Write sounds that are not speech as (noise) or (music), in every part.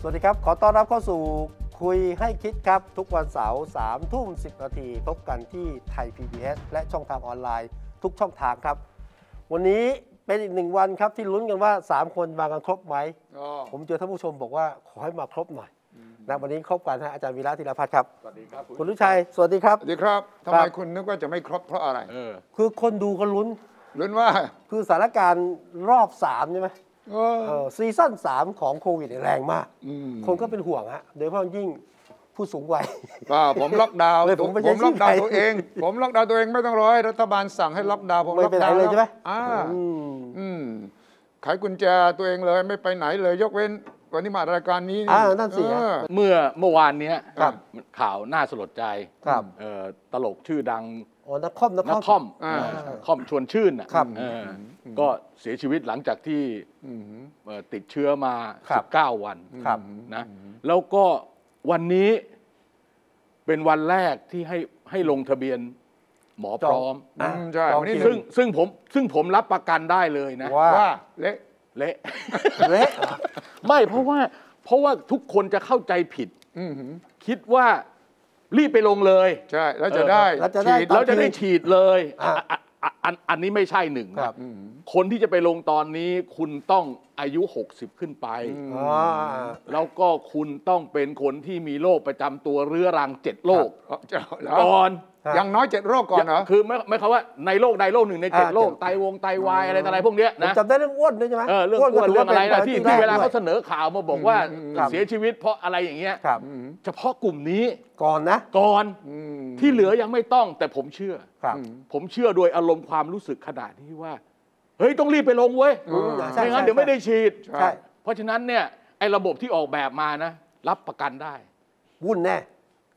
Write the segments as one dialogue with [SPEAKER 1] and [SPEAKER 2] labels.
[SPEAKER 1] สวัสดีครับ ขอต้อนรับเข้าสู่คุยให้คิดครับ ทุกวันเสาร์สามทุ่มสินาทีพบกันที่ไทย PBS และช่องทางออนไลน์ ทุกช่องทางครับ วันนี้เป็นอีกหนึ่งวันครับที่ลุ้นกันว่า 3 คนมากันครบไหม
[SPEAKER 2] ก็
[SPEAKER 1] ผมเจอท่านผู้ชมบอกว่าขอให้มาครบหน่อยนะวันนี้ครบกันฮะอาจารย์วีระธีรพัฒน์ครับ
[SPEAKER 2] สวัสดีครับ
[SPEAKER 1] คุณลุชัย สวัสดีครับ
[SPEAKER 2] สวัสดีครับทำ
[SPEAKER 1] ครั
[SPEAKER 2] ไม
[SPEAKER 1] บ
[SPEAKER 2] คุณนึกว่าจะไม่ครบเพราะอะไร
[SPEAKER 1] คือคนดูก็ลุ้น
[SPEAKER 2] ลุ้นว่า
[SPEAKER 1] คือสถานการณ์รอบ3ใช่ไหม
[SPEAKER 2] เอ
[SPEAKER 1] เอ
[SPEAKER 2] อ
[SPEAKER 1] อซีซั่น3ของโควิดเนี่ยแรงมาก
[SPEAKER 2] ม
[SPEAKER 1] คนก็เป็นห่วงฮะโดยเฉพาะยิ่งผู้สูงวัย
[SPEAKER 2] ก็ผมล็อกดาวน์
[SPEAKER 1] เลยผมไม่ใช่
[SPEAKER 2] ล็อกดาวน์
[SPEAKER 1] ที่ไหน
[SPEAKER 2] ตัวเอง ผมล็อกดาวน์ตัวเองไม่ต้องรอให้รัฐบาลสั่งให้ล็อกดาวน์ผม
[SPEAKER 1] ไม่
[SPEAKER 2] ล็อก
[SPEAKER 1] เป็นไร
[SPEAKER 2] ดาวน์
[SPEAKER 1] เลยใช่ไหม
[SPEAKER 2] อ่า
[SPEAKER 1] อืม
[SPEAKER 2] อืมขายกุญแจตัวเองเลยไม่ไปไหนเลยยกเว้นวันนี้มารายการนี้
[SPEAKER 1] อ่านั่นสิฮะ
[SPEAKER 2] เออ
[SPEAKER 3] เมื่อเมื่อวานเนี้ย
[SPEAKER 1] ครับ
[SPEAKER 3] ข่าวน่าสลดใจ
[SPEAKER 1] ครับ
[SPEAKER 3] เอ่อตลกชื่อดัง
[SPEAKER 1] อ๋อนักคอมนัก
[SPEAKER 3] นั
[SPEAKER 1] ค
[SPEAKER 3] กค
[SPEAKER 1] อ
[SPEAKER 3] อ
[SPEAKER 1] ม
[SPEAKER 3] ม
[SPEAKER 2] อ่า
[SPEAKER 3] เอ่อคอมชวนชื่นน่ะ
[SPEAKER 1] ครับ
[SPEAKER 3] เอออก็เสียชีวิตหลังจากที่
[SPEAKER 2] อืม
[SPEAKER 3] เอ่อติดเชื้อมา
[SPEAKER 1] ครับ
[SPEAKER 3] 19 วัน
[SPEAKER 1] ครับ
[SPEAKER 3] นะแล้วก็วันนี้เป็นวันแรกที่ให้ให้ลงทะเบียนหมอพร้อม
[SPEAKER 1] อ่ะ
[SPEAKER 2] อืมใช่
[SPEAKER 1] ลอง
[SPEAKER 2] วันนี้
[SPEAKER 1] คิด
[SPEAKER 2] ซึ่
[SPEAKER 3] ซึ่
[SPEAKER 2] ง
[SPEAKER 3] งซึ่งผมซึ่งผมรับประกันได้เลยนะ
[SPEAKER 1] ว่า
[SPEAKER 2] ว่าเละ
[SPEAKER 3] เละ
[SPEAKER 1] เละ
[SPEAKER 3] ไม่เพราะว่าเพราะว่าทุกคนจะเข้าใจผิด
[SPEAKER 2] อืม
[SPEAKER 3] คิดว่ารีบไปลงเลย
[SPEAKER 2] ใช่แล้วจะได้
[SPEAKER 1] แล้วจะได้
[SPEAKER 2] ฉีด
[SPEAKER 3] เราจะ
[SPEAKER 1] ตาม
[SPEAKER 3] ได้
[SPEAKER 1] ที่
[SPEAKER 3] ฉีดเลย
[SPEAKER 1] อ่ะ
[SPEAKER 3] อ่ะอ่ะอันอันนี้ไม่ใช่หนึ่ง
[SPEAKER 1] ครับ
[SPEAKER 3] นะคนที่จะไปลงตอนนี้คุณต้องอายุ 60 ขึ้นไป
[SPEAKER 1] อ๋ออ่า
[SPEAKER 3] แล้วก็คุณต้องเป็นคนที่มีโรคประจำตัวเรื้อรังเจ็ดโรค
[SPEAKER 2] เอาจะเอาเหรอ
[SPEAKER 3] ก่อน
[SPEAKER 1] ครับ
[SPEAKER 2] อย่างน้อยเจ็ดโรคก่อนเหรอ
[SPEAKER 3] คือไม่ไม่คำว่าในโรคใดโรคหนึ่งในเจ็ด
[SPEAKER 1] อ่า
[SPEAKER 3] โรค
[SPEAKER 1] เจ็ด
[SPEAKER 3] ไตวงไตวายอะไรต่ออะไรพวกเนี้ย
[SPEAKER 1] ผม
[SPEAKER 3] นะ
[SPEAKER 1] จำได้เรื่องอ้วนด้วยใช่ไหม
[SPEAKER 3] เออเรื่องอ้วนเรื่องอะไรนะที่ที่เวลาเขาเสนอข่าวมาบอกว่า
[SPEAKER 2] อืม
[SPEAKER 3] เสียชีวิตเพราะอะไรอย่างเงี้ย
[SPEAKER 1] ครับ
[SPEAKER 3] เฉพาะกลุ่มนี้
[SPEAKER 1] ก่อนนะ
[SPEAKER 3] ก่อน
[SPEAKER 2] อืม
[SPEAKER 3] ที่เหลือยังไม่ต้องแต่ผมเชื่อ
[SPEAKER 1] ครับ
[SPEAKER 3] ผมเชื่อโดยอารมณ์ความรู้สึกขนาดนี้ว่า เฮ้ย ต้องรีบไปลงเว้ย
[SPEAKER 2] อืม
[SPEAKER 1] ใช่
[SPEAKER 3] ไม่งั้
[SPEAKER 1] ใช่
[SPEAKER 3] นเดี๋ยวไม่ได้ฉีด
[SPEAKER 1] ใช่
[SPEAKER 3] เพราะฉะนั้นเนี่ยไอ้ระบบที่ออกแบบมานะ รับประกันได้
[SPEAKER 1] วุ่นแน่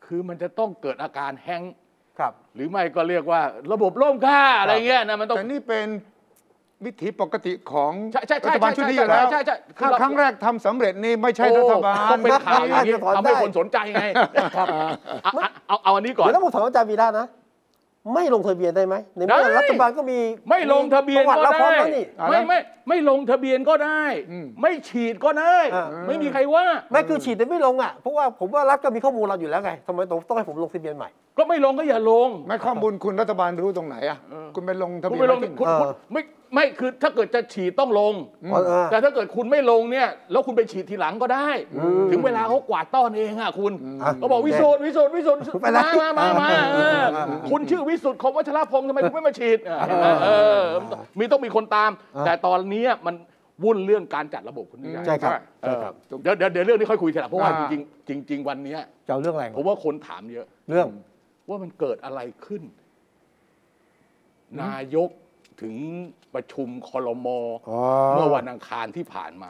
[SPEAKER 3] คือมันจะต้องเกิดอาการแฮงก์
[SPEAKER 1] ครับ
[SPEAKER 3] หรือไม่ก็เรียกว่า ระบบล่มค่าอะไรเงี้ยนะมันต้อง
[SPEAKER 2] แต่นี่เป็นวิถีปกติของ
[SPEAKER 3] ใช่ใช่
[SPEAKER 2] รั
[SPEAKER 3] ใช่
[SPEAKER 2] ฐบาลชุด
[SPEAKER 3] ใช่
[SPEAKER 2] นี้อ
[SPEAKER 3] ใช่
[SPEAKER 2] ยู่แล้ว
[SPEAKER 3] ใช่ใช่
[SPEAKER 2] ถ้าครั้งแรกทำสำเร็จนี่ไม่ใช่รัฐบาล
[SPEAKER 3] ต้องเป็นข่าวอย่างนี้
[SPEAKER 1] รัฐบาล
[SPEAKER 3] ทำให้คนสนใจไงเอาเอาเอาอันนี้ก่อน
[SPEAKER 1] เดี๋ยวแล้วผมถามอาจารย์วีระนะ ไม่ลงทะเบียนได้ไหมในเมื่อ
[SPEAKER 3] ได้
[SPEAKER 1] รัฐบาลก็มี
[SPEAKER 3] ไม่ลงทะเบียน
[SPEAKER 1] ประวัติ
[SPEAKER 3] ก็
[SPEAKER 1] เราพร้อ
[SPEAKER 3] ได้
[SPEAKER 1] มแล้วนี่
[SPEAKER 3] ไม่ไม่ไม่ลงทะเบียนก็ได้
[SPEAKER 2] อืม
[SPEAKER 3] ไม่ฉีดก็ได้
[SPEAKER 1] อ่า
[SPEAKER 3] ไม่มีใครว่า
[SPEAKER 1] ไม่คือฉีดแต่ไม่ลงอ่ะเพราะว่าผมว่ารัฐก็มีข้อมูลเราอยู่แล้วไงทำไมต้องให้ผมลงทะเบียนใหม่
[SPEAKER 3] ก็ไม่ลงก็อย่าลง
[SPEAKER 2] ไม่ข้อมูลคุณรัฐบาลรู้ตรงไหนอ่ะ
[SPEAKER 3] เออ
[SPEAKER 2] คุณไปลงทะ
[SPEAKER 3] คุ
[SPEAKER 2] เบียน
[SPEAKER 3] ณไปลง
[SPEAKER 2] ไว้ที่
[SPEAKER 3] คุณ
[SPEAKER 1] เออ
[SPEAKER 3] คุณไม่ไม่คือถ้าเกิดจะฉีดต้องลง
[SPEAKER 1] อ๋อเออ
[SPEAKER 3] แต่ถ้าเกิดคุณไม่ลงเนี่ย แล้วคุณไปฉีดทีหลังก็ได้ ถึงเวลาเขากวาดต้อนเองอ่ะคุณ
[SPEAKER 1] อ่ะ
[SPEAKER 3] เขาบอกวิสุทธ์วิสุทธ์วิสุทธ์
[SPEAKER 1] ไปแล้ว
[SPEAKER 3] มามามามาเออ
[SPEAKER 1] เออเออ
[SPEAKER 3] คุณชื่อวิสุทธ์ของวัชรพงศ์ทำไมคุณไม่มาฉีดเออเห็นไหมเออมีต้องมีคนตาม
[SPEAKER 1] อ่ะ
[SPEAKER 3] แต่ตอนเนี้ยมันวุ่นเรื่องการจัดระบบคุณวิชัย
[SPEAKER 1] ใช่ครับ
[SPEAKER 3] เอ
[SPEAKER 1] ใช่
[SPEAKER 3] อ
[SPEAKER 1] ครับ
[SPEAKER 3] เดี๋ยวเดี๋ยวเดี๋ยวเรื่องนี้ค่อยคุยทีหลังเพราะว่า
[SPEAKER 2] อ่า
[SPEAKER 3] จริงๆจริง ๆ วันเนี้ย
[SPEAKER 1] จะเอาเรื่องอะไร
[SPEAKER 3] ผมว่าคนถามเยอะ
[SPEAKER 1] เรื่อง
[SPEAKER 3] ว่ามันเกิดอะไรขึ้น นายกถึงประชุมคอรมอ
[SPEAKER 1] อ๋อ
[SPEAKER 3] เมื่อวันอังคารที่ผ่านมา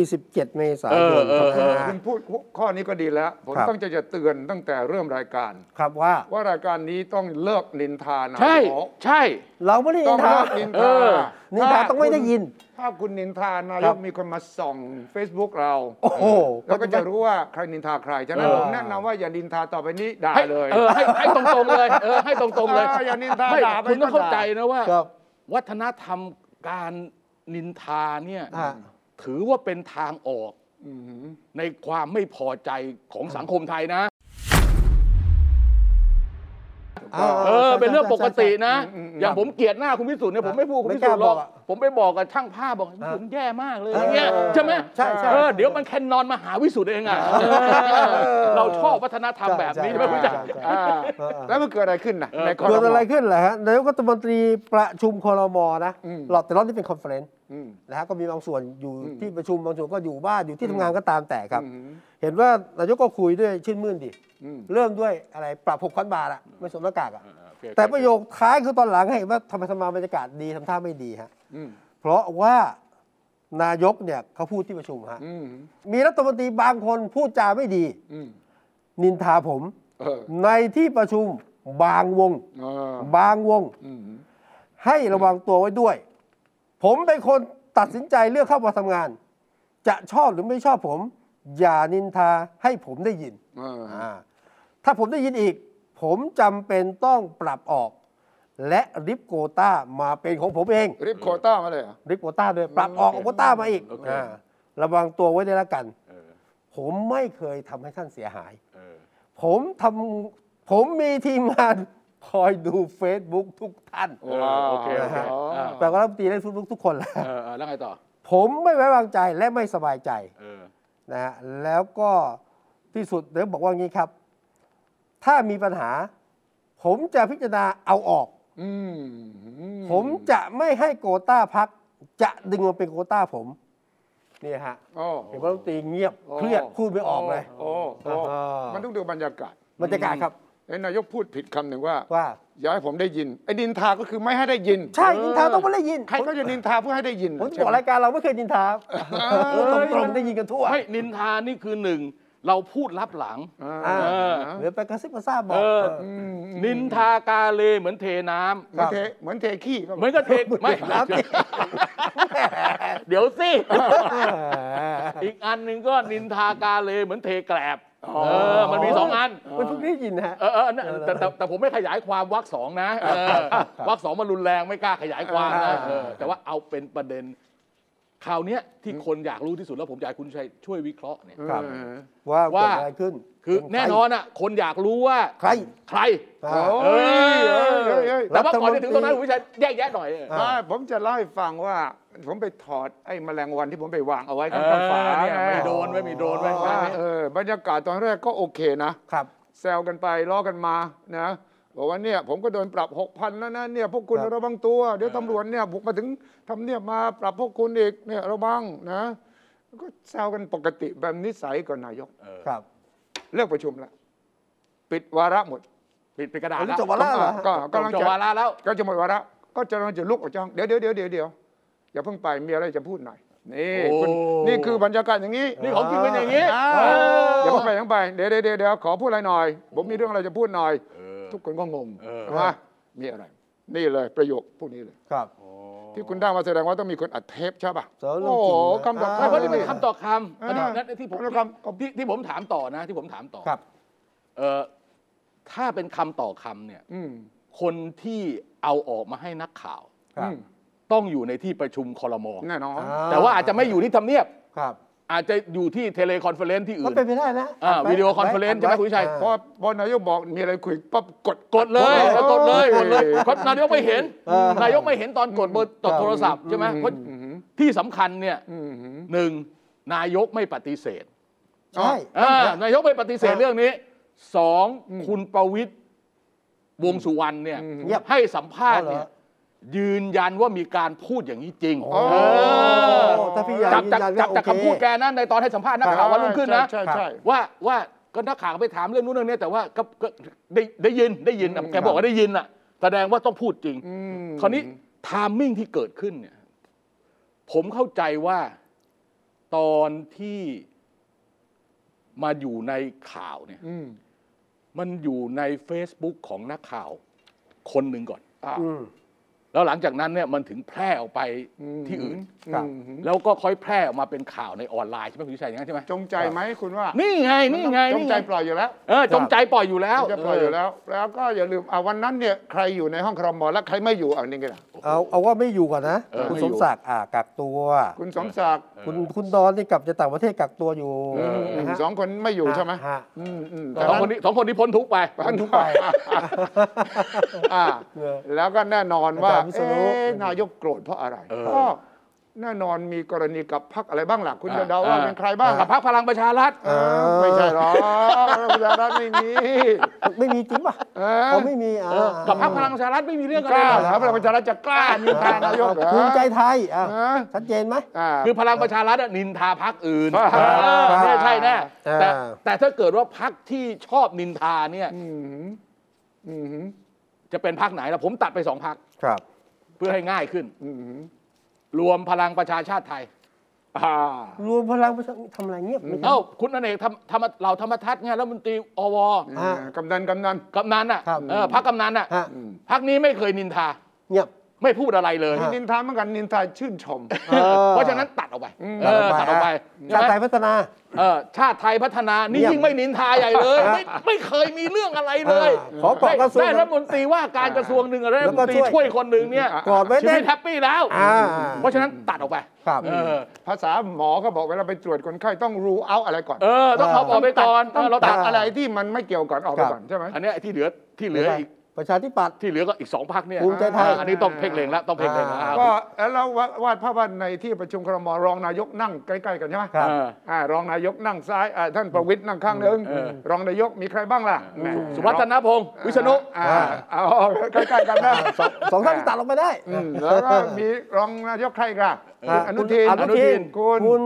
[SPEAKER 1] 27 เมษายน
[SPEAKER 3] เออเออเออ
[SPEAKER 2] คุณพูดข้อนี้ก็ดีแล้ว ผม
[SPEAKER 1] ครับ
[SPEAKER 2] ตั้งใจจะเตือนตั้งแต่เริ่มรายการ
[SPEAKER 1] ครับว่า
[SPEAKER 2] ว่ารายการนี้ต้องเลิกนินทานา
[SPEAKER 3] ใช่
[SPEAKER 2] ยก
[SPEAKER 3] ใช่
[SPEAKER 1] เราไม่ได้นิ
[SPEAKER 2] ต้อง
[SPEAKER 1] นทา
[SPEAKER 2] เลิกนิน
[SPEAKER 3] เอ
[SPEAKER 2] ทา
[SPEAKER 3] อ
[SPEAKER 1] นินทาต้องไม่ได้ยิน
[SPEAKER 2] ถ้าคุณนินทานาย
[SPEAKER 1] ครั
[SPEAKER 2] ก
[SPEAKER 1] บ
[SPEAKER 2] มีคนมาส่อง Facebook เรา
[SPEAKER 1] โอ้โห
[SPEAKER 2] แล้วก็จะรู้ว่าใครนินทาใครฉะนั้น
[SPEAKER 1] เออ
[SPEAKER 2] ผมแนะนำว่าอย่านินทาต่อไปนี้ด่า
[SPEAKER 3] ให้
[SPEAKER 2] เลย
[SPEAKER 3] เออให้ให้ตรงๆเลย เออให้ตรงๆเลย
[SPEAKER 2] อ่าอย่านินทา
[SPEAKER 3] ไม่
[SPEAKER 2] ด่าไป
[SPEAKER 3] คุณต้องเข้า
[SPEAKER 2] ก็ด่า
[SPEAKER 3] ใจนะว่า
[SPEAKER 1] ครับ
[SPEAKER 3] วัฒนธรรมการนินทาเนี่ย
[SPEAKER 1] อ่า
[SPEAKER 3] ถือว่าเป็นทางออก
[SPEAKER 2] ม
[SPEAKER 3] ในความไม่พอใจของสังคมไทยนะ เออเป็นเรื่องปกตินะ
[SPEAKER 2] อืมอืม
[SPEAKER 3] อย่างผมเกลียดหน้าคุณพิสุทธิ์เนี่ยผมไม่พูดคุณ
[SPEAKER 1] ไม่
[SPEAKER 3] พิ
[SPEAKER 1] ก
[SPEAKER 3] สุ
[SPEAKER 1] ล้า
[SPEAKER 3] ทธิ์หร
[SPEAKER 1] บอ
[SPEAKER 3] อก
[SPEAKER 1] กอะ
[SPEAKER 3] ผมไปบอกกับช่างภาพบอกพิสุทธิ์แย่มากเลยอย่างเงี้ย
[SPEAKER 1] เออ
[SPEAKER 3] ใช่ไหม
[SPEAKER 1] ใช่ใช่
[SPEAKER 3] เออเดี๋ยวมันแคนนอนมาหาวิสุทธิ์เองอ่ะเออเราชอบวัฒนธรรมแบบนี้
[SPEAKER 1] ใช่
[SPEAKER 3] ใช่ไหม
[SPEAKER 1] ใช่
[SPEAKER 3] คุณ
[SPEAKER 1] ใช่
[SPEAKER 3] จักร
[SPEAKER 2] อ่า
[SPEAKER 1] เออเออ
[SPEAKER 2] แล้วมันเกิดอะไรขึ้นนะ
[SPEAKER 3] เออ
[SPEAKER 2] ในคอ
[SPEAKER 1] เกิ
[SPEAKER 2] ร
[SPEAKER 1] ดอะไร
[SPEAKER 2] ม
[SPEAKER 1] ขึ้นเหรอฮะนายกรัฐมนตรีประชุมคอรมอนะ
[SPEAKER 2] อืม
[SPEAKER 1] หลอดแต่รอบนี้เป็นคอนเฟอเรนซ์
[SPEAKER 2] อืม
[SPEAKER 1] นะฮะก็มีบางส่วนอยู่
[SPEAKER 2] อืม
[SPEAKER 1] ที่ประชุมบางส่วนก็อยู่บ้านอยู่ที่ทำงานก็ตามแต่ครับ
[SPEAKER 2] อืม
[SPEAKER 1] เห็นว่านายกก็คุยด้วยชื่นมื่นดิ
[SPEAKER 2] อืม
[SPEAKER 1] เริ่มด้วยอะไรปรับหกพันบาทอะไม่สวมหน้ากากอะ
[SPEAKER 3] เออโอเค
[SPEAKER 1] แต่ประโยคท้ายคือตอนหลังให้เห็นว่าทำไมทำมาบรรยากาศดีทำท่าไม่ดีฮะ
[SPEAKER 2] อืม
[SPEAKER 1] เพราะว่า นายกเนี่ยเขาพูดที่ประชุมฮะ
[SPEAKER 2] อืม
[SPEAKER 1] มีรัฐมนตรีบางคนพูดจาไม่ดี
[SPEAKER 2] อืม
[SPEAKER 1] นินทาผม
[SPEAKER 2] เออ
[SPEAKER 1] ในที่ประชุมบางวง
[SPEAKER 2] เออบ
[SPEAKER 1] างวง
[SPEAKER 2] อืม
[SPEAKER 1] ให้ระวังตัวไว้ด้วย ผมเป็นคนตัดสินใจเลือกเข้ามาทำงาน จะชอบหรือไม่ชอบผม อย่านินทาให้ผมได้ยิน
[SPEAKER 2] เออ
[SPEAKER 1] อ่าถ้าผมได้ยินอีก ผมจำเป็นต้องปรับออก และริบโกต้ามาเป็นของผมเอง
[SPEAKER 2] รีบโควต้ามาเลยเหรอ
[SPEAKER 1] ริบโกต้าด้วยปรับออกเอาโกต้ามาอีก
[SPEAKER 3] โอเค
[SPEAKER 1] อ่าระวังตัวไว้ด้วยละกัน
[SPEAKER 3] เออ
[SPEAKER 1] ผมไม่เคยทำให้ท่านเสียหาย
[SPEAKER 3] เออ
[SPEAKER 1] ผมทำผมมีทีมงาน (laughs) คอยดู Facebook ทุกท่าน
[SPEAKER 2] โอ้
[SPEAKER 3] เออโอเคโอเค
[SPEAKER 2] อ๋ออ่
[SPEAKER 3] า
[SPEAKER 1] แปลว่ารัฐมนตรีได้ทุกทุกคนแหละ
[SPEAKER 3] เออเออแล้วไงต่อ
[SPEAKER 1] ผมไม่ไว้วางใจและไม่สบายใจ
[SPEAKER 3] เออ
[SPEAKER 1] นะฮะแล้วก็ที่สุดเดี๋ยวบอกว่างี้ครับ ถ้ามีปัญหา ผมจะพิจารณาเอาออก
[SPEAKER 2] อืม
[SPEAKER 1] ผมจะไม่ให้โกต้าพัก จะดึงมาเป็นโกต้าผมนี่ฮะ
[SPEAKER 2] โอ้
[SPEAKER 1] เห็นว่ารัฐมนตรีเงียบเครียดพูดไม่ออกเลย
[SPEAKER 2] โอ้โอ้
[SPEAKER 1] อ่ามั
[SPEAKER 2] มันต้องดูบรรยากาศ
[SPEAKER 1] บรรยากาศครับ
[SPEAKER 2] ไอ้นายกพูดผิดคำหนึ่งว่า
[SPEAKER 1] ว่า
[SPEAKER 2] อย่าให้ผมได้ยิน ไอ้ดินทาก็คือไม่ให้ได้ยิน
[SPEAKER 1] ใช่นินทาต้องไม่ได้ยิน
[SPEAKER 2] ใครก็จะนินทาเพื่อให้ได้ยิน
[SPEAKER 1] ผมจะ
[SPEAKER 2] ใช่
[SPEAKER 1] บอก
[SPEAKER 2] ไห
[SPEAKER 1] รายการเราไม่เคยนินทาพูดตรงๆได้ยินกันทั่ว
[SPEAKER 3] ไม่นินทานี่คือหนึ่งเราพูดรับหลัง
[SPEAKER 2] อ่า
[SPEAKER 1] อ่า
[SPEAKER 3] เออ
[SPEAKER 1] หรือไปกระซิบกระซาบบอก
[SPEAKER 3] เออ
[SPEAKER 1] เออ
[SPEAKER 2] อืม
[SPEAKER 3] นินทากาเลเหมือนเทน้ำ
[SPEAKER 2] เหมือนเทเหมือนเทขี้ก็
[SPEAKER 3] เหมือนกับเทไม่
[SPEAKER 1] น้ำสิ
[SPEAKER 3] เดี๋ยวสิ
[SPEAKER 1] แหม
[SPEAKER 3] อีกอันหนึ่งก็นินทากาเลเหมือนเทแกลบ เออ มันมีสองอัน
[SPEAKER 1] มันเพิ่งได้ยินนะฮะ
[SPEAKER 3] เออเออนั่นแต่แต่แต่ผมไม่ขยายความวักสองนะเออวักสองมันรุนแรงไม่กล้าขยายความนะ
[SPEAKER 1] อ่า
[SPEAKER 3] เออแต่ว่าเอาเป็นประเด็นคราวเนี้ยที่คนอยากรู้ที่สุดแล้วผมอยากให้คุณชัยช่วยวิเคราะห์เนี่ย
[SPEAKER 1] ครับ
[SPEAKER 2] เออ
[SPEAKER 1] ว่า
[SPEAKER 3] ว่า
[SPEAKER 1] เกิดอะไรขึ้น
[SPEAKER 3] คือแน่นอนอ่ะคนอยากรู้ว่า
[SPEAKER 1] ใคร
[SPEAKER 3] ใคร
[SPEAKER 1] อ่า
[SPEAKER 2] โอ้
[SPEAKER 3] เออ
[SPEAKER 2] เฮ้ยเฮ้ยเฮ้ย
[SPEAKER 3] แต่ว่าก่อนจะถึงตรงนั้น
[SPEAKER 1] รัฐมนตรี
[SPEAKER 3] คุณชัยแยกแยะหน่อยเออ
[SPEAKER 1] อ่า
[SPEAKER 2] ไม่ผมจะเล่าให้ฟังว่า ผมไปถอดไอ้แมลงวันที่ผมไปวางเอาไว้ข้างๆฝา
[SPEAKER 3] เออเนี่ยไม่
[SPEAKER 2] ไม่
[SPEAKER 3] โด
[SPEAKER 2] โด
[SPEAKER 3] น
[SPEAKER 2] น
[SPEAKER 3] ไว้มีโดนไว้
[SPEAKER 2] ว่า
[SPEAKER 3] ไว้
[SPEAKER 2] เออบรรยากาศตอนแรกก็โอเคนะ
[SPEAKER 1] ครับ
[SPEAKER 2] แซวกันไปล้อกันมานะบอกว่าเนี่ยผมก็โดนปรับ 6,000 แล้วนะเนี่ยพวกคุณ
[SPEAKER 1] ครับ
[SPEAKER 2] ระวังตัว เดี๋ยวตำรวจเนี่ยบุกมาถึงทำเนียบมาปรับพวกคุณอีกเนี่ยระวังนะก็แซวกันปกติแบบนิสัยก่อนนายก
[SPEAKER 1] ครับ
[SPEAKER 2] เลิกประชุมแล้วปิดวาระหมด
[SPEAKER 3] ปิดไปนกระดาษ
[SPEAKER 1] อันนี้
[SPEAKER 3] แล้ว
[SPEAKER 1] จบวาระเหรอฮะ
[SPEAKER 2] ก็กำลัง
[SPEAKER 3] จบ
[SPEAKER 2] จะ
[SPEAKER 3] วาระแล้ว
[SPEAKER 2] ก็จะหมดวาระก็จะเราจะลุกออกจากห้องเดี๋ยวเดี๋ยวเดี๋ยวเดี๋ยวเดี๋ยวอย่าเพิ่งไปมีอะไรจะพูดหน่อยนี่คุณ
[SPEAKER 3] โอ้
[SPEAKER 2] นี่คือบรรยากาศอย่างนี้
[SPEAKER 3] นี่ของจริงเป็นอย่างนี้
[SPEAKER 2] อ่าอย่าเพิ่งไปอย่าเพิ่งไปเดี๋ยวเดี๋ยวเดี๋ยวเดี๋ยวขอพูดอะไรหน่อย ผมมีเรื่องอะไรจะพูดหน่อย
[SPEAKER 3] เออ
[SPEAKER 2] ทุกคนก็งง
[SPEAKER 3] เออ
[SPEAKER 2] ว่ามีอะไร นี่เลยประโยคพวกนี้เลย
[SPEAKER 1] ครับ
[SPEAKER 2] ที่คุณได้มาแสดงว่าต้องมีคนอัดเทปใช่ป่ะ
[SPEAKER 1] เสาเรื่อง
[SPEAKER 2] โอ้โห
[SPEAKER 1] จริงนะ
[SPEAKER 2] คำตอ
[SPEAKER 1] เ
[SPEAKER 2] บ
[SPEAKER 3] ไม่เพราะนี่
[SPEAKER 2] นี่
[SPEAKER 3] เป็นคำต่อค
[SPEAKER 2] เออ
[SPEAKER 3] ำนั่นที่ผม
[SPEAKER 2] คำต่อคำ
[SPEAKER 3] ที่ที่ผมถามต่อนะ ที่ผมถามต่อ
[SPEAKER 1] ครับ
[SPEAKER 3] เออถ้าเป็นคำต่อคำเนี่ย
[SPEAKER 2] อืม
[SPEAKER 3] คนที่เอาออกมาให้นักข่าว
[SPEAKER 1] ครั
[SPEAKER 2] อื
[SPEAKER 1] บ
[SPEAKER 2] ม
[SPEAKER 3] ต้องอยู่ในที่ประชุมคอรมอ
[SPEAKER 2] แน่นอน
[SPEAKER 3] แต่ว่าอาจจะไม่อยู่ที่ทำเนียบ
[SPEAKER 1] ครับ
[SPEAKER 3] อาจจะอยู่ที่เทเลคอนเฟอเรนซ์ที่อื่
[SPEAKER 1] ก็
[SPEAKER 3] น
[SPEAKER 1] เป็นไปได้นะ
[SPEAKER 3] อ่า
[SPEAKER 1] ดไ
[SPEAKER 3] วิดีโอคอนเฟอเรนซ์
[SPEAKER 1] ดว้
[SPEAKER 3] ใช่ไหมคุณวิชัย
[SPEAKER 1] อ่า
[SPEAKER 2] พอพอนายกบอกมีอะไรคุยปั๊บกด
[SPEAKER 3] กดเลย
[SPEAKER 1] กดเลย
[SPEAKER 3] กดเลย
[SPEAKER 2] ก
[SPEAKER 3] ก
[SPEAKER 2] ดเล
[SPEAKER 3] ดเลย ยกดนายกไม่เห็น
[SPEAKER 1] เออน
[SPEAKER 3] ายกไม่เห็นตอนกดเบอร์ต่อโทรศัพท์ใช่ไหมเพราะ
[SPEAKER 2] อืม
[SPEAKER 3] ที่สำคัญเนี่ย
[SPEAKER 2] อืมอืม
[SPEAKER 3] หนึ่งนายกไม่ปฏิเสธ
[SPEAKER 1] ใช่
[SPEAKER 3] อ่านายกไม่ปฏิเสธ
[SPEAKER 1] อ่า
[SPEAKER 3] เรื่องนี้สองคุณประวิตยวงษ์สุวรรณเนี่ย
[SPEAKER 2] อืม
[SPEAKER 1] เงียบ
[SPEAKER 3] ให้สัมภาษณ์เนี่ย
[SPEAKER 1] เอาเหร
[SPEAKER 3] ยืนยันว่ามีการพูดอย่างนี้จริง
[SPEAKER 1] โอ้
[SPEAKER 2] เอ
[SPEAKER 1] ถ้าพี่ยา
[SPEAKER 3] จาก
[SPEAKER 1] ยืน
[SPEAKER 3] จาก
[SPEAKER 1] ยันว่า
[SPEAKER 3] จากจาก
[SPEAKER 1] โอเค
[SPEAKER 3] คำพูดแกนั่นในตอนให้สัมภาษณ์นักข่าววันรุ่งขึ้นนะ
[SPEAKER 2] ใช่ใช่ใช่
[SPEAKER 3] ว่าว่าก็นักข่าวก็ไปถามเรื่องนู้นเรื่องนี้แต่ว่าก็ก็ได้ได้ยินได้ยินอะ
[SPEAKER 2] อืม
[SPEAKER 3] แกบอกว่าได้ยินอ่ะ แสดงว่าต้องพูดจริง คราวนี้ไทามมิ่งที่เกิดขึ้นเนี่ย ผมเข้าใจว่าตอนที่มาอยู่ในข่าวเนี่ย มันอยู่ใน Facebook ของนักข่าวคนหนึ่งก่อน
[SPEAKER 1] อืม
[SPEAKER 3] แล้วหลังจากนั้นเนี่ยมันถึงแพร่ออกไปที่อื่น
[SPEAKER 1] ครับ
[SPEAKER 3] แล้วก็ค่อยแพร่ออกมาเป็นข่าวในออนไลน์ใช่ไหมคุณวิชัยอย่างนั้นใช่ไหม
[SPEAKER 2] จงใจไหมคุณว่า
[SPEAKER 3] นี่ไงนี่ไง
[SPEAKER 2] จงใจ
[SPEAKER 3] นี่ไ
[SPEAKER 2] ปล่อยอยู่แล้ว
[SPEAKER 3] เออจงใจปล่อยอยู่แล้ว
[SPEAKER 2] จงใจปล่อยอยู่แล้ว แล้วก็อย่าลืมอ่ะวันนั้นเนี่ยใครอยู่ในห้องครมและใครไม่อยู่อ่ะนี่ไงล่ะ
[SPEAKER 1] เอาเอาว่าไม่อยู่ก่อนนะ
[SPEAKER 3] เออ
[SPEAKER 1] คุณ
[SPEAKER 3] ไม่
[SPEAKER 1] ส
[SPEAKER 3] อยู่
[SPEAKER 1] มศักดิ์อ่ากักตัว
[SPEAKER 2] คุณสมศักดิ์
[SPEAKER 1] คุณคุณดอนนี่กลับจะต่างประเทศกักตัวอยู่
[SPEAKER 3] เออ
[SPEAKER 1] นะฮะ
[SPEAKER 2] สองคนไม่อยู่ใช่ไหม
[SPEAKER 1] ฮะ
[SPEAKER 2] อืมอืม
[SPEAKER 3] สองคนนี้สองคนนี้พ้นทุกข์ไป
[SPEAKER 1] พ้นทุกข์ไป
[SPEAKER 2] อ่าแล้วก็แน่นอนว่า
[SPEAKER 1] อาจารย์วิษณุ
[SPEAKER 2] เอ๊ะนายกโกรธเพราะอะไร
[SPEAKER 3] เออ
[SPEAKER 2] ก็แน่นอนมีกรณีกับพรรคอะไรบ้างล่ะคุณจะเดาว่าเป็นใครบ้าง
[SPEAKER 3] กับพรรคพลังประชารัฐ
[SPEAKER 1] เออ
[SPEAKER 2] ไม่ใช่หรอกประชารัฐไม่มี
[SPEAKER 1] ไม่มีจริงป่ะ
[SPEAKER 2] เออ
[SPEAKER 1] เขาไม่มีอ่า
[SPEAKER 3] กับพรรคพลังประชารัฐไม่มีเรื่องกั
[SPEAKER 2] ก
[SPEAKER 3] นเล
[SPEAKER 2] ล้าย เหรอพลังประชารัฐจะกล้านินทานายกเหรอ
[SPEAKER 1] ภูมิใจไทยอ่ะ
[SPEAKER 2] ฮะ
[SPEAKER 1] ชัดเจนไหม
[SPEAKER 2] อ่า
[SPEAKER 3] คือพลังประชารัฐอะนินทาพรรคอื่น
[SPEAKER 2] ครับ
[SPEAKER 3] เออแน่ใช่แน่
[SPEAKER 1] อ่า
[SPEAKER 3] แต่แต่ถ้าเกิดว่าพรรคที่ชอบนินทาเนี่ยจะเป็นพรรคไหนล่ะผมตัดไปสองพรรค
[SPEAKER 1] ครับ
[SPEAKER 3] เพื่อให้ง่ายขึ้น รวมพลังประชาชาติไทย
[SPEAKER 2] อ่าร
[SPEAKER 1] วมพลังประชาทำอะไรเงียบไม่ได้
[SPEAKER 3] เอ้าคุณอเนกทำทำเราธรรมทัศน์ไงแล้วมนตรีอว
[SPEAKER 2] นี่ไงกำนันกำนัน
[SPEAKER 3] กำนันอ่ะ
[SPEAKER 1] ครับ
[SPEAKER 3] เออพักกำนันอ่ะ
[SPEAKER 1] ฮะ
[SPEAKER 2] อืม
[SPEAKER 3] พักนี้ไม่เคยนินทา
[SPEAKER 1] เงียบ
[SPEAKER 3] ไม่พูดอะไรเลย
[SPEAKER 1] ฮะ
[SPEAKER 2] นินทาเหมือนกันนินทาชื่นชม
[SPEAKER 1] เออ
[SPEAKER 3] เพราะฉะนั้นตัดออกไป
[SPEAKER 2] อืม
[SPEAKER 3] เออตัดออกไป
[SPEAKER 1] ชาติ
[SPEAKER 3] ใช่ไห
[SPEAKER 1] ไท
[SPEAKER 3] ม
[SPEAKER 1] ยพัฒนา
[SPEAKER 3] เออชาติไทยพัฒนานี่
[SPEAKER 1] เยี่ยม
[SPEAKER 3] ยิ่งไม่นินทาใหญ่เลย ไม่ไม่เคยมีเรื่องอะไรเลย
[SPEAKER 1] เออขอเกาะกระทรวง
[SPEAKER 3] ได้รัฐมนตรีว่าการกระทรวงหนึ่งอะไรรัฐมนต
[SPEAKER 1] แล้วก็
[SPEAKER 3] รี
[SPEAKER 1] ช่วย
[SPEAKER 3] ช่วยคนหนึ่งเนี่ย
[SPEAKER 1] กอดไว้
[SPEAKER 3] ชี
[SPEAKER 1] แน่
[SPEAKER 3] วิ
[SPEAKER 1] น
[SPEAKER 3] ตแฮปปี้แล้ว
[SPEAKER 1] อ่า
[SPEAKER 3] เพราะฉะนั้นตัดออกไป
[SPEAKER 1] ครับ
[SPEAKER 3] เออ
[SPEAKER 2] ภาษาหมอก็บอกเวลาไปตรวจคนไข้ต้องรู้เอาอะไรก่อน
[SPEAKER 3] เออ ต้องเอาออกไปก่อน
[SPEAKER 2] ต้อ
[SPEAKER 3] เองอเรา
[SPEAKER 2] ตั
[SPEAKER 3] ตั
[SPEAKER 2] ด
[SPEAKER 3] ด
[SPEAKER 2] อะไรที่มันไม่เกี่ยวก่อนออกไปก่อนใช่ไหม
[SPEAKER 3] อันเนี้ยที่เหลือที่เหลืออีก
[SPEAKER 1] ประชาธิปัตย์
[SPEAKER 3] ที่เหลือก็อีกสองพักเนี่ย
[SPEAKER 1] ภูมิใจไทย
[SPEAKER 3] อ่าอันนี้ต้องเพ่งเล็งแล้วต้องเพ่งเล็งแล้ว
[SPEAKER 1] อ่า
[SPEAKER 2] ก็แล้ววาดภาพว่าในที่ประชุมครมรองนายกนั่งใกล้ๆกันใช่ไหม
[SPEAKER 1] ครับ
[SPEAKER 3] เออ
[SPEAKER 2] อ่ารองนายกนั่งซ้ายอ่าท่านประวิตยนั่งข้างหนึง
[SPEAKER 3] เออ
[SPEAKER 2] รองนายกมีใครบ้างล่ะแหม
[SPEAKER 3] สุวัฒนพงศ์วิษณุ
[SPEAKER 2] อ่าเอาใกล้ๆกันนะ
[SPEAKER 1] สองท่านที่ตัดลงไปได้
[SPEAKER 2] อืมแล้วก็มีรองนายกใครอีกล่ะ
[SPEAKER 1] อ่า
[SPEAKER 2] อนุทิน
[SPEAKER 1] อนุทิน
[SPEAKER 2] คุณ
[SPEAKER 1] คุณ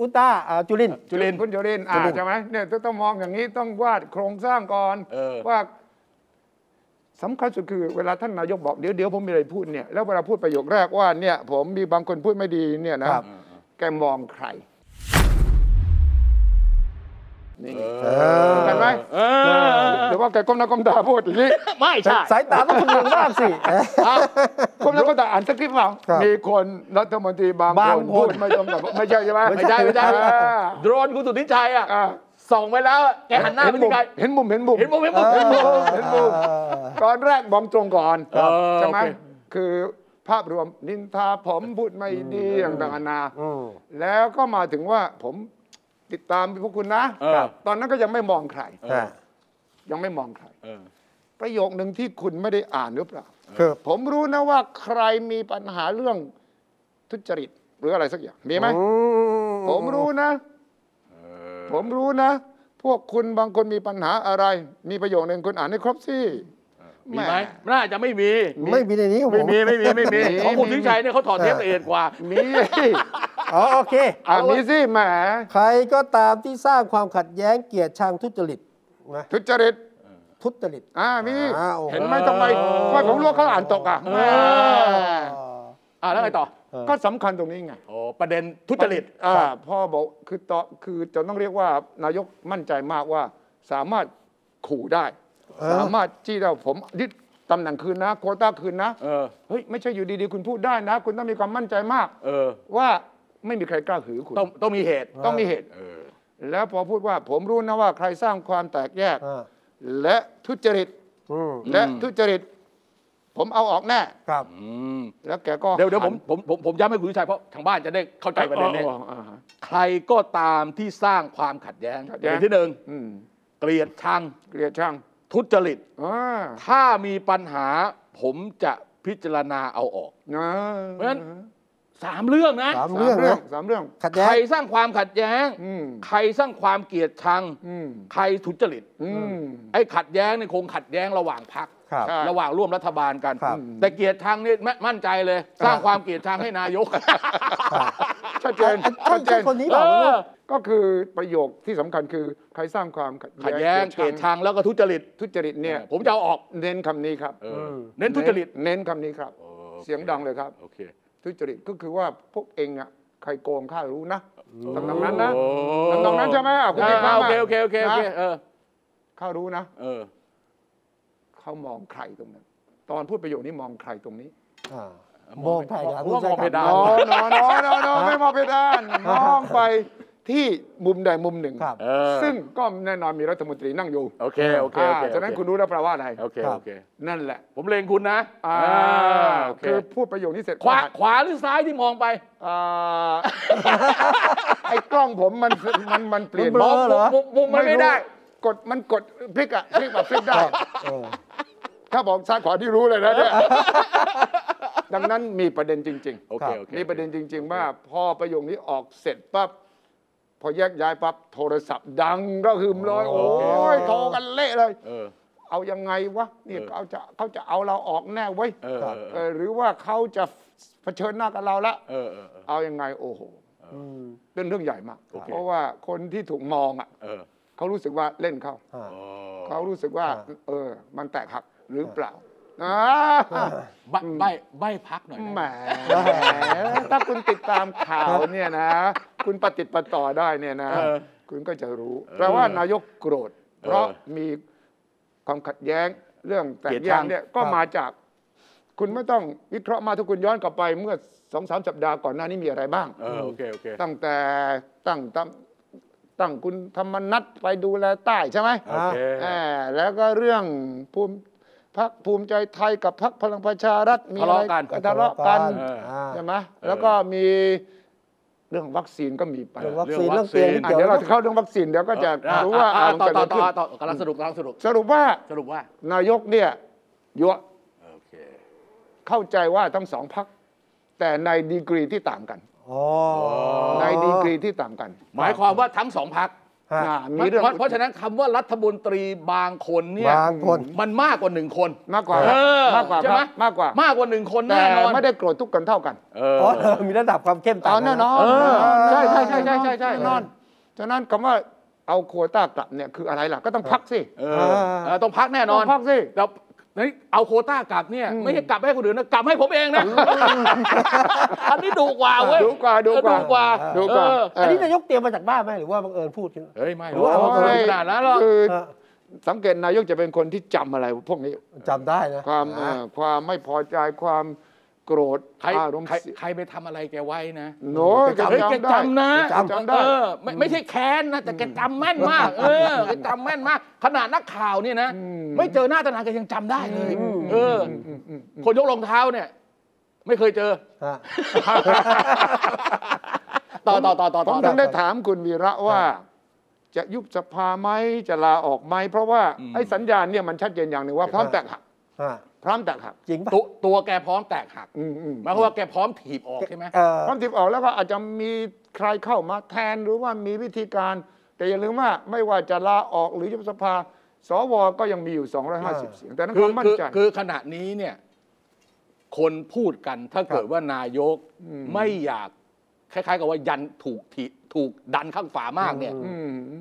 [SPEAKER 1] อุตตาอ่าจุลินทร์
[SPEAKER 3] จุลินทร์
[SPEAKER 2] คุณจุลินทร์อ่าใช่ไหมเนี่ยต้องต้องมองอย่างนี้ต้องวาดโครงสร้างก่อน
[SPEAKER 3] เออ
[SPEAKER 2] ว่าสำคัญสุดคือเวลาท่านนายกบอกเดี๋ยวเดี๋ยวผมมีอะไรพูดเนี่ยแล้วเวลาพูดประโยคแรกว่าเนี่ยผมมีบางคนพูดไม่ดีเนี่ยนะครับ แกมองใคร นี่
[SPEAKER 1] เออ
[SPEAKER 2] เห็นไหม
[SPEAKER 3] เออ
[SPEAKER 2] หรือว่าแกก้มหน้าก้มตาพูดอย่างนี้
[SPEAKER 3] ไม่ใช่
[SPEAKER 1] สายตาต้องคำนึงมากสิ
[SPEAKER 3] อ่ะ
[SPEAKER 2] ก้มหน้าก้มตาอ่านสคริปต์เปล่า
[SPEAKER 1] ครับ
[SPEAKER 2] มีคนรัฐมนตรีบาง
[SPEAKER 1] บาง
[SPEAKER 2] คน
[SPEAKER 1] ค
[SPEAKER 2] พู
[SPEAKER 1] น
[SPEAKER 2] ดไม่ตรงกับไม่ใช่ใช่ไหม
[SPEAKER 1] ไม่
[SPEAKER 3] ไม่ได้ไม่ได้
[SPEAKER 1] ใช่
[SPEAKER 2] อ่า
[SPEAKER 3] โดรนคุณสุทธิชัยอ่ะ
[SPEAKER 2] อ่า
[SPEAKER 3] ส่องไปแล้วแกหันหน้า
[SPEAKER 2] เห็น
[SPEAKER 3] ไป
[SPEAKER 2] มุ
[SPEAKER 3] ที่
[SPEAKER 2] ม
[SPEAKER 3] ใคร
[SPEAKER 2] เห็นมุมเห็นมุม
[SPEAKER 3] เห็นมุมเห็นมุมเห็นมุม
[SPEAKER 1] เออ
[SPEAKER 2] (laughs) ตอนแรกมองตรงก่อน
[SPEAKER 3] เออ
[SPEAKER 2] ใช่ไหม
[SPEAKER 3] โอเค
[SPEAKER 2] คือภาพรวมนินทาผมพูดไม่ดีต่างๆนานา
[SPEAKER 1] อืม
[SPEAKER 2] แล้วก็มาถึงว่าผมติดตามพวกคุณนะ
[SPEAKER 3] เออ
[SPEAKER 2] ตอนนั้นก็ยังไม่มองใคร
[SPEAKER 1] อ่า
[SPEAKER 2] ยังไม่มองใคร
[SPEAKER 3] เออ
[SPEAKER 2] ประโยคหนึ่งที่คุณไม่ได้อ่านหรือเปล่า
[SPEAKER 1] คือ
[SPEAKER 2] ผมรู้นะว่าใครมีปัญหาเรื่องทุจริตหรืออะไรสักอย่างมีไหม
[SPEAKER 1] อื
[SPEAKER 2] ผมรู้นะ ผมรู้นะ พวกคุณบางคนมีปัญหาอะไร มีประโยคหนึ่งคุณอ่านให้ครบสิ
[SPEAKER 3] มี
[SPEAKER 2] แ
[SPEAKER 3] ไหมน่าจะไม่มี
[SPEAKER 1] ไม่มีในนี้ของผ
[SPEAKER 3] ไม่
[SPEAKER 1] ม
[SPEAKER 3] มีไม่มีไม่มีของคุณสุทธิชัยเนี่ยเขาถอดเทปละเอียดกว่า
[SPEAKER 2] มี
[SPEAKER 1] อ๋อโอเค
[SPEAKER 2] อ่ามีสิแหม
[SPEAKER 1] ใครก็ตามที่สร้างความขัดแย้งเกลียดชังทุจริตนะ
[SPEAKER 2] ทุจริต
[SPEAKER 1] ทุจริต
[SPEAKER 2] อ่ามี
[SPEAKER 1] อ่าโอ้
[SPEAKER 2] เห็นไหมทำไมว่าผมลวกเขาอ่านตกอ่ะแหม
[SPEAKER 1] อ๋อ
[SPEAKER 3] อ่ะแล้วไงต่อ
[SPEAKER 2] ก็สำคัญตรงนี้ไง
[SPEAKER 3] โอ้ประเด็นทุจริต
[SPEAKER 2] อ่าพ่อบอกคือต่อคือจะต้องเรียกว่านายกมั่นใจมากว่าสามารถขู่ได้
[SPEAKER 1] เออ
[SPEAKER 2] สามารถจี้ได้ผมยึดตำแหน่งคืนนะ โควต้าคืนนะ
[SPEAKER 3] เออ
[SPEAKER 2] เฮ้ยไม่ใช่อยู่ดีๆ คุณพูดได้นะ คุณต้องมีความมั่นใจมาก
[SPEAKER 3] เออ
[SPEAKER 2] ว่าไม่มีใครกล้าหือคุณ
[SPEAKER 3] ต้องต้องมีเหตุ
[SPEAKER 2] ต้องมีเหตุ
[SPEAKER 3] เออ
[SPEAKER 2] แล้วพอพูดว่าผมรู้นะว่าใครสร้างความแตกแยก
[SPEAKER 1] อ่า
[SPEAKER 2] และทุจริต
[SPEAKER 1] อืม
[SPEAKER 2] และ
[SPEAKER 3] อืม
[SPEAKER 2] ทุจริต ผมเอาออกแน่
[SPEAKER 1] ครับ
[SPEAKER 3] อืม
[SPEAKER 2] แล้วแกก็
[SPEAKER 3] เดี๋ยวเดี๋ยวผมผมผมผมย้ำให้คุณสุทธิชัยเพราะทางบ้านจะได้เข้าใจ
[SPEAKER 2] หั
[SPEAKER 3] ประเด็นนี้
[SPEAKER 2] อ๋ออ๋ออ๋อ
[SPEAKER 3] ใครก็ตามที่สร้างความขัดแย้ง
[SPEAKER 2] ขัด
[SPEAKER 3] อ
[SPEAKER 2] แย้ง
[SPEAKER 3] ย่างที่หนึ่ง
[SPEAKER 2] อืม
[SPEAKER 3] เกลียดชัง
[SPEAKER 2] เกลียดช่าง
[SPEAKER 3] ทุจริต
[SPEAKER 2] อ่า
[SPEAKER 3] ถ้ามีปัญหาผมจะพิจารณาเอาออก
[SPEAKER 2] นะ
[SPEAKER 3] เพราะฉะนั้น สามเรื่องนะ
[SPEAKER 1] สาม
[SPEAKER 2] สาม
[SPEAKER 1] เรื่อง
[SPEAKER 2] เรื่อง
[SPEAKER 1] นะ
[SPEAKER 2] สามเรื่อง
[SPEAKER 1] ขัดแย้
[SPEAKER 3] ใครง สร้างความขัดแย้ง
[SPEAKER 2] อืม
[SPEAKER 3] ใครสร้างความเกลียดชัง
[SPEAKER 2] อืม
[SPEAKER 3] ใครทุจริต
[SPEAKER 2] อืม
[SPEAKER 3] ไอ้ขัดแย้งเนี่ยคงขัดแย้งระหว่างพัก
[SPEAKER 1] ครับ
[SPEAKER 2] ใช่
[SPEAKER 3] ระหว่างร่วมรัฐบาลกัน
[SPEAKER 1] ครับ
[SPEAKER 3] แต่เกลียดชังนี่มั่นมั่นใจเลย สร้างความเกลียดชังให้นาย
[SPEAKER 2] (laughs)
[SPEAKER 3] ก
[SPEAKER 2] ชัดเจน
[SPEAKER 1] อ่ะอ่ะ
[SPEAKER 2] ชัดเจน
[SPEAKER 1] คนนี้เปล่า
[SPEAKER 3] เออ
[SPEAKER 2] ก็คือประโยคที่สำคัญคือใครสร้างความขัด
[SPEAKER 3] ขัดแย้งเกลียด
[SPEAKER 2] ชัง
[SPEAKER 3] ชังแล้วก็ทุจริต
[SPEAKER 2] ทุจริตเนี่ย
[SPEAKER 3] ผมจะเอาออก
[SPEAKER 2] เน้นคำนี้ครับ
[SPEAKER 3] เออเน้นทุจริต
[SPEAKER 2] เน้นคำนี้ครับ เสียงดังเลยครับ
[SPEAKER 3] โอเค
[SPEAKER 2] ทุจริตก็คือว่าพวกเองอ่ะใครโกงข้ารู้นะตำแหน่งนั้นนะ ทำนองนั้นใช่ไหมอ่ะคุณ
[SPEAKER 3] เอ
[SPEAKER 2] มี
[SPEAKER 3] อ
[SPEAKER 2] ความ
[SPEAKER 3] โอเคโอเคโอเคโอเค
[SPEAKER 2] นะ
[SPEAKER 3] เออ
[SPEAKER 2] เขารู้นะ
[SPEAKER 3] เออ
[SPEAKER 2] เขามองใครตรงนั้น ตอนพูดประโยคนี้มองใครตรงนี้
[SPEAKER 1] อ่ามองไปครับคุณ
[SPEAKER 3] ว่ามองเพดา
[SPEAKER 2] น
[SPEAKER 3] อ่
[SPEAKER 2] อนนอนนอนอนไม่มองไปด้านมองไปที่มุมใดมุมหนึ่ง
[SPEAKER 1] ครับ
[SPEAKER 3] เออ
[SPEAKER 2] ซึ่งก็แน่นอนมีรัฐมนตรีนั่งอยู่
[SPEAKER 3] โอเคโอเคโอเค
[SPEAKER 2] าฉะนั้นคุณรู้แล้วแปลว่าอะไร
[SPEAKER 3] โอเค
[SPEAKER 1] ครับ
[SPEAKER 3] โอเค
[SPEAKER 2] นั่นแหละ
[SPEAKER 3] ผมเลงคุณนะ
[SPEAKER 2] อ่า
[SPEAKER 3] อ่าโอเค
[SPEAKER 2] คือพูดประโยคนี้เสร็จ
[SPEAKER 3] ขวา
[SPEAKER 2] ก็หัน
[SPEAKER 3] ขวาหรือซ้ายที่มองไป
[SPEAKER 2] อ่าไอ้กล้องผมมันมันมันเปลี่ยน
[SPEAKER 1] มันเบลอเหรอ
[SPEAKER 3] มุมมุมมันไม่ได้
[SPEAKER 2] กดมันกดพลิกอะพลิกแบบพลิกได้
[SPEAKER 1] เออ
[SPEAKER 2] ถ้าบอกซ้ายขวาที่รู้เลยนะเนี่ย ดังนั้นมีประเด็นจริง
[SPEAKER 3] โอ
[SPEAKER 1] ครั
[SPEAKER 3] เค
[SPEAKER 1] บ
[SPEAKER 3] โอเค
[SPEAKER 2] ๆ มีประเด็นจริง ๆ ว่าพอประโยคนี้ออกเสร็จปั๊บพอแยกย้ายปั๊บโทรศัพท์ดังก็หึมเลย โอ้ยโทรกันเละเลย
[SPEAKER 3] เออ
[SPEAKER 2] เอายังไงวะนี่
[SPEAKER 3] เออ
[SPEAKER 2] เขาจะเขาจะเอาเราออกแน่เว้ย
[SPEAKER 3] เออ
[SPEAKER 2] เออหรือว่าเขาจะเผชิญหน้ากับเราละ
[SPEAKER 3] เออเออเออ
[SPEAKER 2] เอายังไงโอ้โห
[SPEAKER 1] อืม
[SPEAKER 2] เป็นเรื่องใหญ่มาก
[SPEAKER 3] โอเค
[SPEAKER 2] เพราะว่าคนที่ถูกมองอ่ะ
[SPEAKER 3] เออ
[SPEAKER 2] เขารู้สึกว่าเล่นเขา
[SPEAKER 1] อ่า
[SPEAKER 3] อ๋อ
[SPEAKER 2] เขารู้สึกว่า
[SPEAKER 1] อ่า
[SPEAKER 2] เออมันแตกหักหรือเปล่า อ่า
[SPEAKER 3] ใบใบใบพักหน่อยนะ
[SPEAKER 2] แหมถ้าคุณติดตามข่าวเนี่ยนะ คุณปฏิติดประต่อได้เนี่ยนะ
[SPEAKER 3] เออ
[SPEAKER 2] คุณก็จะรู้
[SPEAKER 3] เออ
[SPEAKER 2] แปลว่านายกโกรธ
[SPEAKER 3] เออ
[SPEAKER 2] เพราะมีความขัดแย้งเรื่องแต
[SPEAKER 3] เกลี
[SPEAKER 2] ก
[SPEAKER 3] ยด
[SPEAKER 2] แย
[SPEAKER 3] ชั
[SPEAKER 2] ก
[SPEAKER 3] ง
[SPEAKER 2] เนี่ยก็
[SPEAKER 1] ครับ
[SPEAKER 2] มาจาก คุณไม่ต้องวิเคราะห์มาทุกคุณย้อนกลับไปเมื่อสองสามสัปดาห์ก่อนหน้านี้มีอะไรบ้าง
[SPEAKER 3] เออโอเคโอเค
[SPEAKER 2] ตั้งแต่ตั้งตั้งตั้งคุณธรรมนัทไปดูแลใต้ใช่ไหม
[SPEAKER 3] โอเค
[SPEAKER 2] อ่าแล้วก็เรื่องภูมิพักภูมิใจไทยกับพักพลังประชารัฐมี
[SPEAKER 3] ทะ
[SPEAKER 2] อะไร
[SPEAKER 3] เลาะกัน
[SPEAKER 2] ทะเลาะกัน
[SPEAKER 3] เออ
[SPEAKER 1] อ่า
[SPEAKER 2] ใช่ไหมแล้วก็มีเรื่องวัคซีนก็มีไป
[SPEAKER 1] เรื่องวัคซีนเรื่องเตียงที่
[SPEAKER 2] อ่ะ
[SPEAKER 1] เกี่ยว
[SPEAKER 2] เดี๋ยว
[SPEAKER 1] กั
[SPEAKER 2] เรา
[SPEAKER 1] บ
[SPEAKER 2] จะเข้าเรื่องวัคซีนเดี๋ยวก็จะ
[SPEAKER 3] อ่
[SPEAKER 2] รู้ว่า
[SPEAKER 3] อ่
[SPEAKER 2] อ่ะมัน
[SPEAKER 3] ต่อ
[SPEAKER 2] เกิด
[SPEAKER 3] ต่
[SPEAKER 2] อะ
[SPEAKER 3] อ
[SPEAKER 2] ไรขึ้
[SPEAKER 3] ต่อน ต่อกำลังสรุปกำลังสรุป
[SPEAKER 2] สรุปว่า
[SPEAKER 3] สรุปว่าน
[SPEAKER 2] ายกเนี่ยยั่ว
[SPEAKER 3] โอเค
[SPEAKER 2] เข้าใจว่าทั้งสองพัก แต่ในดีกรีที่ต่างกัน
[SPEAKER 1] อ๋อ
[SPEAKER 2] ในดีกรีที่ต่างกัน
[SPEAKER 3] หมายความว่าทั้งสองพัก
[SPEAKER 1] ฮะ
[SPEAKER 2] อ่ะ
[SPEAKER 3] เพ
[SPEAKER 2] มีเรื่อง
[SPEAKER 3] ราะเพราะฉะนั้นคำว่ารัฐมนตรีบางคนเนี่ย
[SPEAKER 1] บางคน
[SPEAKER 3] มันมากกว่าหนึ่งคน
[SPEAKER 2] มากกว่า
[SPEAKER 3] เออ
[SPEAKER 2] มากกว่า
[SPEAKER 3] ใช่ไหม
[SPEAKER 2] มากกว่าม
[SPEAKER 3] ากกว่าหนึ่งคน
[SPEAKER 2] แต่
[SPEAKER 3] แน่นอน
[SPEAKER 2] ไม่ได้โกรธทุกคนเท่ากัน
[SPEAKER 3] เออ
[SPEAKER 1] อ๋อเออมีระดับความเข้มต่าง
[SPEAKER 2] เอาแน่นอน
[SPEAKER 3] เออ
[SPEAKER 2] ใช่ใช่ใช่ใช่ใช่ใช่
[SPEAKER 3] เออ
[SPEAKER 2] แน่นอนฉะนั้นคำว่าเอาโควต้ากลับเนี่ยคืออะไรล่ะก็ต้องพักสิ
[SPEAKER 3] เออเออต้องพักแน่นอน
[SPEAKER 2] ต้องพักสิ
[SPEAKER 3] แล้วนี่เอาโควต้ากลับเนี่ย
[SPEAKER 2] อืม
[SPEAKER 3] ไม่ใช่กลับให้คนอื่นนะกลับให้ผมเองนะ อันนี้ดุกว่าเว้ย
[SPEAKER 2] ดุกว่าดุกว่า
[SPEAKER 3] เออดุกว่า
[SPEAKER 2] ดูก่อน
[SPEAKER 3] เออ
[SPEAKER 2] เ
[SPEAKER 1] อันนี้นายกเตรียมมาจากบ้านไหมหรือว่าบังเอิญพูดขึ้น
[SPEAKER 3] เฮ้ยไม่
[SPEAKER 1] หรือว่าเอามา
[SPEAKER 3] โอ้ย
[SPEAKER 1] ทำ
[SPEAKER 3] ขนาดนั้นหรอก
[SPEAKER 2] คือ
[SPEAKER 1] เออ
[SPEAKER 2] สังเกตนายกจะเป็นคนที่จำอะไรพวกนี้
[SPEAKER 1] จำได้นะ
[SPEAKER 2] ความ
[SPEAKER 1] อ่า
[SPEAKER 2] เอ่อความไม่พอใจความโกรธ
[SPEAKER 3] ใคร
[SPEAKER 2] อารมณ์
[SPEAKER 3] ใคร
[SPEAKER 2] เสีย
[SPEAKER 3] ใครไปทำอะไรแกไว้นะ
[SPEAKER 2] โน้ย
[SPEAKER 3] เฮ้ยแกจำนะ
[SPEAKER 2] จำจำได้
[SPEAKER 3] เออไม่ไม่ใช่แค้นนะแต่แกจำแม่นมาก เออแกจำแม่นมาก ขนาดนักข่าวเนี่ยนะ
[SPEAKER 2] อืม
[SPEAKER 3] ไม่เจอหน้าตานานแกยังจำได้เลย
[SPEAKER 1] อืม
[SPEAKER 3] เอออ
[SPEAKER 2] อืมอืมอืม
[SPEAKER 3] คนยกรองเท้าเนี่ย ไม่เคยเจอ
[SPEAKER 1] ฮะ
[SPEAKER 3] ต่อต่อต่อต่อ
[SPEAKER 2] ผ
[SPEAKER 3] ต่
[SPEAKER 2] ม
[SPEAKER 3] อ
[SPEAKER 2] ถึ
[SPEAKER 3] ต่อ
[SPEAKER 2] งได้ถามคุณวีระว่า จะยุบสภาไหมจะลาออกไหมเพราะว่า
[SPEAKER 3] อืม
[SPEAKER 2] ไอ้สัญญาณเนี่ยมันชัดเจนอย่างหนึ่งว่าพร้อ
[SPEAKER 1] ค
[SPEAKER 2] ม
[SPEAKER 1] รับ
[SPEAKER 2] แตกหัก
[SPEAKER 1] ฮะ
[SPEAKER 2] พร้อมแตกหัก
[SPEAKER 1] จริงปะ
[SPEAKER 3] ตัวตัวแกพร้อมแตกหัก
[SPEAKER 2] อืมอืม
[SPEAKER 3] หมายความว่าแกพร้อมถีบออกใช่ไหม
[SPEAKER 1] เออ
[SPEAKER 2] พร้อมทิบออกแล้วก็อาจจะมีใครเข้ามาแทนหรือว่ามีวิธีการ แต่อย่าลืมว่าไม่ว่าจะลาออกหรือยุบสภา สวก็ยังมีอยู่ 250 เสียง แต่นั้น
[SPEAKER 3] คื
[SPEAKER 2] ค
[SPEAKER 3] อ
[SPEAKER 2] วามมั่
[SPEAKER 3] คื
[SPEAKER 2] น
[SPEAKER 3] อ
[SPEAKER 2] ใจ
[SPEAKER 3] คือขณะนี้เนี่ย คนพูดกันถ้าเกิดว่านายก
[SPEAKER 2] อืม
[SPEAKER 3] ไม่อยาก คล้าย ๆ กับว่ายันถูกถีถูกดันข้างฝามากเนี่ย
[SPEAKER 1] อื
[SPEAKER 2] อืม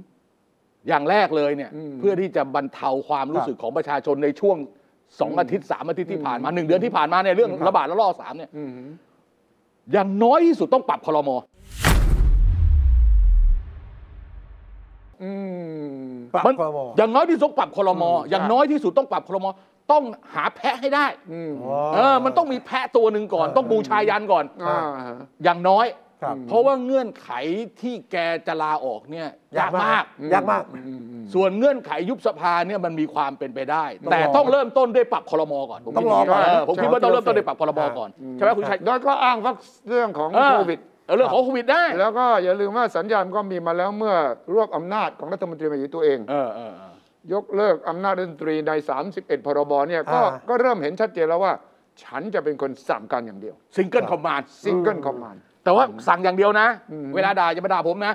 [SPEAKER 3] อย่างแรกเลยเนี่ย
[SPEAKER 2] อืม
[SPEAKER 3] เพื่อที่จะบรรเทาความรู้สึกของประชาชนในช่วงสองอาทิตย์สามอาทิตย์ที่ผ่านมาหนึ่งเดือนที่ผ่านมาเนี่ยเรื่อง
[SPEAKER 2] ครับ
[SPEAKER 3] ระบาดระลอกสามเนี่ย
[SPEAKER 2] อืม
[SPEAKER 3] อย่างน้อยที่สุดต้องปรับคลม
[SPEAKER 2] อืม
[SPEAKER 1] ปรับ
[SPEAKER 3] มัน
[SPEAKER 1] ครม
[SPEAKER 3] อย่างน้อยที่สุดต้องปรับคลมอย่าง
[SPEAKER 2] ใช่
[SPEAKER 3] น้อยที่สุดต้องปรับคลมต้องหาแพะให้ได้
[SPEAKER 2] อืม
[SPEAKER 1] อ๋อ
[SPEAKER 3] เออ มันต้องมีแพะตัวหนึ่งก่อน
[SPEAKER 1] เออ
[SPEAKER 3] ต้องบูชายันก่อน
[SPEAKER 2] อ่า
[SPEAKER 3] อย่างน้อย
[SPEAKER 1] ครับ
[SPEAKER 3] เพราะว่าเงื่อนไขที่แกจะลาออกเนี่ยยากมาก
[SPEAKER 1] ยากมาก
[SPEAKER 3] ส่วนเงื่อนไขยุบสภาเนี่ยมันมีความเป็นไปได้
[SPEAKER 1] ต้องรอ
[SPEAKER 3] แต่ต้องเริ่มต้นด้วยปรับคลมก่อนผม
[SPEAKER 1] ต้องรอก่อน
[SPEAKER 3] เผมคิดว่า
[SPEAKER 1] ต้
[SPEAKER 3] ต้
[SPEAKER 1] อ
[SPEAKER 3] อง
[SPEAKER 1] รอ
[SPEAKER 3] งเริ่มต้นด้วยปรับคลม
[SPEAKER 1] อ่า
[SPEAKER 3] ก่อนใช่ไหมคุณชัย
[SPEAKER 2] โดยก็อ้างวัคเรื่องของ
[SPEAKER 3] เออ
[SPEAKER 2] โควิด
[SPEAKER 3] เออเรื่องของโควิดได้
[SPEAKER 2] แล้วก็อย่าลืมว่าสัญญาณก็มีมาแล้วเมื่อรวบอำนาจของรัฐมนตรีมาอยู่ตัวเอง
[SPEAKER 3] เออเออเออย
[SPEAKER 2] กเลิกอำนาจรัฐมนตรีใน 31 พรบเนี่ยก็
[SPEAKER 1] อ่า
[SPEAKER 2] ก็เริ่มเห็นชัดเจนแล้วว่า ฉันจะเป็นคนสั่งการอย่างเดียว
[SPEAKER 3] ซิงเกิลคอมมานด์
[SPEAKER 2] ซิงเกิลคอมมาน
[SPEAKER 3] แต่ว่าสั่งอย่างเดียวนะ
[SPEAKER 2] อืม
[SPEAKER 3] เวลาด่าอย่ามาด่าผมนะ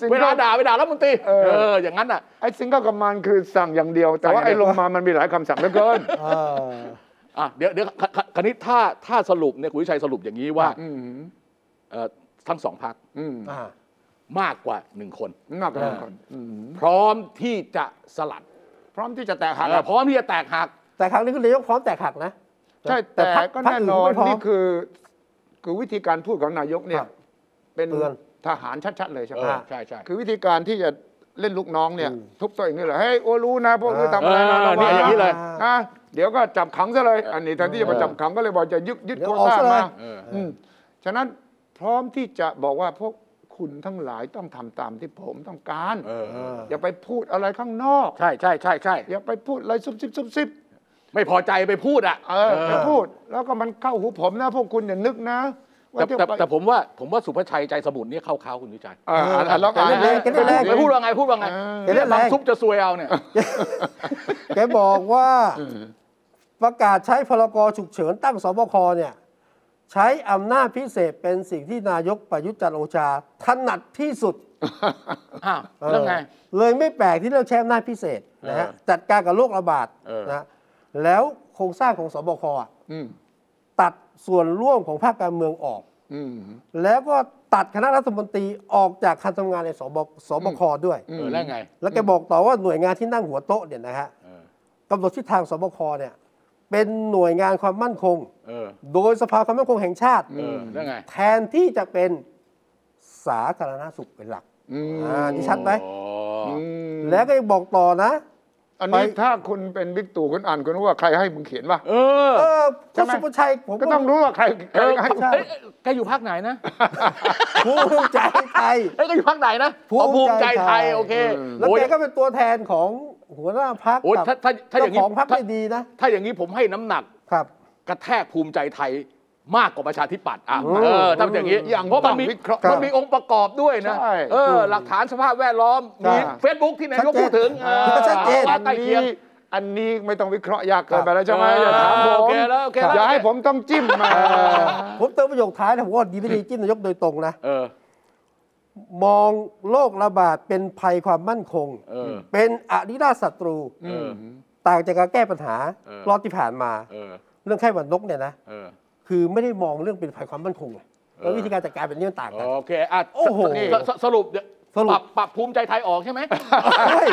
[SPEAKER 2] ซิง
[SPEAKER 3] เว
[SPEAKER 2] เกิ
[SPEAKER 3] ลา
[SPEAKER 2] ล
[SPEAKER 3] ด่าไปด่ารัฐมนตรี
[SPEAKER 2] เออ
[SPEAKER 3] เอออย่างนั้นอ่ะ
[SPEAKER 2] ไอ้ซิงเกิลคอมมานคือสั่งอย่างเดียว แต่ว่า
[SPEAKER 3] สั่งอย่างเดียว
[SPEAKER 2] ไอ้ลงมามันมีหลายคำสั่งเหลือเกิน
[SPEAKER 1] เออ
[SPEAKER 3] อ่ะเดี๋ยวเดี๋ยวคคคันนี้ถ้าถ้าสรุปเนี่ยคุณวิชัยสรุปอย่างนี้ว่า
[SPEAKER 2] อืม
[SPEAKER 3] เอ่อทั้งสองพัก
[SPEAKER 2] อืม
[SPEAKER 1] อ่า
[SPEAKER 3] มากกว่าหนึ่งคน
[SPEAKER 2] มากกว่านั้นก่อนอืม
[SPEAKER 3] พร้อมที่จะสลัด
[SPEAKER 2] พร้อมที่จะแตก
[SPEAKER 3] เอ
[SPEAKER 2] หัก
[SPEAKER 3] อ
[SPEAKER 2] อะ
[SPEAKER 3] พร้อมที่จะแตกหัก
[SPEAKER 1] แต่ครั้งนี้คุณนายกพร้อมแตกหักนะ
[SPEAKER 2] ใช่แต่
[SPEAKER 1] พรรค
[SPEAKER 2] ก็
[SPEAKER 1] พรร
[SPEAKER 2] แน่
[SPEAKER 1] คน
[SPEAKER 2] อน
[SPEAKER 1] ไม่พร้
[SPEAKER 2] นี่คือคือวิธีการพูดของนายกเนี่
[SPEAKER 1] ค
[SPEAKER 2] ย
[SPEAKER 1] รับ
[SPEAKER 2] เป็น
[SPEAKER 1] เตือน
[SPEAKER 2] ทหารชัดๆเลยใช่ไหม
[SPEAKER 3] เออ
[SPEAKER 1] ฮะ
[SPEAKER 3] ใช่ใช่
[SPEAKER 2] คือวิธีการที่จะเล่นลูกน้องเนี่ย
[SPEAKER 1] อืม
[SPEAKER 2] ทุบตัวเอย่างนี่เหรอเฮ้ยโอ้รู้นะพวกนี้
[SPEAKER 1] อ่า
[SPEAKER 2] ทำอะไรนะ
[SPEAKER 3] เออ
[SPEAKER 2] ระวั
[SPEAKER 3] เนี่ย
[SPEAKER 2] ง
[SPEAKER 3] อย่างนี้เลย
[SPEAKER 2] นะเดี๋ยวก็จับขังซะเลย อันนี้แทนที่จะมา
[SPEAKER 3] เออ
[SPEAKER 2] จับขังก็เลยบอกจะยึดยึด
[SPEAKER 1] เดี๋ยว
[SPEAKER 2] โค
[SPEAKER 1] อ
[SPEAKER 2] ว
[SPEAKER 1] อก
[SPEAKER 2] ต้า
[SPEAKER 1] ซะเลย
[SPEAKER 2] มา
[SPEAKER 3] เออ
[SPEAKER 2] อืมฉะนั้นพร้อมที่จะบอกว่าพวกคุณทั้งหลายต้องทำตามที่ผมต้องการ
[SPEAKER 3] เออ
[SPEAKER 1] เอ
[SPEAKER 3] เออ
[SPEAKER 1] อ
[SPEAKER 2] อย่าไปพูดอะไรข้างนอก
[SPEAKER 3] ใช่ใช่ใช่ใช่
[SPEAKER 2] อย่าไปพูดอะไรซุบซิบซุบซิบ
[SPEAKER 3] ไม่พอใจไปพูดอ่ะ
[SPEAKER 2] เออจะพูดแล้วก็มันเข้าหูผมนะพวกคุณอย่านึกนะว่า
[SPEAKER 3] แต่
[SPEAKER 2] เที่ยว
[SPEAKER 3] แต่
[SPEAKER 2] ไป
[SPEAKER 3] แต่ผมว่าผมว่าสุภชัยใจสมุนเนี่ยเข้าเขาคุณวิชัย
[SPEAKER 2] เอออ่านลองอ่าน
[SPEAKER 1] เล่นๆเล่นๆ
[SPEAKER 3] ไปพูดว่าไงพูดว่าไง
[SPEAKER 1] เดี๋ยวเล่นแรง
[SPEAKER 3] บางซุปจะซวยเอาเนี่ย
[SPEAKER 1] แกบอกว่าประกาศใช้พรกฉุกเฉินตั้งสบคเนี่ย ใช้อำนาจพิเศษเป็นสิ่งที่นายกประยุทธ์จันทร์โอชาถนัดที่สุด
[SPEAKER 3] อ้าวแล้วไง
[SPEAKER 1] เออเลยไม่แปลกที่เลือกใช้อำนาจพิเศษนะฮะ
[SPEAKER 3] เออ
[SPEAKER 1] จัดการกับโรคระบาด
[SPEAKER 3] เออ
[SPEAKER 1] นะแล้วโครงสร้างของสบคอะ
[SPEAKER 2] อืม
[SPEAKER 1] ตัดส่วนร่วมของภาคการเมืองออก
[SPEAKER 2] อืม
[SPEAKER 1] แล้วก็ตัดคณะรัฐมนตรีออกจากการทำงานในสบสบคด้วย
[SPEAKER 3] เออแล้วไง
[SPEAKER 1] แล้วแกบอกต่อว่าหน่วยงานที่นั่งหัวโต๊ะเนี่ยนะฮะ
[SPEAKER 3] เออ
[SPEAKER 1] กำหนดทิศทางสบคเนี่ยเป็นหน่วยงานความมั่นคง
[SPEAKER 3] เออ
[SPEAKER 1] โดยสภาความมั่นคงแห่งชาติ
[SPEAKER 3] เออแล้วไง
[SPEAKER 1] แทนที่จะเป็นสาธารณสุขเป็นหลัก
[SPEAKER 2] อืม
[SPEAKER 1] อ่านี่ชัดไหม
[SPEAKER 3] อ๋ออ
[SPEAKER 2] อืม
[SPEAKER 1] แล้วก็ยังบอกต่อนะ
[SPEAKER 2] อัน
[SPEAKER 1] ไป
[SPEAKER 2] นี้ถ้าคุณเป็นบิ๊กตู่คุณอ่านคุณรู้ว่าใครให้มึงเขียนป่ะ
[SPEAKER 3] เออ
[SPEAKER 1] เออ
[SPEAKER 2] ใช่
[SPEAKER 1] คุณ
[SPEAKER 2] ไหม
[SPEAKER 1] สุภชัยผม
[SPEAKER 2] ก็ต้องรู้ว่าใครใค
[SPEAKER 3] เอ
[SPEAKER 2] ร
[SPEAKER 3] อ
[SPEAKER 2] ให้
[SPEAKER 1] ใช่
[SPEAKER 3] เอ้ยแกอยู่พักไหนนะ
[SPEAKER 1] ภูมิใจไทย
[SPEAKER 3] เอ้ยแกอยู่พักไหนนะ
[SPEAKER 1] ภูมิ
[SPEAKER 3] อ๋อภูมิใจ
[SPEAKER 1] ใจ
[SPEAKER 3] ไทย
[SPEAKER 1] ไทย
[SPEAKER 3] โอเค
[SPEAKER 2] อืม
[SPEAKER 1] แล้ว
[SPEAKER 3] โอ้ย
[SPEAKER 1] แกก็เป็นตัวแทนของหัวหน้าพัก
[SPEAKER 3] โอ้ย
[SPEAKER 1] กั
[SPEAKER 3] ถ้าถ้าถ้าอย่า
[SPEAKER 1] เจ้าง ขอ
[SPEAKER 3] นี้
[SPEAKER 1] งพัก
[SPEAKER 3] ถ้า
[SPEAKER 1] ไม่ดีนะ
[SPEAKER 3] ถ้าอย่างนี้ผมให้น้ำหนัก
[SPEAKER 1] ครับ
[SPEAKER 3] กระแทกภูมิใจไทยมากกว่าประชาธิปัตย์อ่ะ
[SPEAKER 1] อืม
[SPEAKER 3] เออถ้าเป็นอย่างนี้
[SPEAKER 2] อย่าง
[SPEAKER 3] เพราะมันมี
[SPEAKER 2] ต้องวิเคราะห์
[SPEAKER 3] มันมีองค์ประกอบด้วยนะ
[SPEAKER 2] ใช่
[SPEAKER 3] เออ หลักฐานสภาพแวดล้อมมี
[SPEAKER 1] ใช่
[SPEAKER 3] เฟซบุ๊กที่นายกพูดถึงเออ
[SPEAKER 1] ชัดเจน
[SPEAKER 2] ั
[SPEAKER 3] ว่า
[SPEAKER 2] น
[SPEAKER 3] ใกล้เคีย
[SPEAKER 2] นี้
[SPEAKER 3] ง
[SPEAKER 2] อันนี้ไม่ต้องวิเคราะห์ยากเกิ
[SPEAKER 1] ค
[SPEAKER 2] นไป
[SPEAKER 1] รับ
[SPEAKER 2] แล้วใช่ไหมอย่าถามผ
[SPEAKER 3] อ่าโอ
[SPEAKER 2] ม
[SPEAKER 3] เคแล้วโอเคแล้ว
[SPEAKER 2] อย่าให้ผมต้องจิ้มมา
[SPEAKER 1] ผมเติมประโยคท้ายนะผมว่าดีไม่ดีจิ้มนายกโดยตรงนะ
[SPEAKER 3] เออ
[SPEAKER 1] มองโรคระบาดเป็นภัยความมั่นคง
[SPEAKER 3] เออ
[SPEAKER 1] เป็นอริราชศัตรู
[SPEAKER 3] เออ
[SPEAKER 1] ต่างจากการแก้ปัญหา
[SPEAKER 3] เออ
[SPEAKER 1] รอบที่ผ่านมา
[SPEAKER 3] เออ
[SPEAKER 1] เรื่องไข้หวัดนกเนี่ยนะ
[SPEAKER 3] เออ
[SPEAKER 1] คือไม่ได้มองเรื่องเป็นภัยความมั่นคงไง
[SPEAKER 3] เออ
[SPEAKER 1] แล้ววิธีการจัดการเป็นเรื่องต่างกัน
[SPEAKER 3] โอเคอ่ะ
[SPEAKER 1] โอ้โห
[SPEAKER 3] สสสรุปเนี่ย
[SPEAKER 1] สรุป
[SPEAKER 3] ปรับปรับภูมิใจไทยออกใช่ไหม
[SPEAKER 1] เฮ้ย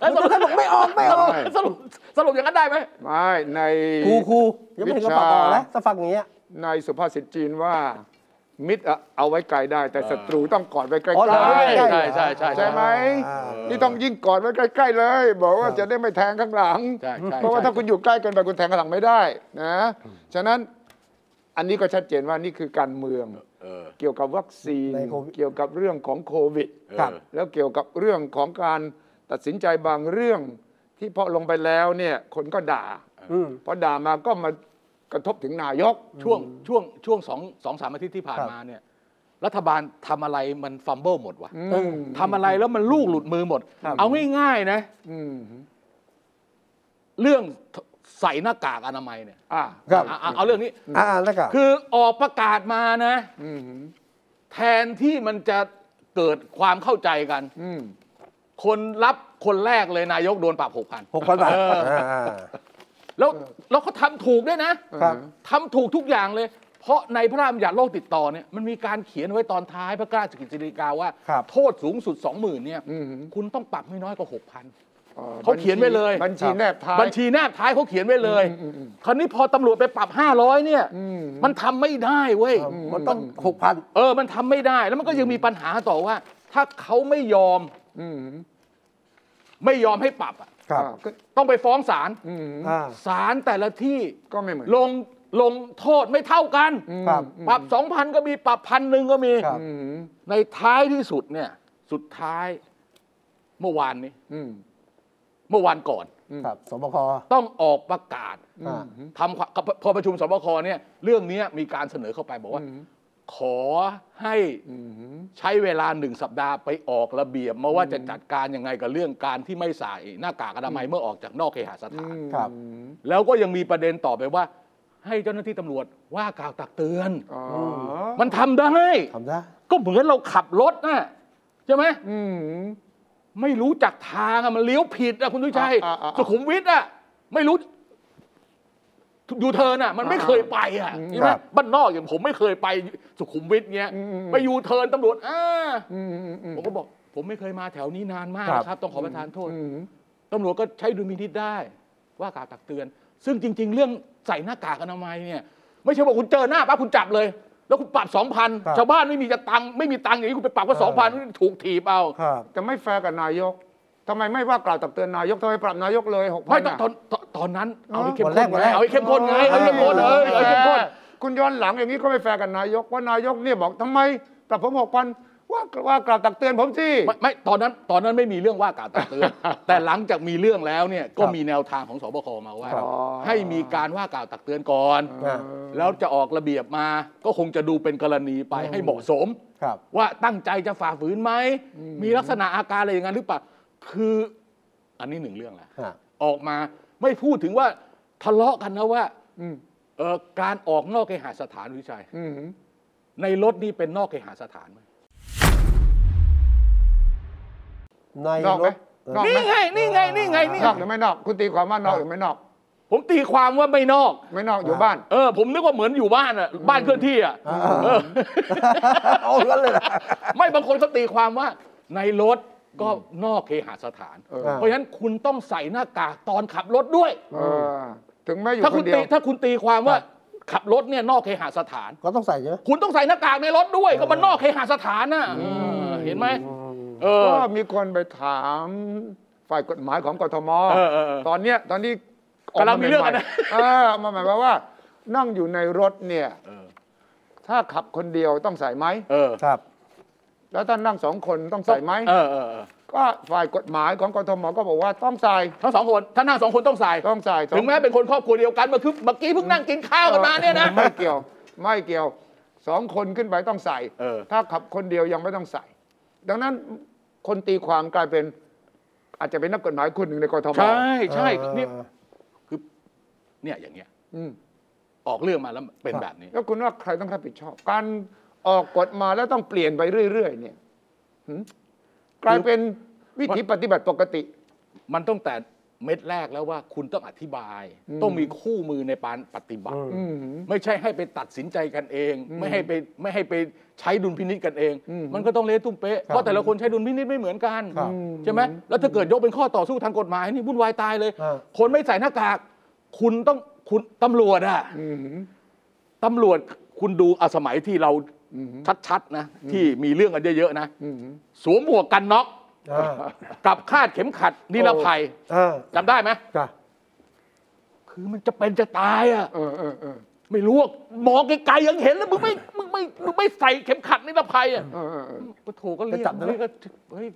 [SPEAKER 1] ป้าคุณท่านบอกไม่ออกไม่ออก
[SPEAKER 3] สรุปสรุปอย่างนั้นได้ไหม
[SPEAKER 2] ไม่ใน
[SPEAKER 1] ครูครูยังไม่ถึงกับปากออกนะถ้าฟังอย่างเงี้ย
[SPEAKER 2] ในสุภาษิตจีนว่า มิตรอะเอาไว้ไกลได้ แต่ศัตรูต้องกอดไว้ใกล้
[SPEAKER 1] อ๋อเหรอ
[SPEAKER 2] ๆ
[SPEAKER 1] ใช่
[SPEAKER 3] ใช่ใช่ใช่
[SPEAKER 2] ใช่
[SPEAKER 3] ใช่
[SPEAKER 2] ไหม
[SPEAKER 1] อ่า
[SPEAKER 2] นี่ต้องยิ่งกอดไว้ใกล้ ๆ เลย บอกว่าจะได้ไม่แทงข้างหลัง
[SPEAKER 3] ใช่ใช่
[SPEAKER 2] เพราะว่า
[SPEAKER 3] ใช่
[SPEAKER 2] ถ้าคุณอยู่ใกล้เกินไปคุณแทงข้างหลังไม่ได้นะฉะนั้นอันนี้ก็ชัดเจนว่านี่คือการเมือง
[SPEAKER 3] เออ
[SPEAKER 2] เกี่ยวกับวัคซีน
[SPEAKER 1] ในโควิด
[SPEAKER 2] เกี่ยวกับเรื่องของโควิด
[SPEAKER 1] ครับ
[SPEAKER 2] แล้วเกี่ยวกับเรื่องของการตัดสินใจบางเรื่องที่พอลงไปแล้วเนี่ยคนก็ด่า
[SPEAKER 1] อืม
[SPEAKER 2] พอด่ามาก็มากระทบถึงนายก
[SPEAKER 3] ช่วงช่วงช่วงสองสองสามอาทิตย์ที่ผ่าน
[SPEAKER 1] ครับ
[SPEAKER 3] มาเนี่ย รัฐบาลทำอะไรมันฟัมเบิลหมดว่ะ
[SPEAKER 2] อืม
[SPEAKER 3] ทำอะไรแล้วมันลูกหลุดมือหมด เอาง่ายๆนะ
[SPEAKER 2] อืม
[SPEAKER 3] เรื่องใส่หน้ากากอนามัยเนี่ย
[SPEAKER 2] อ่า
[SPEAKER 1] ครับ
[SPEAKER 3] อ่ะอ่ะเอาเรื่องนี้
[SPEAKER 1] อ่าแล้วก็
[SPEAKER 3] คือออกประกาศมานะ
[SPEAKER 2] อืมอืม
[SPEAKER 3] แทนที่มันจะเกิดความเข้าใจกัน
[SPEAKER 2] อืม
[SPEAKER 3] คนรับคนแรกเลยนายกโดนปรับหกพัน
[SPEAKER 1] หกพันบาทา
[SPEAKER 3] แล้วแล้วเขาทำถูกด้วยนะ
[SPEAKER 1] ๆครับ
[SPEAKER 3] ทำถูกทุกอย่างเลย เพราะในพระราชบัญญัติโรคติดต่อเนี่ยมันมีการเขียนไว้ตอนท้ายพระราชกิจสิริกาว่า
[SPEAKER 1] ครับ
[SPEAKER 3] โทษสูงสุด 20,000เนี่ย
[SPEAKER 2] อืม
[SPEAKER 3] คุณต้องปรับไม่น้อยกว่า 6,000
[SPEAKER 2] อ่อ
[SPEAKER 3] เขาเขียนไว้เลย
[SPEAKER 2] บัญชีแนบท้าย
[SPEAKER 3] บัญชีแนบท้ายเขาเขียนไว้เลย คราวนี้พอตำรวจไปปรับ 500เนี่ย
[SPEAKER 2] อืม
[SPEAKER 3] มันทำไม่ได้เว้ย
[SPEAKER 1] มันต้องหกพัน
[SPEAKER 3] เออมันทำไม่ได้แล้วมันก็ยังมีปัญหาต่อว่า ถ้าเขาไม่ยอม
[SPEAKER 2] อืม
[SPEAKER 3] ไม่ยอมให้ปรับอะ
[SPEAKER 1] ครับ
[SPEAKER 2] อ่าก็
[SPEAKER 3] ต้องไปฟ้องศาล
[SPEAKER 2] อืม
[SPEAKER 1] อ่า
[SPEAKER 3] ศาลแต่ละที่
[SPEAKER 2] ก็ไม่เหมือน
[SPEAKER 3] ลงลงโทษไม่เท่ากัน
[SPEAKER 2] อืม
[SPEAKER 1] ครับ
[SPEAKER 3] ปรับ 2,000 ก็มีปรับพันหนึ่งก็มี
[SPEAKER 1] ครับ
[SPEAKER 2] อืม
[SPEAKER 3] ในท้ายที่สุดเนี่ยสุดท้ายเมื่อวานนี้
[SPEAKER 2] อืม
[SPEAKER 3] เมื่อวานก่อน
[SPEAKER 1] ครับสบค
[SPEAKER 3] ต้องออกประกาศ
[SPEAKER 1] อ่า
[SPEAKER 3] ทำความพอประชุมสบคเนี่ยเรื่องเนี้ยมีการเสนอเข้าไปบอกว่า
[SPEAKER 2] อืม
[SPEAKER 3] ขอให้
[SPEAKER 2] อืม
[SPEAKER 3] ใช้เวลาหนึ่งสัปดาห์ไปออกระเบียบมาว่าจะจัดการยังไงกับเรื่องการที่ไม่ใส่หน้ากากอนามัยเมื่อออกจากนอกเคหสถาน
[SPEAKER 1] ครับ
[SPEAKER 3] แล้วก็ยังมีประเด็นต่อไปว่า ให้เจ้าหน้าที่ตำรวจว่ากล่าวตักเตือน
[SPEAKER 2] อ๋อ
[SPEAKER 3] มันทำได้
[SPEAKER 1] ทำได้
[SPEAKER 3] ก็เหมือนเราขับรถนะใช่ไหม
[SPEAKER 2] อืม
[SPEAKER 3] ไม่รู้จักทางอะมันเลี้ยวผิดอะคุณทุชัย
[SPEAKER 2] อ่าอ่าอ่า
[SPEAKER 3] สุขุมวิทอะไม่รู้ยูเทิร์นอะมันไม่เคยไปอะใช่ไหมบ้านนอกอย่างผมไม่เคยไปสุขุมวิทเงี้ย
[SPEAKER 2] อืมอืมอืม
[SPEAKER 3] ไปยูเทิร์นตำรวจอ่า
[SPEAKER 2] อืมอืมอืม
[SPEAKER 3] ผมก็บอก ผมไม่เคยมาแถวนี้นานมากนะครับ ต้องขอประทานโทษ
[SPEAKER 2] อืม
[SPEAKER 3] ตำรวจก็ใช้ดุลพินิจได้ ว่ากล่าวตักเตือน ซึ่งจริง ๆ เรื่องใส่หน้ากากอนามัยเนี่ย ไม่ใช่ว่าคุณเจอหน้าปั๊บคุณจับเลย แล้วคุณปรับสองพันชาวบ้านไม่มีจะตังค์ไม่มีตังค์อย่างนี้คุณไปปรับก็สองพันถูกถีบเอา
[SPEAKER 1] ครับ
[SPEAKER 2] แต่ไม่แฟร์กับนายกทำไมไม่ว่ากล่าวตักเตือนนายกทำไมปรับนายกเลยหกพั
[SPEAKER 3] ไม่
[SPEAKER 2] น
[SPEAKER 3] ตอนตอนตอนตอนนั้นเอาให้เข้ม
[SPEAKER 1] วันแร
[SPEAKER 3] ข้น
[SPEAKER 1] กวัน
[SPEAKER 3] ไง
[SPEAKER 1] แรก
[SPEAKER 3] เอาให้เข้มข้นไงเอาให้เข้มข้นเออเอาให้เข้มข้น
[SPEAKER 2] คุณย้อนหลังอย่างนี้ก็ไม่แฟร์กับนายกว่านายกเนี่ยบอกทำไมปรับผมหกพันว่าว่ากล่าวตักเตือนผมสิ
[SPEAKER 3] ไม่ไม่ตอนนั้นตอนนั้นไม่มีเรื่องว่ากล่าวตักเตือน แต่หลังจากมีเรื่องแล้วเนี่ยก็มีแนวทางของสบคมาว่า
[SPEAKER 2] ครับ
[SPEAKER 3] ให้มีการว่ากล่าวตักเตือนก่อน
[SPEAKER 1] อ่า
[SPEAKER 3] แล้วจะออกระเบียบมาก็คงจะดูเป็นกรณีไปให้เหมาะสม
[SPEAKER 1] ครับ
[SPEAKER 3] ว่าตั้งใจจะฝ่าฝืนไหม มีลักษณะอาการอะไรอย่างนั้นหรือเปล่าคืออันนี้หนึ่งเรื่องแล้ว
[SPEAKER 1] ฮะ
[SPEAKER 3] ออกมาไม่พูดถึงว่าทะเลาะกันนะว่า
[SPEAKER 2] อืม
[SPEAKER 3] เอ่อการออกนอกเคหสถานวิชัย
[SPEAKER 2] อืม
[SPEAKER 3] ในรถนี่เป็นนอกเคหสถานไหม
[SPEAKER 1] ใน
[SPEAKER 2] นอก
[SPEAKER 1] ร
[SPEAKER 2] ไหม
[SPEAKER 1] ถเออ
[SPEAKER 2] นอก
[SPEAKER 3] นี่ไงนี่ไงนี่ไงนี่
[SPEAKER 2] น
[SPEAKER 3] ไง
[SPEAKER 2] อกหรือไม่นอก คุณตีความว่านอกหรือไม่นอก
[SPEAKER 3] ผมตีความว่าไม่นอก
[SPEAKER 2] ไม่นอกอยู่บ้าน
[SPEAKER 3] เออ ผมนึกว่าเหมือนอยู่บ้านอ่ะบ้านเคลื่อนที่อ่ะ
[SPEAKER 1] อ่า
[SPEAKER 3] เออ
[SPEAKER 1] เอางั้นเลยนะ
[SPEAKER 3] ไม่บางคนเขาตีความว่าในรถ ก็นอกเคหสถาน
[SPEAKER 2] เออ
[SPEAKER 3] เพราะฉะนั้นคุณต้องใส่หน้ากากตอนขับรถด้วย
[SPEAKER 2] เออถึงแม้อยู่
[SPEAKER 3] ถ้า
[SPEAKER 2] ค
[SPEAKER 3] คุณ
[SPEAKER 2] นเดีย
[SPEAKER 3] ตี
[SPEAKER 2] ว
[SPEAKER 3] ถ้าคุณตีความว่า
[SPEAKER 1] ครับ
[SPEAKER 3] ขับรถเนี่ยนอกเคหสถาน
[SPEAKER 1] ก็ต้องใส่ใช่ไหม
[SPEAKER 3] คุณต้องใส่หน้ากากในรถด้วย ก็มันนอกเคหสถานน่ะ
[SPEAKER 2] ม
[SPEAKER 3] เห็นไหมเออ
[SPEAKER 2] ก็มีคนไปถามฝ่ายกฎหมายของกทม
[SPEAKER 3] เออเออเออ
[SPEAKER 2] ตอนเนี้ยตอนนี้
[SPEAKER 3] กำลังมีเรื่องกันนะ
[SPEAKER 2] เออมา
[SPEAKER 3] (laughs)
[SPEAKER 2] หมายความว่า นั่งอยู่ในรถเนี่ย
[SPEAKER 3] เออ
[SPEAKER 2] ถ้าขับคนเดียวต้องใส่ไหม
[SPEAKER 3] เออ
[SPEAKER 1] ครับ
[SPEAKER 2] แล้วถ้านั่งสองคนต้องใส่ไหม
[SPEAKER 3] เออเออเออ
[SPEAKER 2] ก็ฝ่ายกฎหมายของกทมก็บอกว่าต้องใส่
[SPEAKER 3] ทั้งสองคนถ้านั่งสองคนต้องใส่
[SPEAKER 2] ต้องใส่
[SPEAKER 3] ถึงแม้เป็นคนครอบครัวเดียวกันเมื่อคือเมื่อกี้เพิ่งนั่งกินข้าวกันมาเนี่ยนะ
[SPEAKER 2] ไม่เกี่ยว ไม่เกี่ยวสองคนขึ้นไปต้องใส่
[SPEAKER 3] เออ
[SPEAKER 2] ถ้าขับคนเดียวยังไม่ต้องใส่ ดังนั้นคนตีความกลายเป็น อาจจะเป็นนักกฎหมายคนหนึ่งในกทม
[SPEAKER 3] ใช่ใช่นี่เนี่ยอย่างเงี้ย
[SPEAKER 2] อืม
[SPEAKER 3] ออกเรื่องมาแล้วเป็นแบบนี้
[SPEAKER 2] แล้วคุณว่าใครต้องรับผิดชอบ การออกกฎมาแล้วต้องเปลี่ยนไปเรื่อย ๆ เนี่ยหืมกลายเป็นวิธีปฏิบัติปกติ
[SPEAKER 3] มันต้องแต่เม็ดแรกแล้วว่าคุณต้องอธิบาย
[SPEAKER 2] อืม
[SPEAKER 3] ต้องมีคู่มือในการปฏิบัติ
[SPEAKER 2] อืม
[SPEAKER 3] ไม่ใช่ให้ไปตัดสินใจกันเอง
[SPEAKER 2] อืม
[SPEAKER 3] ไม่ให้ไปไม่ให้ไปใช้ดุลพินิจกันเอง
[SPEAKER 2] อืม
[SPEAKER 3] มันก็ต้องเละตุ้มเป๊ะเพราะแต่ละคนใช้ดุลพินิจไม่เหมือนกัน
[SPEAKER 1] ครับ
[SPEAKER 3] ใช่ไหมแล้วถ้าเกิดยกเป็นข้อต่อสู้ทางกฎหมายนี่วุ่นวายตายเลย
[SPEAKER 1] เออ
[SPEAKER 3] คนไม่ใส่หน้ากาก คุณต้องคุณตำรวจอะ
[SPEAKER 2] อืม
[SPEAKER 3] ตำรวจคุณดูอะสมัยที่เรา
[SPEAKER 2] อือหือ
[SPEAKER 3] ชัดๆนะ ที่มีเรื่องกันเยอะๆนะ
[SPEAKER 2] อืม
[SPEAKER 3] สวมหมวกกันน็อก
[SPEAKER 1] อ่า
[SPEAKER 3] กับคาดเข็มขัดนิรภัย
[SPEAKER 1] อ่า
[SPEAKER 3] จำได้ไหม
[SPEAKER 1] จ้ะ
[SPEAKER 3] คือมันจะเป็นจะตายอ่ะ
[SPEAKER 2] เออเออเออ
[SPEAKER 3] ไม่รู้อะมองไกลๆยังเห็นแล้วมึงไม่มึงไม่มึงไม่ใส่เข็มขัดนิรภัยอ่ะ
[SPEAKER 2] เออเออเออ
[SPEAKER 3] ก็โถก็เรียกเฮ้ยก็เฮ้ย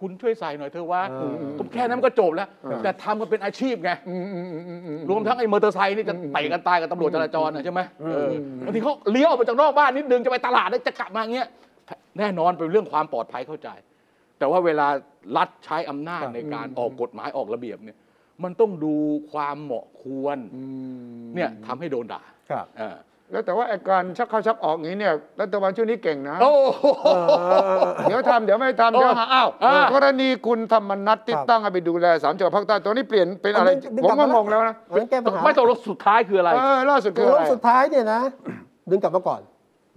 [SPEAKER 3] คุณช่วยใส่หน่อยเธอะว่า
[SPEAKER 2] อืม
[SPEAKER 3] ผมแค่นั้นก็จบแล้ว แต่ทำกันเป็นอาชีพไง
[SPEAKER 2] อืมอืมอืมอืมอืม
[SPEAKER 3] รวมทั้งไอ้มอเตอร์ไซค์นี่จะเตะกันตายกับตำรวจจราจรน่ะใช่ไหมเออบางทีเขาเลี้ยวออกมาจากนอกบ้านนิดนึงจะไปตลาดแล้วจะกลับมาเงี้ยแน่นอนเป็นเรื่องความปลอดภัยเข้าใจ แต่ว่าเวลารัฐใช้อำนาจในการออกกฎหมายออกระเบียบเนี่ยมันต้องดูความเหมาะควรเนี่ยทำให้โดนด่า
[SPEAKER 1] ครับ
[SPEAKER 3] เออ
[SPEAKER 2] แล้วแต่ว่าไอ้การชักเข้าชักออกอย่างนี้เนี่ยรัฐบาลช่วงนี้เก่งนะ
[SPEAKER 3] โอ้โห
[SPEAKER 2] เดี๋ยวทำเดี๋ยวไม่ทำเดี๋ยวหาอ้าว
[SPEAKER 3] อ่า
[SPEAKER 2] กรณีคุณธรรมนัฐติด
[SPEAKER 1] ครับ
[SPEAKER 2] ตั้งให้ไปดูแลสามจังหวัดภาคใต้ตอนนี้เปลี่ยนเป็นอะไร
[SPEAKER 1] เอาดึงดึง
[SPEAKER 2] ผม
[SPEAKER 1] กลั
[SPEAKER 2] ก็
[SPEAKER 1] บมา
[SPEAKER 2] งงแล้วนะ
[SPEAKER 1] งั้นแก้ปัญหา
[SPEAKER 3] ไม่ตกลงสุดท้ายคืออะไร
[SPEAKER 2] เออล่าสุด
[SPEAKER 1] คื
[SPEAKER 2] คือ อ
[SPEAKER 1] รอบ
[SPEAKER 2] อะไร
[SPEAKER 1] สุดท้ายเนี่ยนะ ดึงกลับมาก่อน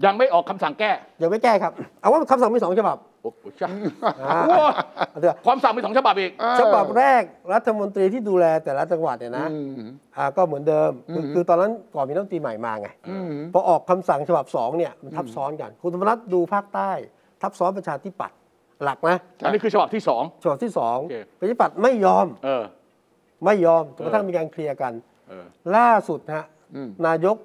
[SPEAKER 3] ยังไม่ออกคำสั่งแก้
[SPEAKER 1] อย่าไปแก้ครับ เอาว่าคำสั่งมีสองฉบับ
[SPEAKER 3] โอ้โหใช่
[SPEAKER 1] อ่าเอาเถอะ
[SPEAKER 3] ความสั่งมีสองฉบับอีก
[SPEAKER 2] เออ
[SPEAKER 1] ฉบับแรกรัฐมนตรีที่ดูแลแต่ละจังหวัดเนี่ยนะ
[SPEAKER 2] อืม
[SPEAKER 1] อ่าก็เหมือนเดิมคือคือตอนนั้นก่อนมีรัฐมนตรีใหม่มาไง
[SPEAKER 2] อืม
[SPEAKER 1] พอออกคำสั่งฉบับสองเนี่ยมันทับซ้อนกัน คุณธรรมนัฐดูภาคใต้ ทับซ้อนประชาธิปัตย์หลักนะ
[SPEAKER 3] อันนี้คือฉบับที่สอง
[SPEAKER 1] ฉบับที่สองป
[SPEAKER 3] โอเค
[SPEAKER 1] ระชาธิปัตย์ไม่ยอม
[SPEAKER 3] เออ
[SPEAKER 1] ไม่ยอมจนกระทั่ง
[SPEAKER 3] เออ
[SPEAKER 1] มีการเคลียร์กัน
[SPEAKER 3] เออ
[SPEAKER 1] ล่าสุดนะฮะ
[SPEAKER 2] อืม
[SPEAKER 1] นายก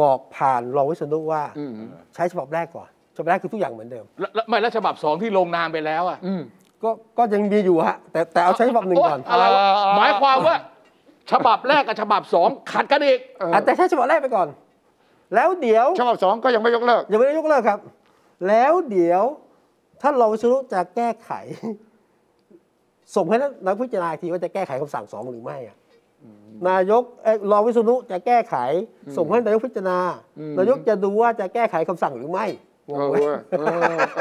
[SPEAKER 1] บอกผ่านรองวิษณุว่า
[SPEAKER 2] อืม
[SPEAKER 1] ใช้ฉบับแรกก่อนฉบับแรกคือทุกอย่างเหมือนเดิม
[SPEAKER 3] แล้วแล้วไม่แล้วฉบับสองที่ลงนามไปแล้วอ่ะ
[SPEAKER 2] อืม
[SPEAKER 1] ก็ก็ยังมีอยู่ฮะแต่แต่เอาใช้ฉบับหนึ่งก่อน
[SPEAKER 3] โยอะไรวะ
[SPEAKER 2] อ่า
[SPEAKER 3] หมายความว่า ฉบับแรกกับฉบับสองขัดกันอีก
[SPEAKER 2] เออ
[SPEAKER 1] อ่ะแต่ใช้ฉบับแรกไปก่อน แล้วเดี๋ยว
[SPEAKER 2] ฉบับสองก็ยังไม่ยกเลิก
[SPEAKER 1] ยังไม่ได้ยกเลิกครับ แล้วเดี๋ยวท่านรองวิศนุจะแก้ไข (laughs) ส่งให้นักพิจารณาอีกทีว่าจะแก้ไขคำสั่งสองหรือไม่อะนายกเอ้ยรองวิศนุจะแก้ไข ส่งให้นายกพิจารณา
[SPEAKER 2] อืม
[SPEAKER 1] นายกจะดูว่าจะแก้ไขคำสั่งหรือไม่ง
[SPEAKER 2] เอง อ
[SPEAKER 1] ไหม
[SPEAKER 2] เว้ยเออเอ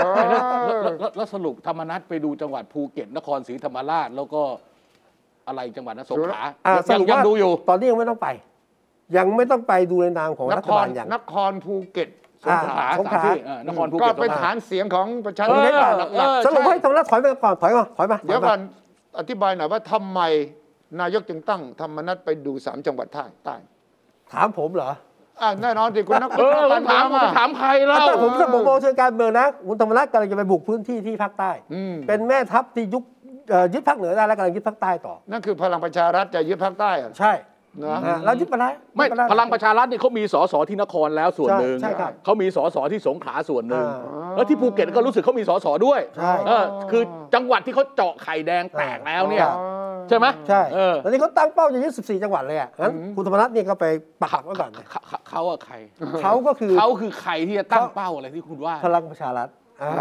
[SPEAKER 2] อ
[SPEAKER 3] แล้วแล้วแล้วแล้วสรุปธรรมนัตไปดูจังหวัดภูเก็ตนครศรีธรรมราช แล้วก็อะไรจังหวัดนะสงขลา
[SPEAKER 1] อ่ะ
[SPEAKER 3] ยังยังยังดูอยู่
[SPEAKER 1] ตอนนี้ยังไม่ต้องไป ยังไม่ต้องไปดูในนามของ
[SPEAKER 2] น
[SPEAKER 1] รั
[SPEAKER 2] ค
[SPEAKER 1] ฐบาร ลอย่าง
[SPEAKER 2] นครภูเก็ตส
[SPEAKER 1] อ่า
[SPEAKER 2] งขลา
[SPEAKER 1] สงขลา
[SPEAKER 3] สมที่เออนครภู
[SPEAKER 2] ก็
[SPEAKER 3] เก็ต
[SPEAKER 2] เป็น
[SPEAKER 3] สงขล
[SPEAKER 2] ฐานเสียงของประชาช
[SPEAKER 3] เอนอ
[SPEAKER 2] ได้ป่ะหลัก
[SPEAKER 3] เออ
[SPEAKER 1] สรุปให้ธรรมนัฐถอยไปก่อนถอยก่อนถอยมา
[SPEAKER 2] ๆเดี๋ยว
[SPEAKER 1] ถอ
[SPEAKER 2] ก่
[SPEAKER 1] มา
[SPEAKER 2] อนอธิบายหน่อยว่าทำไมนายกจึงตั้งธรรมนัฐไปดูสามจังหวัดภาคใต้
[SPEAKER 1] ถามผมเหรอ
[SPEAKER 2] อ่ะแน่นอนสิคุณนัก
[SPEAKER 3] เออ
[SPEAKER 2] ก
[SPEAKER 3] มันถาม
[SPEAKER 2] อ่ะ
[SPEAKER 3] มันถามใครแล้ว
[SPEAKER 1] อ่ะแต่ผมถ้าผมมองเชิงการเมืองนะคุณธรรมนัฐกำลังจะไปบุกพื้นที่ที่ภาคใต้
[SPEAKER 2] อืม
[SPEAKER 1] เป็นแม่ทัพที่ยุคเอ่อยึดภาคเหนือได้แล้วกำลังยึดภาคใต้ต่อ
[SPEAKER 2] นั่นคือพลังประชารัฐจะยึดภาคใต้อะ
[SPEAKER 1] ใช่
[SPEAKER 2] นะ
[SPEAKER 1] อ่าแล้วยึดไปแล้ว
[SPEAKER 3] ไม่
[SPEAKER 1] ยึดปแว
[SPEAKER 3] พลังประชารัฐนี่เขามีสสที่นครแล้วส่วนหนึ่ง
[SPEAKER 1] ใช่ใช่ครับ
[SPEAKER 3] เขามีสสที่สงขลาส่วนหนึ่ง
[SPEAKER 1] อ่า
[SPEAKER 3] แล้วที่ภูเก็ตก็รู้สึกเขามีสสด้วย
[SPEAKER 1] ใช่
[SPEAKER 3] เออคือจังหวัดที่เขาเจาะไข่แดงแตกแล้วเนี่ย ใช่ไหม
[SPEAKER 1] ใช่
[SPEAKER 3] เออ
[SPEAKER 1] แล้วนี่เขาตั้งเป้าจะยึด14 จังหวัดเลยอ่ะงั้นคุณธรรมนัฐเนี่ยก็ไปปักหลักไว้ก่
[SPEAKER 3] (laughs)
[SPEAKER 1] อน
[SPEAKER 3] เขาเขาเขาอะใคร
[SPEAKER 1] เขาก็คือ
[SPEAKER 3] เขาคือใครที่จะตั้งเป้าอะไรที่คุณว่า
[SPEAKER 1] พลังประชารัฐอ่า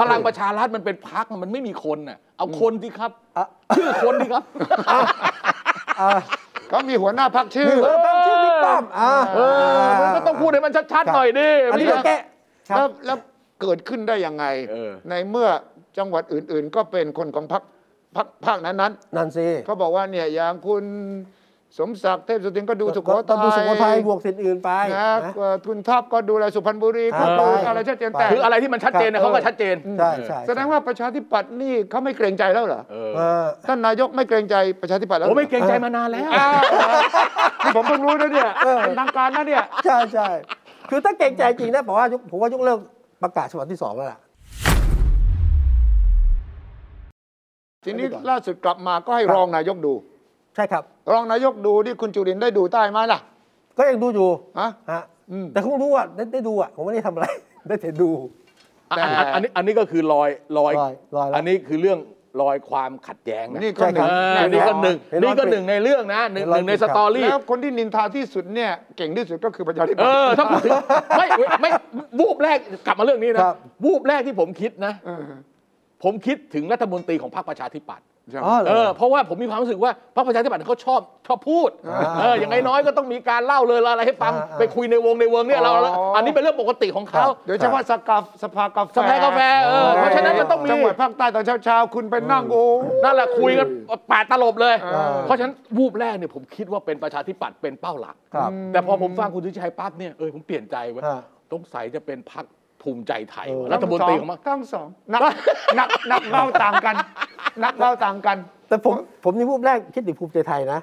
[SPEAKER 3] พลังประชารัฐมันเป็นพักมันไม่มีคนน่ะเอาคนดีครับ
[SPEAKER 1] อ่ะ
[SPEAKER 3] ชื่อคนดีครับ
[SPEAKER 1] อ่า
[SPEAKER 2] เขามีหัวหน้าพักชื่อ
[SPEAKER 1] เออตั้งชื่อบิ๊กป้อมอ่า
[SPEAKER 3] เออมันก็ต้องพูดให้มันชัดๆหน่อยดิ
[SPEAKER 1] อันนี้ก็แก้ค
[SPEAKER 2] แล้
[SPEAKER 1] รั
[SPEAKER 2] ว
[SPEAKER 1] บ
[SPEAKER 2] แล้วเกิดขึ้นได้ยังไง
[SPEAKER 3] เออ
[SPEAKER 2] ในเมื่อจังหวัดอื่น ๆ ก็เป็นคนของพักพักภาคนั้น
[SPEAKER 1] นันซี
[SPEAKER 2] ๆเขาบอกว่าเนี่ยอย่างคุณ สมศักดิ์เทพสุทินก็ดูสุโข
[SPEAKER 1] ต้
[SPEAKER 2] ทั
[SPEAKER 1] องดูสุโขทัย
[SPEAKER 2] ย
[SPEAKER 1] บวกสิทธิ์อื่นไป
[SPEAKER 2] นะ
[SPEAKER 1] นะ
[SPEAKER 2] เอ่อทุนทัพก็ดูแลสุพรรณบุรีก็ดู
[SPEAKER 1] ครับ
[SPEAKER 2] อะไรชัดเจน
[SPEAKER 1] ครับ
[SPEAKER 2] แต่
[SPEAKER 3] คืออะไรที่มันชัดเจนนะเขาก็ชัดเจน
[SPEAKER 1] ใช่ใช่
[SPEAKER 2] แสดงว่าประชาธิปัตย์นี่เขาไม่เกรงใจแล้วเหรอ
[SPEAKER 3] เออ
[SPEAKER 1] เออ
[SPEAKER 2] ท่านนายกไม่เกรงใจประชาธิปัตย์แล้ว
[SPEAKER 3] ผ
[SPEAKER 2] หร
[SPEAKER 3] ม
[SPEAKER 2] อ
[SPEAKER 3] ไม่เกรงใจมานานแล้ว
[SPEAKER 2] อ้าวนี่ผมเพิ่งรู้นะเนี่ย
[SPEAKER 1] เออ
[SPEAKER 2] เป็นทางการนะเนี่ย
[SPEAKER 1] ใช่ใช่คือถ้าเก่งใจจริงนะผมว่ายกผมว่ายกเลิกประกาศฉบับที่สองแล้วล่ะ
[SPEAKER 2] ทีนี้
[SPEAKER 1] ไปก่อน
[SPEAKER 2] ล่าสุดกลับมาก็ให้รองนายกดู
[SPEAKER 1] ใช่ครับ
[SPEAKER 2] รองนายกดูที่คุณจุรินทร์ได้ดูใต้ไหมล่ะ
[SPEAKER 1] ก็ยังดูอยู่
[SPEAKER 2] ฮะ
[SPEAKER 1] ฮะ
[SPEAKER 2] อืม
[SPEAKER 1] แต่คงรู้ว่าได้ได้ดูอ่ะผมไม่ได้ทำอะไร (laughs) ได้แต่ดู
[SPEAKER 2] แต่
[SPEAKER 3] อันอันอันนี้อันนี้ก็คือลอยลอย
[SPEAKER 1] ลอยลอยแล้ว
[SPEAKER 3] อันนี้คือเรื่องลอยความขัดแย้งนะ
[SPEAKER 2] นี่ก็หนึ่ง
[SPEAKER 3] เออ
[SPEAKER 1] ใช่ครับ
[SPEAKER 3] นี่ก็หนึ่ง
[SPEAKER 1] เห็นร้อย
[SPEAKER 3] นี่ก็
[SPEAKER 1] ปี
[SPEAKER 3] หนึ่งในเรื่องนะหนึ่ง
[SPEAKER 1] เห็นร้
[SPEAKER 3] ห
[SPEAKER 1] อย
[SPEAKER 3] นึ่งใน
[SPEAKER 1] ปีค
[SPEAKER 3] ส
[SPEAKER 1] รับ
[SPEAKER 3] ตอรี่
[SPEAKER 2] แล้วคนที่นินทาที่สุดเนี่ยเก่งที่สุดก็คือประชาธิปั
[SPEAKER 3] เอ
[SPEAKER 2] ตย์
[SPEAKER 3] อถ้าพูดถึงไม่ไม่ไม่วูบแรกกลับมาเรื่องนี้นะครับ วูบแรกที่ผมคิดนะ
[SPEAKER 2] เออ
[SPEAKER 3] ผมคิดถึงรัฐมนตรีของพรรคประชาธิปัตย์
[SPEAKER 2] ใช่ไหม
[SPEAKER 1] อ๋อเหร
[SPEAKER 3] เออ
[SPEAKER 1] อ
[SPEAKER 3] เพราะว่าผมมีความรู้สึกว่าพรรคประชาธิปัตย์เขาชอบชอบพูด
[SPEAKER 1] อ่า
[SPEAKER 3] เอออย่างน้อยๆก็ต้องมีการเล่าเลยอะไรให้ฟัง
[SPEAKER 1] อ่าอ่า
[SPEAKER 3] ไปคุยในวงในเวิงเนี่ยเราเรา
[SPEAKER 2] อ๋ออั
[SPEAKER 3] อันนี้เป็นเรื่องปกติของเขา
[SPEAKER 2] โดยเฉพาะสกาสภากาแฟ
[SPEAKER 3] สภากาแฟเออเพราะฉะนั้นมันต้องมี
[SPEAKER 2] จังหวัดภาคใต้ตอนเช้าๆ คุณไปนั่งโอ้
[SPEAKER 3] นั่นแหละคุยกันแปดตลบเลย
[SPEAKER 2] เออ
[SPEAKER 3] เพราะฉะนั้นวูบแรกเนี่ยผมคิดว่าเป็นประชาธิปัตย์เป็นเป้าหลัก
[SPEAKER 1] ครับ
[SPEAKER 3] แต่พอผมฟังคุณสุชัยปั๊บเนี่ยเออผมเปลี่ยนใจว่า
[SPEAKER 1] อ่า
[SPEAKER 3] ต้องใส่จะเป็นพรรคภูมิใจไทย
[SPEAKER 1] เออ
[SPEAKER 3] ว่ะรัฐมนตรีของมัน
[SPEAKER 2] ทั้งสองนักนักนักเบาต่างกัน นักเบาต่างกัน
[SPEAKER 1] แต่ผมผมในรูปแรกคิดถึงภูมิใจไทยนะ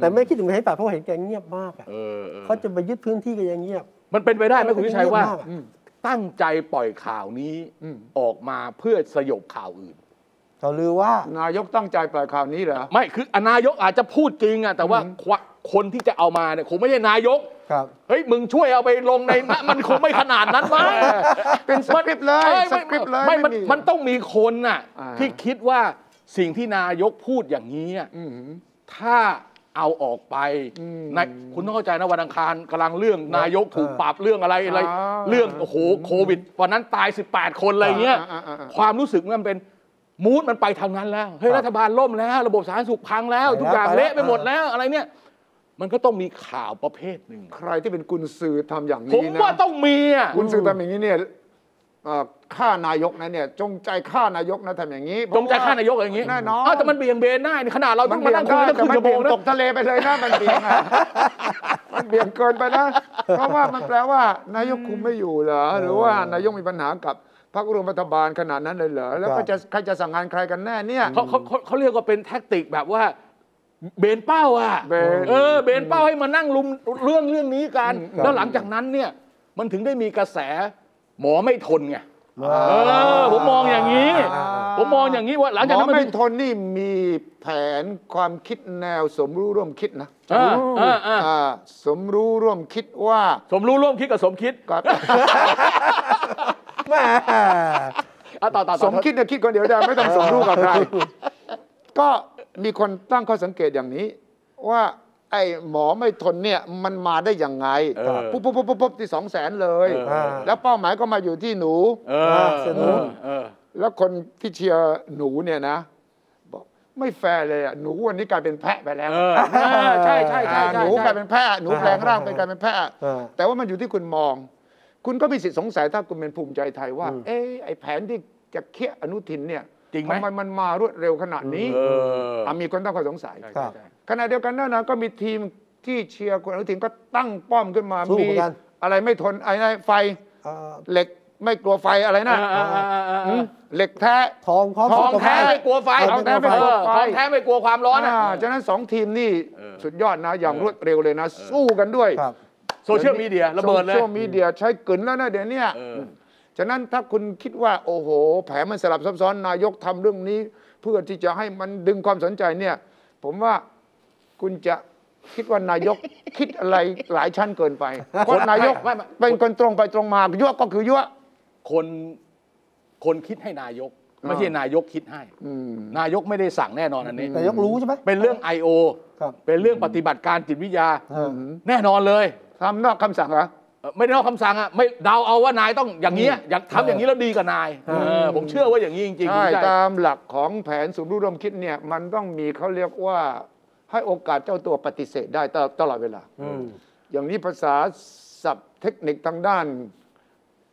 [SPEAKER 1] แต่ไม่คิดถึงประชาธิปัตย์เพราะเห็นแกเงียบมากอะ
[SPEAKER 3] เออเออ
[SPEAKER 1] เขาจะไปยึดพื้นที่ก็ยังเงียบ
[SPEAKER 3] มันเป็นไปได้ไหมคุณสุชัยว่า
[SPEAKER 1] เงียบมากอะ
[SPEAKER 3] ตั้งใจปล่อยข่าวนี้
[SPEAKER 2] อืม
[SPEAKER 3] ออกมาเพื่อสยบข่าวอื่น
[SPEAKER 1] เขาลือว่า
[SPEAKER 2] นายกตั้งใจปล่อยข่าวนี้เหรอ
[SPEAKER 3] ไม่คืออ่ะนายกอาจจะพูดจริงอะแต่ว่าควะคนที่จะเอามาเนี่ยคงไม่ใช่นายก
[SPEAKER 1] ครับ
[SPEAKER 3] เฮ้ยมึงช่วยเอาไปลงใน (laughs) มันคงไม่ขนาดนั้นมั้ง
[SPEAKER 2] เป็นสคริปต์เลย
[SPEAKER 3] อ้
[SPEAKER 2] สคริปต์เลย
[SPEAKER 3] ไม่มัน
[SPEAKER 2] ไ
[SPEAKER 3] มันต้องมีคนน่ะ
[SPEAKER 2] อ่า
[SPEAKER 3] ที่คิดว่าสิ่งที่นายกพูดอย่างนี้อะ
[SPEAKER 2] อืม
[SPEAKER 3] ถ้าเอาออกไป
[SPEAKER 2] อืม
[SPEAKER 3] ในคุณต้องเข้าใจนะวันอังคารกำลังเรื่องนายกถูก
[SPEAKER 1] อ่า
[SPEAKER 3] ปรับเรื่องอะไรอะไร
[SPEAKER 2] อ่า
[SPEAKER 3] เรื่องโอ้โหโควิดวันนั้นตาย 18 คนอะไรเงี้ย
[SPEAKER 2] อ่าอ่าอ่า
[SPEAKER 3] ความรู้สึกมันเป็นมูดมันไปทางนั้นแล้วเฮ้ยรัฐบาลล่มแล้ว ระบบสาธารณสุขพังแล้ว ทุกอย่างเละไปหมดแล้วอะไรเนี่ย มันก็ต้องมีข่าวประเภทหนึ่ง
[SPEAKER 2] ใครที่เป็นกุนซือทำอย่าง
[SPEAKER 3] ผม
[SPEAKER 2] นี้นะ
[SPEAKER 3] ว่าต้องมีอ่ะ
[SPEAKER 2] คุณสื่อทำอย่างนี้เนี่ยเอ่อฆ่านายกนะเนี่ย จงใจฆ่านายกนะทำอย่างนี้
[SPEAKER 3] จงใจฆ่านายกอย่างนี้
[SPEAKER 2] แน่นอน
[SPEAKER 3] อ้าวแต่มันเบี่ยงเบนได้นี่ขนาดเรา
[SPEAKER 2] มั
[SPEAKER 3] ต้
[SPEAKER 2] น
[SPEAKER 3] องมา
[SPEAKER 2] เบี่ย
[SPEAKER 3] นั่
[SPEAKER 2] ง
[SPEAKER 3] งคุ
[SPEAKER 2] ได้
[SPEAKER 3] ยกัน
[SPEAKER 2] แต่
[SPEAKER 3] ครึ่
[SPEAKER 2] มัน
[SPEAKER 3] งชั่วโม
[SPEAKER 2] เบี่ย
[SPEAKER 3] ง
[SPEAKER 2] ง
[SPEAKER 3] นะ
[SPEAKER 2] ตกทะเลไปเลยนะมันเบี่ยง
[SPEAKER 3] (laughs)
[SPEAKER 2] อะมันเบี่ยงเกินไปนะ เพราะว่ามันแปลว่านายกคุมไม่อยู่เหรอหรือว่านายกมีปัญหากับพรรครวมรัฐบาลขนาดนั้นเลยเหรอแล้
[SPEAKER 1] ค
[SPEAKER 2] ว
[SPEAKER 1] รั
[SPEAKER 2] ก็
[SPEAKER 1] บ
[SPEAKER 2] จะใครจะสั่งงานใครกันแน่เนี่ย
[SPEAKER 3] เขาเขาเขาเขาเรียกว่าเป็นแท็กติกแบบว่า เบนเป้าอ่ะ
[SPEAKER 2] เบน
[SPEAKER 3] เออเบนเป้าให้มานั่งลุมเรื่องเรื่องนี้กันแล้วหลังจากนั้นเนี่ย มันถึงได้มีกระแสหมอไม่ทนไงเออ ผมมองอย่างนี้
[SPEAKER 2] อ่า
[SPEAKER 3] ผมมองอย่างนี้ว่าหลัง
[SPEAKER 2] หม
[SPEAKER 3] จาก
[SPEAKER 2] อ
[SPEAKER 3] นั้นมัน
[SPEAKER 2] ไม่
[SPEAKER 3] ถึง
[SPEAKER 2] ทนนี่มีแผนความคิดแนวสมรู้ร่วมคิดนะ
[SPEAKER 3] เออเออเออ
[SPEAKER 2] อ่าสมรู้ร่วมคิดว่า
[SPEAKER 3] สมรู้ร่วมคิดกับสมคิด
[SPEAKER 1] แหม่
[SPEAKER 3] อ่ะต่อต่อ
[SPEAKER 2] ส
[SPEAKER 3] ต่อ
[SPEAKER 2] มคิดเนี่ยคิดคนเดียวได้ไม่ต้องสมรู้กับใคร ก็มีคนตั้งข้อสังเกตอย่างนี้ ว่าไอ้หมอไม่ทนเนี่ยมันมาได้ยังไง
[SPEAKER 3] เออ
[SPEAKER 2] ปุ๊บปุ๊บปุ๊บปุ๊บปุ๊บที่สองแสนเลย
[SPEAKER 3] เออ
[SPEAKER 2] แล้วเป้าหมายก็มาอยู่ที่หนู
[SPEAKER 3] เออเออ
[SPEAKER 1] เสน
[SPEAKER 3] เอ
[SPEAKER 1] อ
[SPEAKER 3] อเออ
[SPEAKER 2] แล้วคนที่เชียร์หนูเนี่ยนะ บอกไม่แฟร์เลยอ่ะหนูวันนี้กลายเป็นแพะไปแล้ว
[SPEAKER 3] เออใช่ใช่ใช่
[SPEAKER 2] อ่า
[SPEAKER 3] ใช่
[SPEAKER 2] หนูก
[SPEAKER 3] ใช่
[SPEAKER 2] ลายเป็นแพะหนูแปลงร่างเป็นกลายเป็นแพะ
[SPEAKER 1] เออ
[SPEAKER 2] แต่ว่ามันอยู่ที่คุณมอง คุณก็มีสิทธิสงสัยถ้าคุณเป็นภูมิใจไทยว่า เอ๊ะไอ้แผนที่จะเคี่ยอนุทินเนี่ย
[SPEAKER 3] จริงไหม
[SPEAKER 2] ทำไมมันมารวดเร็วขนาดนี้
[SPEAKER 3] เออ
[SPEAKER 2] ะมีคนตั้งข้อสงสัย
[SPEAKER 1] ครับ
[SPEAKER 2] ขณะเดียวกันนั่นนะก็มีทีมที่เชียร์คุณอนุทินก็ตั้งป้อมขึ้นมา
[SPEAKER 1] สู้เหมือนกัน
[SPEAKER 2] อะไรไม่ทนไอ้นั่นไฟ
[SPEAKER 1] เอ่อ
[SPEAKER 2] เหล็กไม่กลัวไฟอะไรนะ
[SPEAKER 3] อ่าอ่าอ่าอ่า
[SPEAKER 2] อืมเหล็กแท้
[SPEAKER 1] ทองพร้อม
[SPEAKER 2] ท
[SPEAKER 3] ท
[SPEAKER 2] อ
[SPEAKER 3] อง ง
[SPEAKER 1] สุข
[SPEAKER 2] แท้
[SPEAKER 3] แท้
[SPEAKER 1] ภาพ
[SPEAKER 3] ไม่กลัวไฟ
[SPEAKER 1] ทองแท้ไม่
[SPEAKER 3] เอก
[SPEAKER 1] ลัว
[SPEAKER 3] อ
[SPEAKER 1] ไฟ
[SPEAKER 3] ทองแท้ไม่กลัวความร้อนอะ
[SPEAKER 2] อ่าฉะนั้นสองทีมนี่สุดยอดนะอย่างรวดเร็วเลยนะ สู้กันด้วย
[SPEAKER 1] ครับ
[SPEAKER 3] โซเชียลมีเดียระเบิดเลย
[SPEAKER 2] โซเชียลมีเดียใช้กึนแล้วนะเดี๋ยวเนี้ย
[SPEAKER 3] เออ
[SPEAKER 2] ฉะนั้นถ้าคุณคิดว่าโอ้โห แผนมันสลับซับซ้อนนายกทำเรื่องนี้ เพื่อที่จะให้มันดึงความสนใจเนี่ย ผมว่าคุณจะคิดว่านายก คิดอะไรหลายชั้นเกินไปคนนายก
[SPEAKER 3] ไม่ไม่
[SPEAKER 2] เป็นคนตรงไปตรงมายั่วก็คือยั่ว
[SPEAKER 3] คนคนคิดให้นายก ไม่ใช่นายกคิดให้
[SPEAKER 2] อืม
[SPEAKER 3] นายกไม่ได้สั่งแน่นอนอันนี้
[SPEAKER 1] แต่ยกรู้ใช่ไหม
[SPEAKER 3] เป็นเรื่อง I.O.
[SPEAKER 1] ครับ
[SPEAKER 3] เป็นเรื่องปฏิบัติการจิตวิทยา
[SPEAKER 1] เออ
[SPEAKER 3] แน่นอนเลย
[SPEAKER 2] ทำนอกคำสั่งเหรอ
[SPEAKER 3] เอ่อไม่ได้นอกคำสั่งอะไม่เดาเอาว่านายต้องอย่างนี้ยอย่างทำอย่างนี้แล้วดีกับนายเออผมเชื่อว่าอย่างนี้จริงๆคุ
[SPEAKER 2] ใช่
[SPEAKER 3] ณชัย
[SPEAKER 2] ตามหลักของแผนศูนย์รู้ร่วมคิดเนี่ยมันต้องมีเขาเรียกว่าให้โอกาสเจ้าตัวปฏิเสธได้ตลอดตลอดเวลา
[SPEAKER 1] อืม
[SPEAKER 2] อย่างนี้ภาษาศัพท์เทคนิคทางด้าน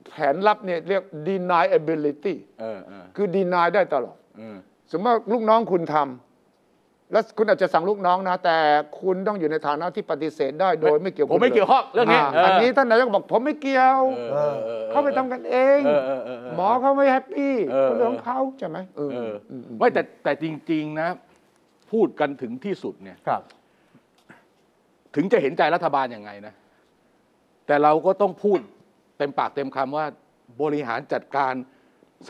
[SPEAKER 2] แผนลับเนี่ยเรียก deniability
[SPEAKER 3] เออเออ
[SPEAKER 2] คือ deny ได้ตลอด
[SPEAKER 3] เออ
[SPEAKER 2] สมมติว่าลูกน้องคุณทำ แล้วคุณอาจจะสั่งลูกน้องนะ แต่คุณต้องอยู่ในฐานะที่ปฏิเสธได้โดยไม่เกี่ยว
[SPEAKER 3] ผมไม่เกี่ยวข้องเรื่องนี้
[SPEAKER 2] า
[SPEAKER 3] เอออั
[SPEAKER 2] นนี้ท่านนายกบอกผมไม่เกี่ยว
[SPEAKER 3] ออออ
[SPEAKER 2] เขาไปทำกันเอง
[SPEAKER 3] เออเออเออ
[SPEAKER 2] หมอเขาไม่แฮปปี้
[SPEAKER 3] เออ
[SPEAKER 2] เป็นเรื่องของเขาใช่ไหมเออ
[SPEAKER 3] เออ
[SPEAKER 2] ม
[SPEAKER 3] อ
[SPEAKER 2] อืม
[SPEAKER 3] ไม่แต่แต่จริง ๆ นะ พูดกันถึงที่สุดเนี่ย
[SPEAKER 1] ครับ
[SPEAKER 3] ถึงจะเห็นใจรัฐบาลยังไงนะ แต่เราก็ต้องพูดเต็มปากเต็มคำว่าบริหารจัดการ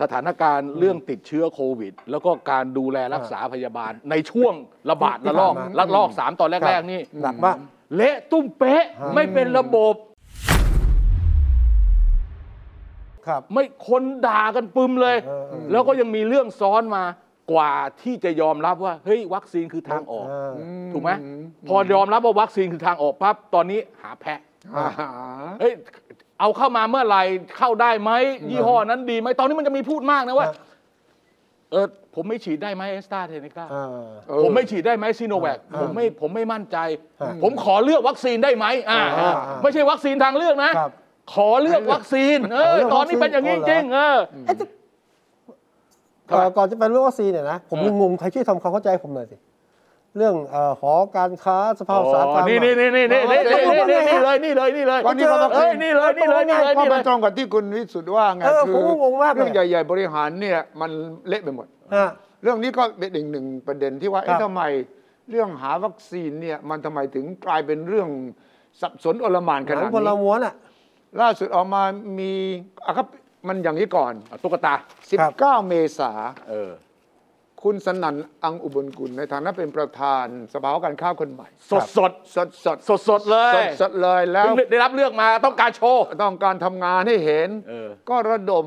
[SPEAKER 3] สถานการณ์เรื่องติดเชื้อโควิด แล้วก็การดูแลรักษาพยาบาล ในช่วงระบาด
[SPEAKER 1] ที่
[SPEAKER 3] ระลอก
[SPEAKER 1] ผ่านมา
[SPEAKER 3] ระลอกสามตอนแรก ๆ นี่
[SPEAKER 1] หนักมาก
[SPEAKER 3] เละตุ้มเป๊ะ
[SPEAKER 1] ฮะ
[SPEAKER 3] ไม่เป็นระบบ
[SPEAKER 1] ครับ
[SPEAKER 3] ไม่คนด่ากันปึมเลย
[SPEAKER 1] เออเออ
[SPEAKER 3] แล้วก็ยังมีเรื่องซ้อนมากว่าที่จะยอมรับว่าเฮ้ยวัคซีนคือทางออก
[SPEAKER 1] เออ
[SPEAKER 3] ถูกไหม
[SPEAKER 2] อืม
[SPEAKER 3] พอยอมรับว่าวัคซีนคือทางออกปั๊บตอนนี้หาแพะ
[SPEAKER 2] อ่าฮะ
[SPEAKER 3] เอ้ยเอาเข้ามาเมื่อไหร่เข้าได้ไหมยี่ห้อนั้นดีไหมตอนนี้มันจะมีพูดมากนะว่า
[SPEAKER 1] ครับ
[SPEAKER 3] เออผมไม่ฉีดได้ไหมเอสตาเทเนกา
[SPEAKER 1] เออ
[SPEAKER 2] เออ
[SPEAKER 3] ผมไม่ฉีดได้ไหมซีโนแวค
[SPEAKER 1] เออ
[SPEAKER 3] ผมไม่ผมไม่มั่นใจ
[SPEAKER 1] เออ
[SPEAKER 3] ผมขอเลือกวัคซีนได้ไหมอ่า
[SPEAKER 1] เออเออ
[SPEAKER 3] ไม่ใช่วัคซีนทางเลือกนะ
[SPEAKER 1] ครับ
[SPEAKER 3] ขอเลือกวัคซีนเอ
[SPEAKER 1] ขอ
[SPEAKER 3] อ
[SPEAKER 1] เลือก
[SPEAKER 3] ตอนนี้
[SPEAKER 1] วัคซีน
[SPEAKER 3] เป็นอย่างนี้
[SPEAKER 1] เอาเหรอ
[SPEAKER 3] จริงๆเออ
[SPEAKER 1] เอ๊ะจะ
[SPEAKER 3] ครับ
[SPEAKER 1] เอ่อก่อนจะไปเรื่องวัคซีนเนี่ยนะ ผม
[SPEAKER 3] เออ
[SPEAKER 1] ยังงงใครช่วยทำความเข้าใจผมหน่อยสิ เรื่องเอ่อหอการค้าสภาพอุตสาหกรรม
[SPEAKER 3] นี่นี่นี่นี่นี่นี่
[SPEAKER 1] เออ
[SPEAKER 3] นี่นี่
[SPEAKER 1] เออ
[SPEAKER 3] นี่เลยนี่เลยนี่เลย
[SPEAKER 2] วันนี้เราต้อง
[SPEAKER 3] เอ้ยนี่เลยนี่เลยนี่เลย
[SPEAKER 2] ก็
[SPEAKER 3] นี่เล
[SPEAKER 2] มัน
[SPEAKER 3] ย
[SPEAKER 2] ตรงกับที่คุณวิสุทธ์ว่าไง
[SPEAKER 1] เออผ
[SPEAKER 2] คื
[SPEAKER 1] มก็งงมากเลย
[SPEAKER 2] เรื่องใหญ่ ๆ บริหารเนี่ยมันเละไปหมด
[SPEAKER 1] ฮะ
[SPEAKER 2] เรื่องนี้ก็เป็นอีกหนึ่งประเด็นที่ว่า
[SPEAKER 1] ครั
[SPEAKER 2] เอ๊ะ
[SPEAKER 1] บ
[SPEAKER 2] ทำไมเรื่องหาวัคซีนเนี่ยมันทำไมถึงกลายเป็นเรื่องสับสนโอลหมาน
[SPEAKER 1] ห
[SPEAKER 2] ข
[SPEAKER 1] นั
[SPEAKER 2] นาง ด
[SPEAKER 1] คนละ
[SPEAKER 2] นี้
[SPEAKER 1] ม้วนอ่ะ
[SPEAKER 2] ล่าสุดออกมามีอ่ะครับมันอย่างนี้ก่อน
[SPEAKER 3] เอาตุ๊กตา
[SPEAKER 1] ครับ
[SPEAKER 2] 19 เมษา
[SPEAKER 3] เออ
[SPEAKER 2] คุณสนั่นอังอุบลกุลในฐานะเป็นประธานสภาหอการค้าคนใหม่
[SPEAKER 3] สดสด
[SPEAKER 2] สดสด
[SPEAKER 3] สดสดๆเลย
[SPEAKER 2] สดสดเลยแล้ว
[SPEAKER 3] เพิ่งได้รับเลือกมาต้องการโชว์
[SPEAKER 2] ต้องการทำงานให้เห็น
[SPEAKER 3] เออ
[SPEAKER 2] ก็ระดม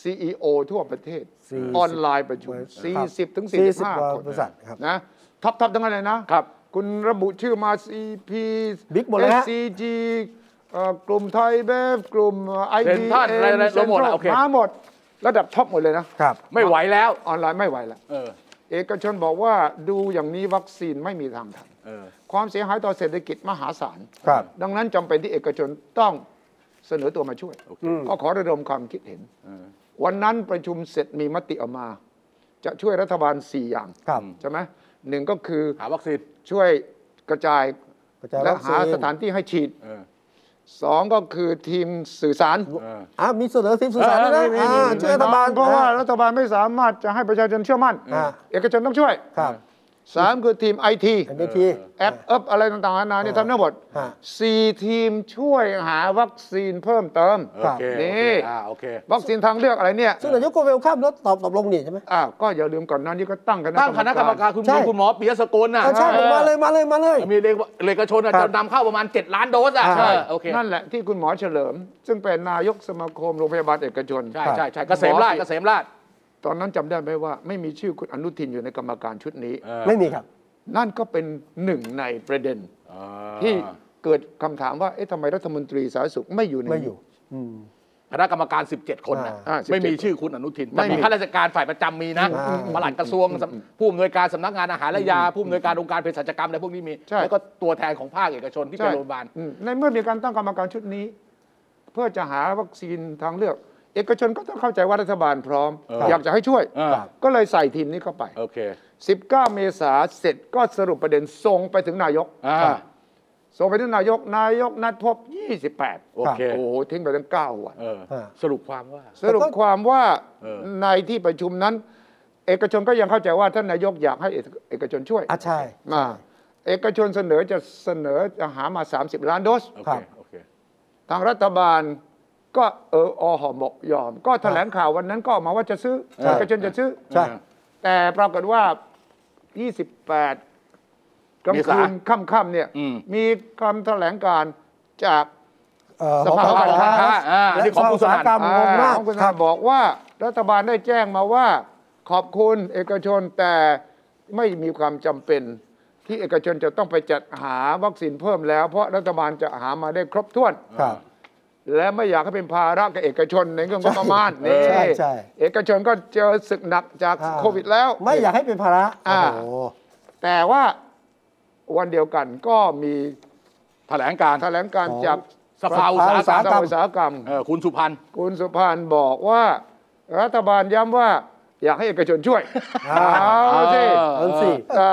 [SPEAKER 2] CEO ทั่วประเทศ
[SPEAKER 1] 40
[SPEAKER 2] ออนไลน์ประชุม
[SPEAKER 1] ครับ
[SPEAKER 2] 40 ถึง
[SPEAKER 1] 40กว่า
[SPEAKER 2] 45 คน
[SPEAKER 1] บริษัทครับ
[SPEAKER 2] นะท็อปท็อปทั้งนั้นเลยนะครับ คุณระบุชื่อมา CP
[SPEAKER 1] Big หมดแล้วฮะ
[SPEAKER 2] SCG เอ่อกลุ่มไทยเบฟกลุ่ม i
[SPEAKER 3] เซ็
[SPEAKER 2] b
[SPEAKER 3] น
[SPEAKER 2] m
[SPEAKER 3] ทรัลอะไรอะไรเราหมดแล้วโอเค
[SPEAKER 2] มาหมด ระดับท็อปหมดเลยนะ
[SPEAKER 1] ครับ
[SPEAKER 3] ไม่ไหวแล้ว
[SPEAKER 2] ออนไลน์ไม่ไหวแล้ว
[SPEAKER 3] เออ
[SPEAKER 2] เอกชนบอกว่าดูอย่างนี้วัคซีนไม่มีทางทัน
[SPEAKER 3] เออ
[SPEAKER 2] ความเสียหายต่อเศรษฐกิจมหาศาล
[SPEAKER 1] ครับ
[SPEAKER 2] ดังนั้นจำเป็นที่เอกชนต้องเสนอตัวมาช่วย
[SPEAKER 3] โอเค
[SPEAKER 2] ก็ขอระดมความคิดเห็น
[SPEAKER 3] เออ
[SPEAKER 2] วันนั้นประชุมเสร็จมีมติออกมา จะช่วยรัฐบาล 4 อย่าง
[SPEAKER 1] ครับ
[SPEAKER 2] ใช่ไหมหนึ่งก็คือ
[SPEAKER 3] หาวัคซีน
[SPEAKER 2] ช่วยกระจาย
[SPEAKER 1] กระจาย
[SPEAKER 2] และ
[SPEAKER 1] วัคซี
[SPEAKER 2] หาสถานที่ให้ฉีด
[SPEAKER 3] เออ
[SPEAKER 2] สองก็คือทีมสื่อสาร
[SPEAKER 3] เออ
[SPEAKER 1] อ่ะมีเสนอทีมสื่อสารด้วยนะ
[SPEAKER 3] เออมี
[SPEAKER 1] อ่า
[SPEAKER 3] มีมี
[SPEAKER 1] ช่วยรัฐบาล
[SPEAKER 2] เพราะว่ารัฐบาลไม่สามารถจะให้ประชาชนเชื่อมั่น
[SPEAKER 1] อ่า
[SPEAKER 2] เอกชนต้องช่วย
[SPEAKER 1] ครับ
[SPEAKER 2] สามคือทีมไอที
[SPEAKER 1] อันนี้ที
[SPEAKER 2] แอปเอปอะไรต่างๆนานาเนี่ยทำได้หมด
[SPEAKER 1] ฮะ
[SPEAKER 2] สี่ทีมช่วยหาวัคซีนเพิ่มเติม
[SPEAKER 3] โอเค
[SPEAKER 2] นี่
[SPEAKER 3] โอเคอ่าโอเค
[SPEAKER 2] วัคซีนทางเลือกอะไรเนี่ย
[SPEAKER 1] ซึ่งนายกก็เวลข้ามแล้วตอบตอบลงนี่ใช่ไหม
[SPEAKER 2] อ้าวก็อย่าลืมก่อนหน้านี้ก็ตั้งคณะ
[SPEAKER 3] ตั้งคณะกรรมการคุณหมอคุณหมอปิยะสกุลน่ะ
[SPEAKER 1] อ่ะใช่ผมมาเลยมาเลยมาเลย
[SPEAKER 3] มีเด็กเอกชนอ่ะ
[SPEAKER 1] ครั
[SPEAKER 3] จะ
[SPEAKER 1] บ
[SPEAKER 3] นำเข้าประมาณ 7 ล้านโดสอ่ะ
[SPEAKER 1] ใช่
[SPEAKER 3] เออโอเค
[SPEAKER 2] นั่นแหละที่คุณหมอเฉลิม ซึ่งเป็นนายกสมาคมโรงพยาบาลเอกชน
[SPEAKER 3] ใช่ใช่ใช่เกษมราช
[SPEAKER 2] หมอ
[SPEAKER 3] เกษมราช
[SPEAKER 2] ตอนนั้นจำได้ไหมว่าไม่มีชื่อคุณอนุทินอยู่ในกรรมการชุดนี้
[SPEAKER 3] เออ
[SPEAKER 1] ไม่มีครับ
[SPEAKER 2] นั่นก็เป็นหนึ่งในประเด็น
[SPEAKER 3] อ่า
[SPEAKER 2] ที่เกิดคำถามว่าเอ๊ะทำไมรัฐมนตรีสาธารณสุขไม่อยู่ใน
[SPEAKER 1] ไม่
[SPEAKER 2] นี้
[SPEAKER 1] อยู่ อืม
[SPEAKER 3] คณะกรรมการ 17 คนนะ
[SPEAKER 2] อ่า
[SPEAKER 3] ไม่มี
[SPEAKER 2] 17
[SPEAKER 3] ชื่อคุณอนุทิน
[SPEAKER 2] ไม่
[SPEAKER 3] แต่
[SPEAKER 2] มี
[SPEAKER 3] มีข้าราชการฝ่ายประจำมีนะ
[SPEAKER 1] อ่า
[SPEAKER 3] ปลัดกระทรวงสำผู้อำนวยการสำนักงานอาหารและยาผู้อำนวยการองค์การเภสัชกรรมอะไรพวกนี้มี
[SPEAKER 2] ใช่
[SPEAKER 3] แล้วก็ตัวแทนของภาคเอกชนที่เป็นโรงพยาบาล
[SPEAKER 2] ใช่อืมในเมื่อมีการตั้งกรรมการชุดนี้ เพื่อจะหาวัคซีนทางเลือก เอกชนก็ต้องเข้าใจว่ารัฐบาลพร้อม
[SPEAKER 3] เอออย
[SPEAKER 2] อากจะให้ช่วย
[SPEAKER 3] เออ
[SPEAKER 2] ก็เลยใส่ทีมนี้เข้าไป
[SPEAKER 3] โอเค
[SPEAKER 2] 19 เมษาเสร็จก็สรุปประเด็นส่งไปถึงนายก
[SPEAKER 3] อ่า
[SPEAKER 2] ครับส่งไปถึงนายกนายกนัดพบ 28
[SPEAKER 3] โอเค
[SPEAKER 2] โอ้โหทิ้งไปตั้ง9วัน
[SPEAKER 3] เออ
[SPEAKER 1] อ่า
[SPEAKER 3] สรุปความว่า
[SPEAKER 2] สรุปความว่า
[SPEAKER 3] เออ
[SPEAKER 2] ในที่ประชุมนั้น เอกชนก็ยังเข้าใจว่าท่านนายกอยากให้เอกชนช่วย
[SPEAKER 1] อ่ะใช่
[SPEAKER 2] อ่าเอกชนเสนอจะเสนอจะหามา 30 ล้านโดส
[SPEAKER 3] โอ
[SPEAKER 1] ครั
[SPEAKER 3] เค
[SPEAKER 1] บ
[SPEAKER 3] โอเค
[SPEAKER 2] ทางรัฐบาลก็เอออหอมบอกยอม ก็แถลงข่าววันนั้นก็ออกมาว่าจะซื้อ
[SPEAKER 1] ใช่
[SPEAKER 2] เอกชนจะซื้อ
[SPEAKER 1] ใช่
[SPEAKER 2] แต่ปรากฏว่า 28กลาง
[SPEAKER 3] เม
[SPEAKER 2] คื
[SPEAKER 3] ษาน
[SPEAKER 2] ค่ำๆเนี่ย
[SPEAKER 3] อืม
[SPEAKER 2] มีคำแถลงการจาก
[SPEAKER 1] เอ่อ
[SPEAKER 2] สภา
[SPEAKER 1] หอการค้า
[SPEAKER 3] อ่าอัน
[SPEAKER 1] และ
[SPEAKER 3] นี้ขอ
[SPEAKER 1] ส
[SPEAKER 3] ง
[SPEAKER 1] ภา
[SPEAKER 3] ผู้
[SPEAKER 1] อุตสาห
[SPEAKER 3] สมัคร
[SPEAKER 1] กรรมงงมาก
[SPEAKER 2] อ่ของคุณ
[SPEAKER 1] ค
[SPEAKER 2] ธา
[SPEAKER 1] รับ
[SPEAKER 2] บอกว่ารัฐบาลได้แจ้งมาว่า ขอบคุณเอกชนแต่ไม่มีความจำเป็น ที่เอกชนจะต้องไปจัดหาวัคซีนเพิ่มแล้ว เพราะรัฐบาลจะหามาได้ครบถ้วน
[SPEAKER 1] ครับ
[SPEAKER 2] และไม่อยากให้เป็นภาระกับเอกชนในเรื่องงบประมาณนี่
[SPEAKER 1] ใช่ใช่
[SPEAKER 2] เอกชนก็เจอศึกหนักจาก
[SPEAKER 1] อ่า
[SPEAKER 2] โควิดแล้ว
[SPEAKER 1] ไม่อยากให้เป็นภาระ
[SPEAKER 2] อ่า
[SPEAKER 1] โอ้โห
[SPEAKER 2] แต่ว่าวันเดียวกันก็มี
[SPEAKER 3] แถลงการ
[SPEAKER 2] แถลงการ
[SPEAKER 1] ของ
[SPEAKER 2] จาก
[SPEAKER 3] สภาอุตสาห
[SPEAKER 1] ส
[SPEAKER 3] กร
[SPEAKER 1] หกรรม
[SPEAKER 3] รม
[SPEAKER 2] อุตสาหกรรม
[SPEAKER 3] เอ่อคุณสุพันธ์
[SPEAKER 2] คุณสุพันธ์บอกว่า รัฐบาลย้ำว่าอยากให้เอกชนช่วย
[SPEAKER 1] อ่า
[SPEAKER 2] เอาสิ
[SPEAKER 1] เอาสิ
[SPEAKER 2] แต่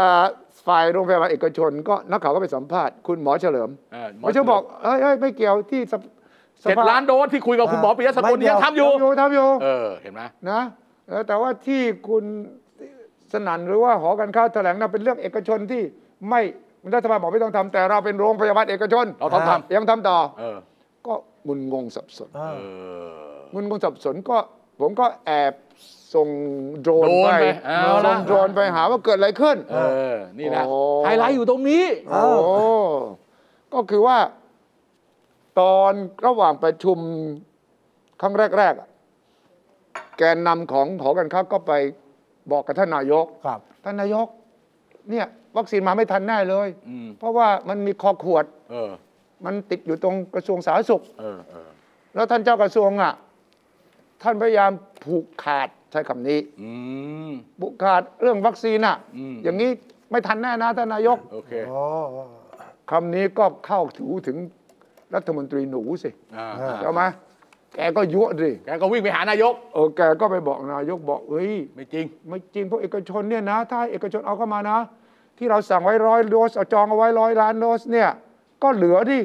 [SPEAKER 2] ฝ่ายโรงพยาบาลเอกชน ก็นักข่าวก็ไปสัมภาษณ์คุณหมอเฉลิม
[SPEAKER 3] เออ
[SPEAKER 2] หมอเฉลิมบอกเอ้ยเอ้ยไม่เกี่ยวที่สภสภ
[SPEAKER 3] เจ็ดล้านโดสที่คุยกับคุณหมอปิยะสกุลเนี่ยยังทำอยู่
[SPEAKER 2] ทำอยู่ทำอยู่
[SPEAKER 3] เออ เห็นไหม
[SPEAKER 2] นะเออแต่ว่าที่คุณสนั่นหรือว่าหอการค้าแถลงนะเป็นเรื่องเอกชนที่ไม่รัฐบาลบอกไม่ต้องทำแต่เราเป็นโรงพยาบาลเอกชน
[SPEAKER 3] เราต้องทำ
[SPEAKER 2] ยังทำต่อ
[SPEAKER 3] เออ
[SPEAKER 2] ก็งุนงงสับสน
[SPEAKER 1] อ่า
[SPEAKER 3] เออ
[SPEAKER 2] งุนงงสับสนก็ผมก็แอบส่งโดรน
[SPEAKER 3] โดรน
[SPEAKER 2] ไป
[SPEAKER 3] ไปเอาละ
[SPEAKER 2] ส่งโดรนไปหาว่าเกิดอะไรขึ้น
[SPEAKER 3] เออ นี่นะ
[SPEAKER 2] โอ้
[SPEAKER 3] ไฮไลท์อยู่ตรงนี้
[SPEAKER 1] อ้า
[SPEAKER 2] โอ้
[SPEAKER 1] ว
[SPEAKER 2] ก็คือว่า ตอนระหว่างประชุมครั้งแรกๆอะแกนนำของหอการค้าก็ไปบอกกับท่านนายก
[SPEAKER 1] ครับ
[SPEAKER 2] ท่านนายก เนี่ย วัคซีนมาไม่ทันแน่เลย
[SPEAKER 3] อืม
[SPEAKER 2] เพราะว่ามันมีคอขวด
[SPEAKER 3] เออ
[SPEAKER 2] มันติดอยู่ตรงกระทรวงสาธารณสุข
[SPEAKER 3] เออ เออ
[SPEAKER 2] แล้วท่านเจ้ากระทรวงอ่ะ ท่านพยายามผูกขาดใช้คำนี้
[SPEAKER 3] อืม
[SPEAKER 2] ผูกขาดเรื่องวัคซีนอ่ะ
[SPEAKER 3] อืม
[SPEAKER 2] อย่างนี้ไม่ทันแน่นะท่านนายก
[SPEAKER 3] โอเค
[SPEAKER 1] อ๋อ
[SPEAKER 2] คำนี้ก็เข้าถูถึงรัฐมนตรีหนูสิ
[SPEAKER 3] อ่า
[SPEAKER 1] อ่า
[SPEAKER 2] ใช่ไหมแกก็ยั่วดิ
[SPEAKER 3] แกก็วิ่งไปหานายก
[SPEAKER 2] เออแกก็ไปบอกนายกบอกเอ้ย
[SPEAKER 3] ไม่จริง
[SPEAKER 2] ไม่จริงพวกเอกชนเนี่ยนะ ถ้าเอกชนเอาเข้ามานะ ที่เราสั่งไว้ร้อยโดสเอาจองเอาไว้ร้อยล้านโดสเนี่ย ก็เหลือดิ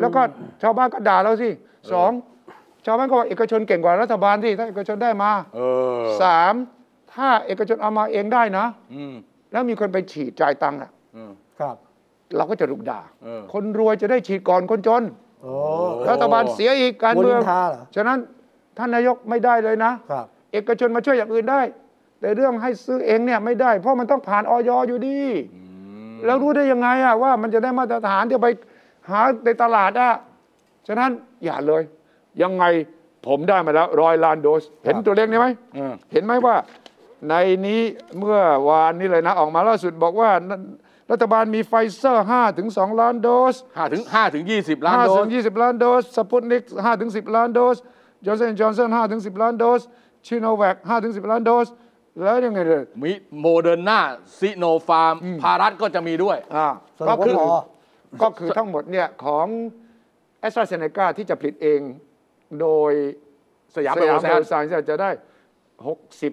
[SPEAKER 2] แล้วก็ชาวบ้านก็ด่าเราสิสองชาวบ้านก็บอกเอกชนเก่งกว่ารัฐบาลสิถ้าเอกชนได้มา
[SPEAKER 3] เออ
[SPEAKER 2] สามถ้าเอกชนเอามาเองได้นะ
[SPEAKER 3] อืม
[SPEAKER 2] แล้วมีคนไปฉีดจ่ายตังค์อะ
[SPEAKER 3] อืม
[SPEAKER 1] ครับ
[SPEAKER 2] เราก็จะถูกด่า
[SPEAKER 3] เออ
[SPEAKER 2] คนรวยจะได้ฉีดก่อนคนจน
[SPEAKER 1] โอ้
[SPEAKER 3] โอ้
[SPEAKER 2] รัฐบาลเสียอีกการเมือง
[SPEAKER 1] โดนนินทาเหรอ
[SPEAKER 2] ฉะนั้นท่านนายกไม่ได้เลยนะ
[SPEAKER 1] ครับ
[SPEAKER 2] เอกชนมาช่วยอย่างอื่นได้ แต่เรื่องให้ซื้อเองเนี่ยไม่ได้ เพราะมันต้องผ่านออยอยู่ดี แล้วรู้ได้ยังไงอะว่ามันจะได้มาตรฐานที่ไปหาในตลาดอะฉะนั้นอย่าเลย ยังไงผมได้มาแล้วร้อยล้านโดส เห็นตัวเลขนี้ไหม
[SPEAKER 3] เออ
[SPEAKER 2] เห็นไหมว่าในนี้เมื่อวานนี้เลยนะ ออกมาล่าสุดบอกว่านั่นรัฐบาลมีไฟเซอร์5ถึง2ล้านโดส
[SPEAKER 3] ห้าถึงห้าถึงยี่สิบล้าน
[SPEAKER 2] ห้า
[SPEAKER 3] โด
[SPEAKER 2] ถึ
[SPEAKER 3] ส
[SPEAKER 2] งยี่สิบล้านโดสสปุตนิกห้าถึงสิบล้านโดสจอร์ s ซนจอร์ s ซนห้าถึงสิบล้านโดสชิโนแวคห้าถึงสิบล้านโดส แล้วยังไงเลย
[SPEAKER 3] มีโมเดอร์นาซิโนฟาร์ม ภารัฐก็จะมีด้วย
[SPEAKER 2] อ่า
[SPEAKER 1] สรุปว่า
[SPEAKER 2] คื
[SPEAKER 1] พอ
[SPEAKER 2] ก็คือทั้งหมดเนี่ย ของแอสตราเซเนกาที่จะผลิตเองโดย
[SPEAKER 3] สยาม
[SPEAKER 2] ส
[SPEAKER 3] เบล
[SPEAKER 2] ยาม
[SPEAKER 3] แซ
[SPEAKER 2] เบ
[SPEAKER 3] น
[SPEAKER 2] ลซานจะได้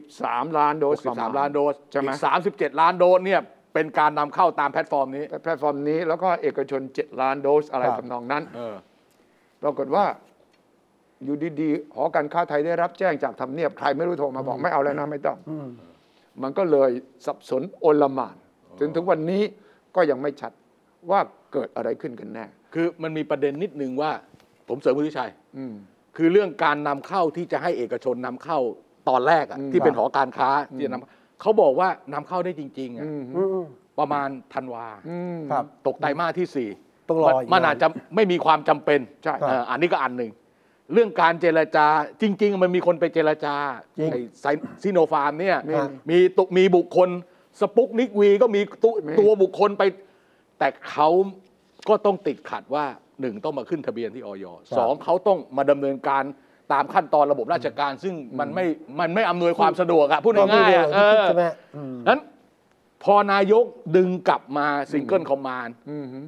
[SPEAKER 2] 63 ล้านโดส
[SPEAKER 3] สิบสาม
[SPEAKER 2] ประณ
[SPEAKER 3] ล้านโดส
[SPEAKER 2] ใช่ไหม
[SPEAKER 3] อีกสามสิบเจ็ดล้านโดสเนี่ย เป็นการนำเข้าตามแพลตฟอร์มนี้
[SPEAKER 2] แพลตฟอร์มนี้แล้วก็เอกชน 7 ล้านโดสอะไร
[SPEAKER 1] ครับ
[SPEAKER 2] ทำนองนั้น
[SPEAKER 3] เออ
[SPEAKER 2] ปรากฏว่าอยู่ดีๆหอการค้าไทยได้รับแจ้งจากทำเนียบใครไม่รู้โทรมาบอกไม่เอาแล้วนะไม่ต้อง มันก็เลยสับสนโอลหมานจนถึงวันนี้ก็ยังไม่ชัดว่าเกิดอะไรขึ้นกันแน่
[SPEAKER 3] คือมันมีประเด็นนิดนึงว่า ผมเสริมคุณทิชัย
[SPEAKER 2] อืม
[SPEAKER 3] คือเรื่องการนำเข้าที่จะให้เอกชนนำเข้าตอนแรกอะ
[SPEAKER 2] อืม
[SPEAKER 3] ที่เป็นหอการค้าที่จะนำเขาบอกว่านำเข้าได้จริงๆอะ
[SPEAKER 2] อืม
[SPEAKER 1] อืม
[SPEAKER 3] ประมาณธันวา
[SPEAKER 2] อืม
[SPEAKER 1] ครับ
[SPEAKER 3] ตกไตรมาสที่สี่
[SPEAKER 1] ต้องรออีก
[SPEAKER 3] มันอาจจะไม่มีความจำเป็น
[SPEAKER 2] ใช่
[SPEAKER 3] เอ่ออันนี้ก็อันหนึ่ง เรื่องการเจรจาจริง ๆ มันมีคนไปเจรจา
[SPEAKER 1] จริง
[SPEAKER 3] ไอ้ไซซิโนฟาร์มเนี่ย
[SPEAKER 1] มี
[SPEAKER 3] มีตุมีบุคคลสปุกนิกวีก็มีตุ
[SPEAKER 2] มี
[SPEAKER 3] ตัวบุคคลไป แต่เขาก็ต้องติดขัดว่าหนึ่งต้องมาขึ้นทะเบียนที่ออยสองเขาต้องมาดำเนินการตามขั้นตอนระบบราชการ ซึ่งมันไม่มันไม่อำนวยความสะดวกอะพูด
[SPEAKER 1] ก็มี
[SPEAKER 3] ง่าย
[SPEAKER 1] เดี
[SPEAKER 3] ๆ
[SPEAKER 1] ยว
[SPEAKER 3] อะเอ
[SPEAKER 1] ที่คิด
[SPEAKER 3] อ
[SPEAKER 1] ใช่ไหมอืม
[SPEAKER 3] นั้นพอนายกดึงกลับมาซิงเกิลคอมมาน
[SPEAKER 2] อืมฮึ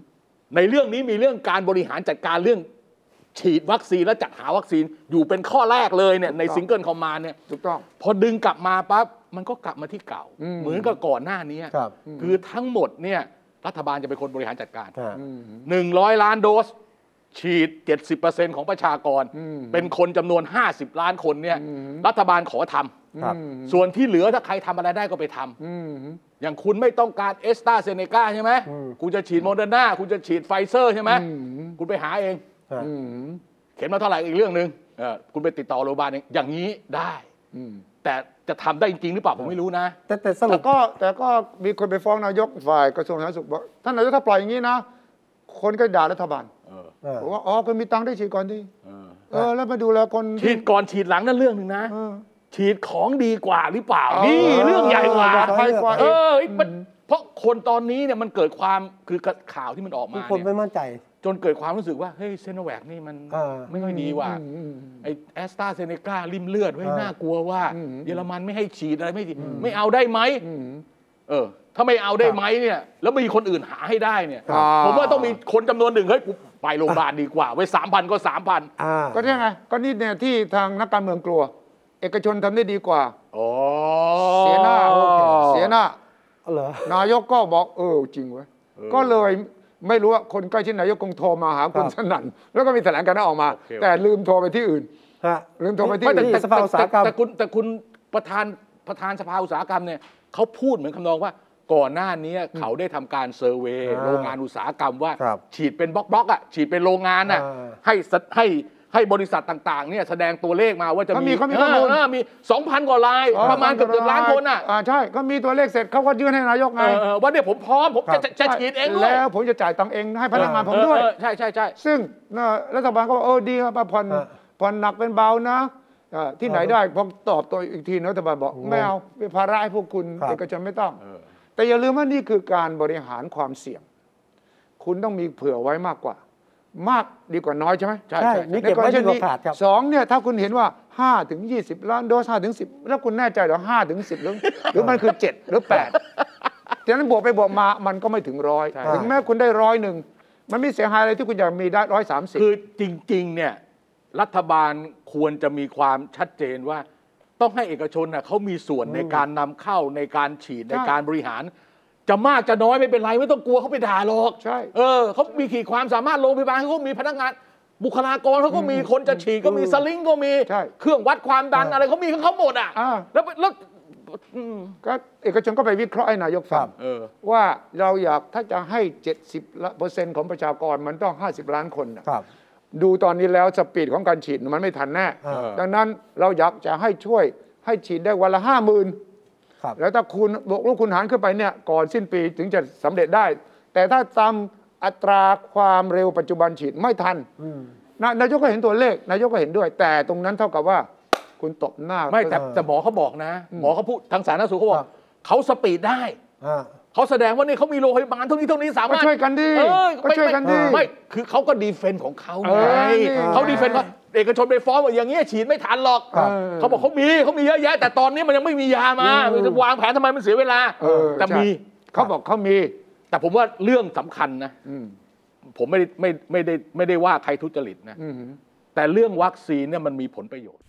[SPEAKER 3] ในเรื่องนี้มีเรื่องการบริหารจัดการเรื่อง ฉีดวัคซีนและจัดหาวัคซีนอยู่เป็นข้อแรกเลยเนี่ยใน
[SPEAKER 2] ถูกต้อง
[SPEAKER 3] ซิงเกิลคอมมานเนี่ย
[SPEAKER 2] ถูกต้อง
[SPEAKER 3] พอดึงกลับมาปั๊บมันก็กลับมาที่เก่า
[SPEAKER 2] อืม
[SPEAKER 3] เหมือนกับก่อนหน้านี้
[SPEAKER 1] ครับ
[SPEAKER 3] คือทั้งหมดเนี่ยรัฐบาลจะเป็นคนบริหารจัดการ
[SPEAKER 1] อ่า
[SPEAKER 2] อืมฮึ
[SPEAKER 3] 100 ล้านโดส ฉีด 70%ของประชากร
[SPEAKER 2] อืม
[SPEAKER 3] เป็นคนจำนวน 50 ล้านคนเนี่ยรัฐบาลขอทำ
[SPEAKER 1] ครับ
[SPEAKER 3] ส่วนที่เหลือถ้าใครทำอะไรได้ก็ไปทำ
[SPEAKER 2] อืมฮึ
[SPEAKER 3] อย่างคุณไม่ต้องการเอสตาเซเนกาใช่ไหมคุณจะฉีดโมเดอร์นาคุณจะฉีดไฟเซอร์ใช่ไหม คุณไปหาเอง
[SPEAKER 1] อ่า
[SPEAKER 2] อืมฮึ
[SPEAKER 3] เข็มละเท่าไหร่อีกเรื่องหนึ่งเออคุณไปติดต่อโรงพยาบาลเองอย่างนี้ได้
[SPEAKER 2] อืม
[SPEAKER 3] แต่จะทำได้จริงๆหรือเปล่าผมไม่รู้นะ
[SPEAKER 1] แต่แต่สรุ
[SPEAKER 2] แต่
[SPEAKER 1] ป
[SPEAKER 2] ก็แต่ก็มีคนไปฟ้องนายกฝ่ายกระทรวงสาธารณสุขบอกท่านนายกถ้าปล่อยอย่างนี้นะ คนก็ด่ารัฐบาล
[SPEAKER 3] เออ
[SPEAKER 1] เออ
[SPEAKER 2] บอกว่าอ๋อคนมีตังค์ได้ฉีดก่อนดิ
[SPEAKER 3] เออ
[SPEAKER 2] เออแล้วมาดูแลคน
[SPEAKER 3] ฉีดก่อนฉีดหลังนั่นเรื่องหนึ่งนะ
[SPEAKER 2] เออ
[SPEAKER 3] ฉีดของดีกว่าหรือเปล่า นี่
[SPEAKER 2] เออ
[SPEAKER 3] เรื่องใหญ่กว่า
[SPEAKER 1] เออ
[SPEAKER 2] ไปกว่า
[SPEAKER 3] เอ
[SPEAKER 2] อีก
[SPEAKER 3] อมันเพราะคนตอนนี้เนี่ยมันเกิดความคือข่าวที่มันออกมา
[SPEAKER 1] คน
[SPEAKER 3] เนี่ย
[SPEAKER 1] ไม่มั่นใจ
[SPEAKER 3] จนเกิดความรู้สึกว่าเฮ้ยเซโนแวคนี่มัน
[SPEAKER 1] เออ
[SPEAKER 3] ไม่ค่อยดีว่ะ ไอแอสตราเซเนการิมเลือดไว้ย
[SPEAKER 1] อ่า
[SPEAKER 3] น่ากลัวว่า
[SPEAKER 2] อืม
[SPEAKER 3] เยอรมันไม่ให้ฉีดอะไรไม่ดีไม่เอาได้ไหม
[SPEAKER 2] อืม
[SPEAKER 3] เออ ถ้าไม่เอาได้ไหมเนี่ย แล้วมีคนอื่นหาให้ได้เนี่ย
[SPEAKER 2] อ่า
[SPEAKER 3] ผมว่าต้องมีคนจำนวนหนึ่งเฮ้ยกูไปโรงพยาบาลดีกว่าไว้สามพันก็สามพัน
[SPEAKER 1] อ่า
[SPEAKER 2] ก็นี่ไงก็นี่เนี่ยที่ทางนักการเมืองกลัว เอกชนทำได้ดีกว่า
[SPEAKER 3] โอ้
[SPEAKER 2] เสียหน้าเสียหน้า
[SPEAKER 1] เหรอ
[SPEAKER 2] นายกก็บอกเออจริงเว้ย
[SPEAKER 3] เออ
[SPEAKER 2] ก็เลยไม่รู้ว่าคนใกล้ชิดนายกคงโทรมาหาคุณ
[SPEAKER 1] ครับ
[SPEAKER 2] สนั่นแล้วก็มีแถลงการณ์ออกมา
[SPEAKER 3] โอเค
[SPEAKER 2] แต่ลืมโทรไปที่อื่น
[SPEAKER 1] ฮะ
[SPEAKER 2] ลืมโทรไปที่
[SPEAKER 1] ไม่แต่
[SPEAKER 2] อื่น
[SPEAKER 1] สภาอุตสาหกรรม
[SPEAKER 3] แต่คุณแต่คุณประธานประธานสภาอุตสาหกรรมเนี่ยเขาพูดเหมือนคำนองว่าก่อนหน้านี้เขาได้ทำการเซอร์เวย
[SPEAKER 1] อ่า
[SPEAKER 3] โรงงานอุตสาหกรรมว่า
[SPEAKER 1] ครับ
[SPEAKER 3] ฉีดเป็นบล็อกบล็อกๆอ่ะฉีดเป็นโรงงานอ่ะ
[SPEAKER 1] อ่า
[SPEAKER 3] ให้สให้ให้บริษัทต่างๆเนี่ยแสดงตัวเลขมาว่าจะ
[SPEAKER 2] เขามี
[SPEAKER 3] มี
[SPEAKER 2] เขามีข้อมูล
[SPEAKER 3] เมี 2,000 กว่าลาย
[SPEAKER 2] อ๋อ
[SPEAKER 3] ประมาณเกือบเกือบล้านคนอ่ะ
[SPEAKER 2] อ่าใช่ก็มีตัวเลขเสร็จเขาก็ยื่นให้นายกไง
[SPEAKER 3] เออเออว่าเนี่ยผมพร้อมผม
[SPEAKER 1] ครั
[SPEAKER 3] จะ
[SPEAKER 1] บ
[SPEAKER 3] จะจะฉีดเองด้วย
[SPEAKER 2] แล้วผมจะจ่ายตังค์เองให้พนักงานผมด้วย
[SPEAKER 3] เออเออใช่ใช่ใช่
[SPEAKER 2] ซึ่งเอ่อรัฐบาลก็บอกเออดีครับผ่อน
[SPEAKER 1] อ่ะ
[SPEAKER 2] ผ่อนหนักเป็นเบานะเอ่อที่ไหน
[SPEAKER 1] อ่ะ
[SPEAKER 2] ได้พอตอบตัวอีกทีนะรัฐบาลบอก
[SPEAKER 1] โอ้โห
[SPEAKER 2] ไม่เอาเป็นภาระให้พวกคุณ
[SPEAKER 1] ครับ
[SPEAKER 2] เอกชนไม่ต้อง
[SPEAKER 3] เออ
[SPEAKER 2] แต่อย่าลืมว่านี่คือการบริหารความเสี่ยง คุณต้องมีเผื่อไว้มากกว่า มากดีกว่าน้อยใช่ไหม
[SPEAKER 1] ใช่ใช่นี่เก็บไว้
[SPEAKER 2] ในรณี
[SPEAKER 1] ดีกว่าขาดครับ
[SPEAKER 2] สองเนี่ยถ้าคุณเห็นว่า5ถึง20 ล้านโดส5ถึง10 แล้วคุณแน่ใจเหรอ5ถึง10หรือหรือมันคือ 7 หรือ8ดังนั้นบวกไปบวกมามันก็ไม่ถึงร้อย
[SPEAKER 3] ใช่
[SPEAKER 2] ถึงแม้คุณได้ร้อยหนึ่งมันไม่เสียหายอะไรที่คุณอยากมีได้ร้อยสามสิบ
[SPEAKER 3] คือจริง ๆ เนี่ยรัฐบาลควรจะมีความชัดเจนว่า ต้องให้เอกชนน่ะเขามีส่วนในการนำเข้าในการฉีดในการบริหาร จะมากจะน้อยไม่เป็นไรไม่ต้องกลัวเขาไปด่าหรอก
[SPEAKER 2] ใช่
[SPEAKER 3] เออเขามีขีดความสามารถโรงพยาบาลเขาก็มีพนักงาน บุคลากรเขาก็มีคนจะฉีดก็มีสลิงก็มี
[SPEAKER 2] ใช่
[SPEAKER 3] เครื่องวัดความดันอะไรเขามีของเขาหมดอ่ะ
[SPEAKER 2] อ่า
[SPEAKER 3] แล้วแล้วอืม
[SPEAKER 2] ก็เอกชนก็ไปวิเคราะห์ให้นายก
[SPEAKER 1] ค
[SPEAKER 2] ฟั
[SPEAKER 1] รั
[SPEAKER 2] ง
[SPEAKER 1] บ
[SPEAKER 3] เออ
[SPEAKER 2] ว่าเราอยากถ้าจะให้ 70ละเปอร์เซ็นต์ของประชากรมันต้อง 50 ล้านคนน่ะ
[SPEAKER 1] ครับ
[SPEAKER 2] ดูตอนนี้แล้วสปีดของการฉีดมันไม่ทันแน่
[SPEAKER 1] เออ
[SPEAKER 2] ดังนั้นเราอยากจะให้ช่วยให้ฉีดได้วันละ 5 0,000
[SPEAKER 1] ครับ
[SPEAKER 2] แล้วถ้าคูณบวกลบคูณหารขึ้นไปเนี่ยก่อนสิ้นปีถึงจะสำเร็จได้ แต่ถ้าตามอัตราความเร็วปัจจุบันฉีดไม่ทัน
[SPEAKER 1] อืม
[SPEAKER 2] นานายกก็เห็นตัวเลข นายกก็เห็นด้วย แต่ตรงนั้นเท่ากับว่าคุณตบหน้า
[SPEAKER 3] ไม่แต่
[SPEAKER 1] เออ
[SPEAKER 3] แต่หมอเขาบอกนะ หมอเขาพูดทางสาธารณสุขเขาบ
[SPEAKER 1] ค
[SPEAKER 3] อ
[SPEAKER 1] รับ
[SPEAKER 3] กเขาสปีดได้
[SPEAKER 1] อ่า
[SPEAKER 3] เขาแสดงว่านี่เขามีโรงพยาบาลเท่านี้เท่านี้สามารถ
[SPEAKER 2] ก็ช่วยกันดิ
[SPEAKER 3] เออ
[SPEAKER 2] ก็ช่วยกันดิ
[SPEAKER 3] ไม่ไม่ไม่คือเขาก็ดีเฟนต์ของเขา
[SPEAKER 2] เออ
[SPEAKER 3] ไง
[SPEAKER 2] นี่
[SPEAKER 3] เขาดีเฟนต์ว่าเอกชนไปฟ้องว่าอย่างเงี้ยฉีดไม่ทันหรอก
[SPEAKER 2] ครับ
[SPEAKER 3] เขาบอกเขามีเขามีเยอะแยะ แต่ตอนนี้มันยังไม่มียามา
[SPEAKER 2] อืม
[SPEAKER 3] จะวางแผนทำไมมันเสียเวลา
[SPEAKER 2] เออ
[SPEAKER 3] แต่
[SPEAKER 2] ใช่
[SPEAKER 3] มี
[SPEAKER 2] เขาบอกเขามี
[SPEAKER 3] แต่ผมว่าเรื่องสำคัญนะ
[SPEAKER 2] อืม
[SPEAKER 3] ผมไม่ได้ไม่ไม่ได้ไม่ได้ว่าใครทุจริตนะ
[SPEAKER 2] อืม
[SPEAKER 3] แต่เรื่องวัคซีนเนี่ยมันมีผลประโยชน์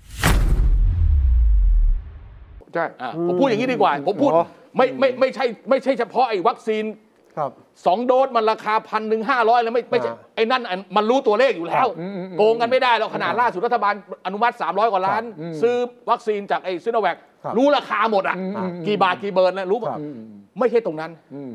[SPEAKER 2] ใช่
[SPEAKER 3] อ่ะผมพูดอย่างนี้ดีกว่า ผมพูด
[SPEAKER 1] อ๋อ
[SPEAKER 3] ไม่ไม่ไม่ใช่ไม่ใช่เฉพาะไอ้วัคซีน
[SPEAKER 1] ครับ
[SPEAKER 3] สองโดสมันราคาพันหนึ่งห้าร้อยแล้วไม่ไม่ใช่
[SPEAKER 1] อ่า
[SPEAKER 3] ไอ้นั่นอันมันรู้ตัวเลขอยู่แล้ว
[SPEAKER 2] อืมอืมอืม
[SPEAKER 3] โกงกันไม่ได้เราขนาดล่าสุดรัฐบาลอนุมัติ 300 กว่าล้าน ซื้อวัคซีนจากไอ้ซิโนแวค
[SPEAKER 1] ครับ
[SPEAKER 3] รู้ราคาหมดอ่ะกี่บาทกี่เบิร์นนะรู้หมด
[SPEAKER 1] ครับ
[SPEAKER 3] ไม่ใช่ตรงนั้น
[SPEAKER 2] อืม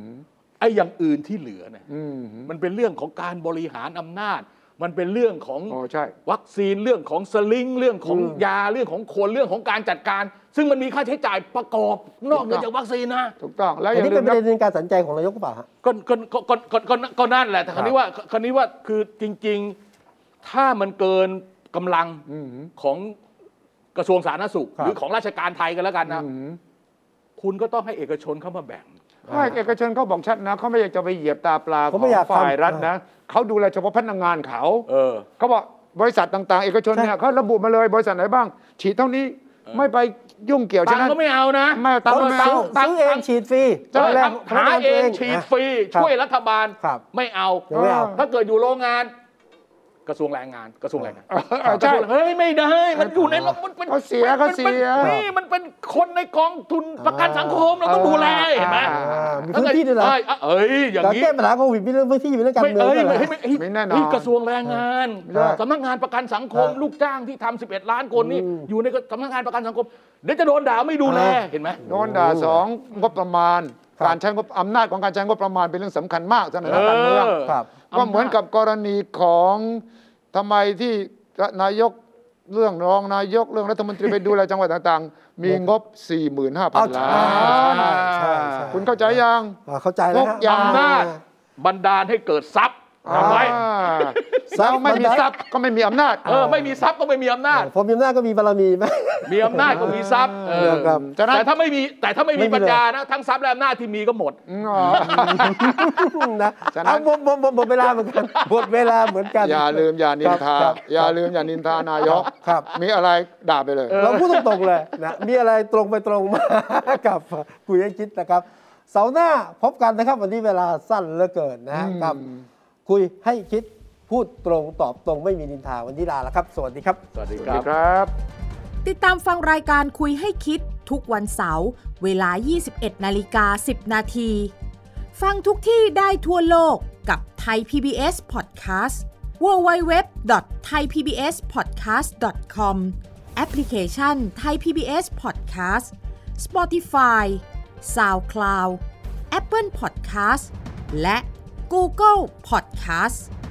[SPEAKER 3] ไอ้อย่างอื่นที่เหลือเนี่ย
[SPEAKER 2] อืม
[SPEAKER 3] มันเป็นเรื่องของการบริหารอำนาจ มันเป็นเรื่องของ
[SPEAKER 2] อ๋อใช่
[SPEAKER 3] วัคซีนเรื่องของสลิงเรื่องของยาเรื่องของคนเรื่องของการจัดการ ซึ่งมันมีค่าใช้จ่ายประกอบนอกเหนือจากวัคซีนนะ
[SPEAKER 2] ถูกต้อง แล้วอ
[SPEAKER 1] อัน
[SPEAKER 2] ย่า
[SPEAKER 1] นี้
[SPEAKER 2] ลื
[SPEAKER 1] เป็น
[SPEAKER 2] ม
[SPEAKER 1] ป
[SPEAKER 2] นะ
[SPEAKER 1] ระเด็นในการตัดสินใจของนายกหรือเปล่าฮะ
[SPEAKER 3] ก็ก็ก็ก็ก็ก็ก็นั่นแหละแต่คราวนี้
[SPEAKER 1] ครับ
[SPEAKER 3] ว่าคราวนี้ว่าคือจริง ๆ ถ้ามันเกินกำลัง
[SPEAKER 2] อืม
[SPEAKER 3] ของกระทรวงสาธารณสุข
[SPEAKER 1] ครับ
[SPEAKER 3] หรือของราชการไทยกันแล้วกันนะ
[SPEAKER 2] อืม
[SPEAKER 3] คุณก็ต้องให้เอกชนเข้ามาแบ่ง
[SPEAKER 2] ภาคเอกชนเขาบอกชัดนะเขาไม่อยากจะไปเหยียบตาปลาขอ
[SPEAKER 1] เขา
[SPEAKER 2] ง
[SPEAKER 1] ไม่อยากทำ
[SPEAKER 2] ฝ่ายรัฐนะเขาดูแลเฉพาะพนักงานเขา
[SPEAKER 3] เออ
[SPEAKER 2] เขาบอกบริษัทต่างๆ เอกชนเนี่ยเขาระบุมาเลยบริษัทไหนบ้าง ฉีดเท่านี้ไม่ไปยุ่งเกี่ยว
[SPEAKER 3] ตั
[SPEAKER 2] ฉะ
[SPEAKER 3] ง
[SPEAKER 2] นั้น
[SPEAKER 3] ค์ก็ไม่เอานะ
[SPEAKER 2] ไม่เอาตังค์ไม่
[SPEAKER 1] ซื้อซื้อ
[SPEAKER 2] เอา
[SPEAKER 1] เองฉีดฟรี
[SPEAKER 2] ใช่
[SPEAKER 1] ตอนแรก
[SPEAKER 3] หาเองฉีดฟรี
[SPEAKER 1] ครับ
[SPEAKER 3] ช่วยรัฐบาล
[SPEAKER 1] ครับ
[SPEAKER 3] ไม่เอา
[SPEAKER 1] ยังไม่เอา
[SPEAKER 3] ถ้าเกิดอยู่โรงงาน กระทรวงแรงงาน กระทรวงแรงงาน
[SPEAKER 2] เออเออ
[SPEAKER 3] ใช่
[SPEAKER 2] ใช่
[SPEAKER 3] เฮ้ยไม่ได้ มันอยู่ในระบบมันเป็น
[SPEAKER 2] เขาเสียเขาเสีย
[SPEAKER 3] มันป็นนี่มันเป็นคนในกองทุนประกันสังคมเราต้องดูแลเห็นไหม
[SPEAKER 1] อ่ามีพื้นที่ด้วยเหรอ
[SPEAKER 3] เอ้ยเอ้ยอย่าง
[SPEAKER 1] การ
[SPEAKER 3] นี้
[SPEAKER 1] แก้ปัญหาโควิดมีเรื่องพื้นที่มีเรื่องการ
[SPEAKER 3] ไม่
[SPEAKER 1] เมือง
[SPEAKER 3] เอ้ย
[SPEAKER 1] ด้วยเหรอ
[SPEAKER 3] ไม่ไม่
[SPEAKER 2] ไม่แน่นอน
[SPEAKER 3] เฮ้ยกระทรวงแรงงาน
[SPEAKER 1] ครับ
[SPEAKER 3] สำนักงานประกันสังคม ลูกจ้างที่ทำ11 ล้านคนนี่อยู่ในสำนักงานประกันสังคม เดี๋ยวจะโดนด่าไม่ดูแลเห็นไหม
[SPEAKER 2] โดนด่าสองงบประมาณ การใช้งบอำนาจของการใช้งบประมาณเป็นเรื่องสำคัญมากสำหรับนักการเมือง
[SPEAKER 3] เออ
[SPEAKER 1] ครับ
[SPEAKER 2] ก็เหมือนกับกรณีของทำไมที่นายกเรื่องรองนายกเรื่องรัฐมนตรีไปดูแลจังหวัดต่างๆ มีงบ
[SPEAKER 1] เอา
[SPEAKER 2] 45,000
[SPEAKER 1] ใช่
[SPEAKER 2] ล้า
[SPEAKER 1] ใช่
[SPEAKER 2] น
[SPEAKER 1] ใช่ใช่
[SPEAKER 2] คุณเข้าใจยัง
[SPEAKER 1] อ่าเข้าใจแล้วฮะ
[SPEAKER 2] ทุกอย่าง
[SPEAKER 3] อำนาจบันดาลให้เกิดทรัพย์
[SPEAKER 1] อ่า
[SPEAKER 3] ทำไว้
[SPEAKER 2] อ่า
[SPEAKER 1] ทรัพย์
[SPEAKER 2] เราไม่มี
[SPEAKER 1] มันได้
[SPEAKER 2] ทรัพย์ก็ไม่มีอำนาจ
[SPEAKER 3] เออไม่มีทรัพย์ก็ไม่มีอำนาจ
[SPEAKER 1] ผมมีอำนาจก็มีบารมีไหม
[SPEAKER 3] มีอำนาจก็มีทรัพย์เออ
[SPEAKER 1] ครับ
[SPEAKER 3] แต่ถ้าไม่มีแต่ถ้าไม่
[SPEAKER 1] ไม่
[SPEAKER 3] มี
[SPEAKER 1] มี
[SPEAKER 3] ปัญญานะทั้งทรัพย์และอำนาจที่มีก็หมด
[SPEAKER 2] อ๋อ
[SPEAKER 1] นะ
[SPEAKER 2] ฉะนั้
[SPEAKER 1] เอา
[SPEAKER 2] น
[SPEAKER 1] หมดหมดหมดหมดเวลาเหมือนกันหมดเวลาเหมือนกัน
[SPEAKER 2] อย่าลืมอย่านินทา
[SPEAKER 1] ครับ
[SPEAKER 2] อย่าลืมอย่านินทานายก
[SPEAKER 1] ครับ
[SPEAKER 2] มีอะไรด่าไปเลย
[SPEAKER 1] เราพูดตรงๆเลยนะ มีอะไรตรงไปตรงมา (laughs) กับคุยให้คิดนะครับ เสาร์หน้าพบกันนะครับ วันนี้เวลาสั้นเหลือเกินนะกับ คุยให้คิดพูดตรงตอบตรงไม่มีนินทาวันนี้ลาแล้วครับ สวัสดีครับ
[SPEAKER 3] สวัสดี
[SPEAKER 2] สวั
[SPEAKER 3] ค
[SPEAKER 2] ส
[SPEAKER 3] รั
[SPEAKER 2] ดี
[SPEAKER 3] บ
[SPEAKER 2] ครับ
[SPEAKER 4] ติดตามฟังรายการคุยให้คิดทุกวันเสาร์เวลา 21นาฬิกา10 นาที ฟังทุกที่ได้ทั่วโลกกับไทย PBS Podcast www.thaipbspodcast.com แอปพลิเคชัน Thai PBS Podcast Spotify SoundCloud Apple Podcast และ Google Podcast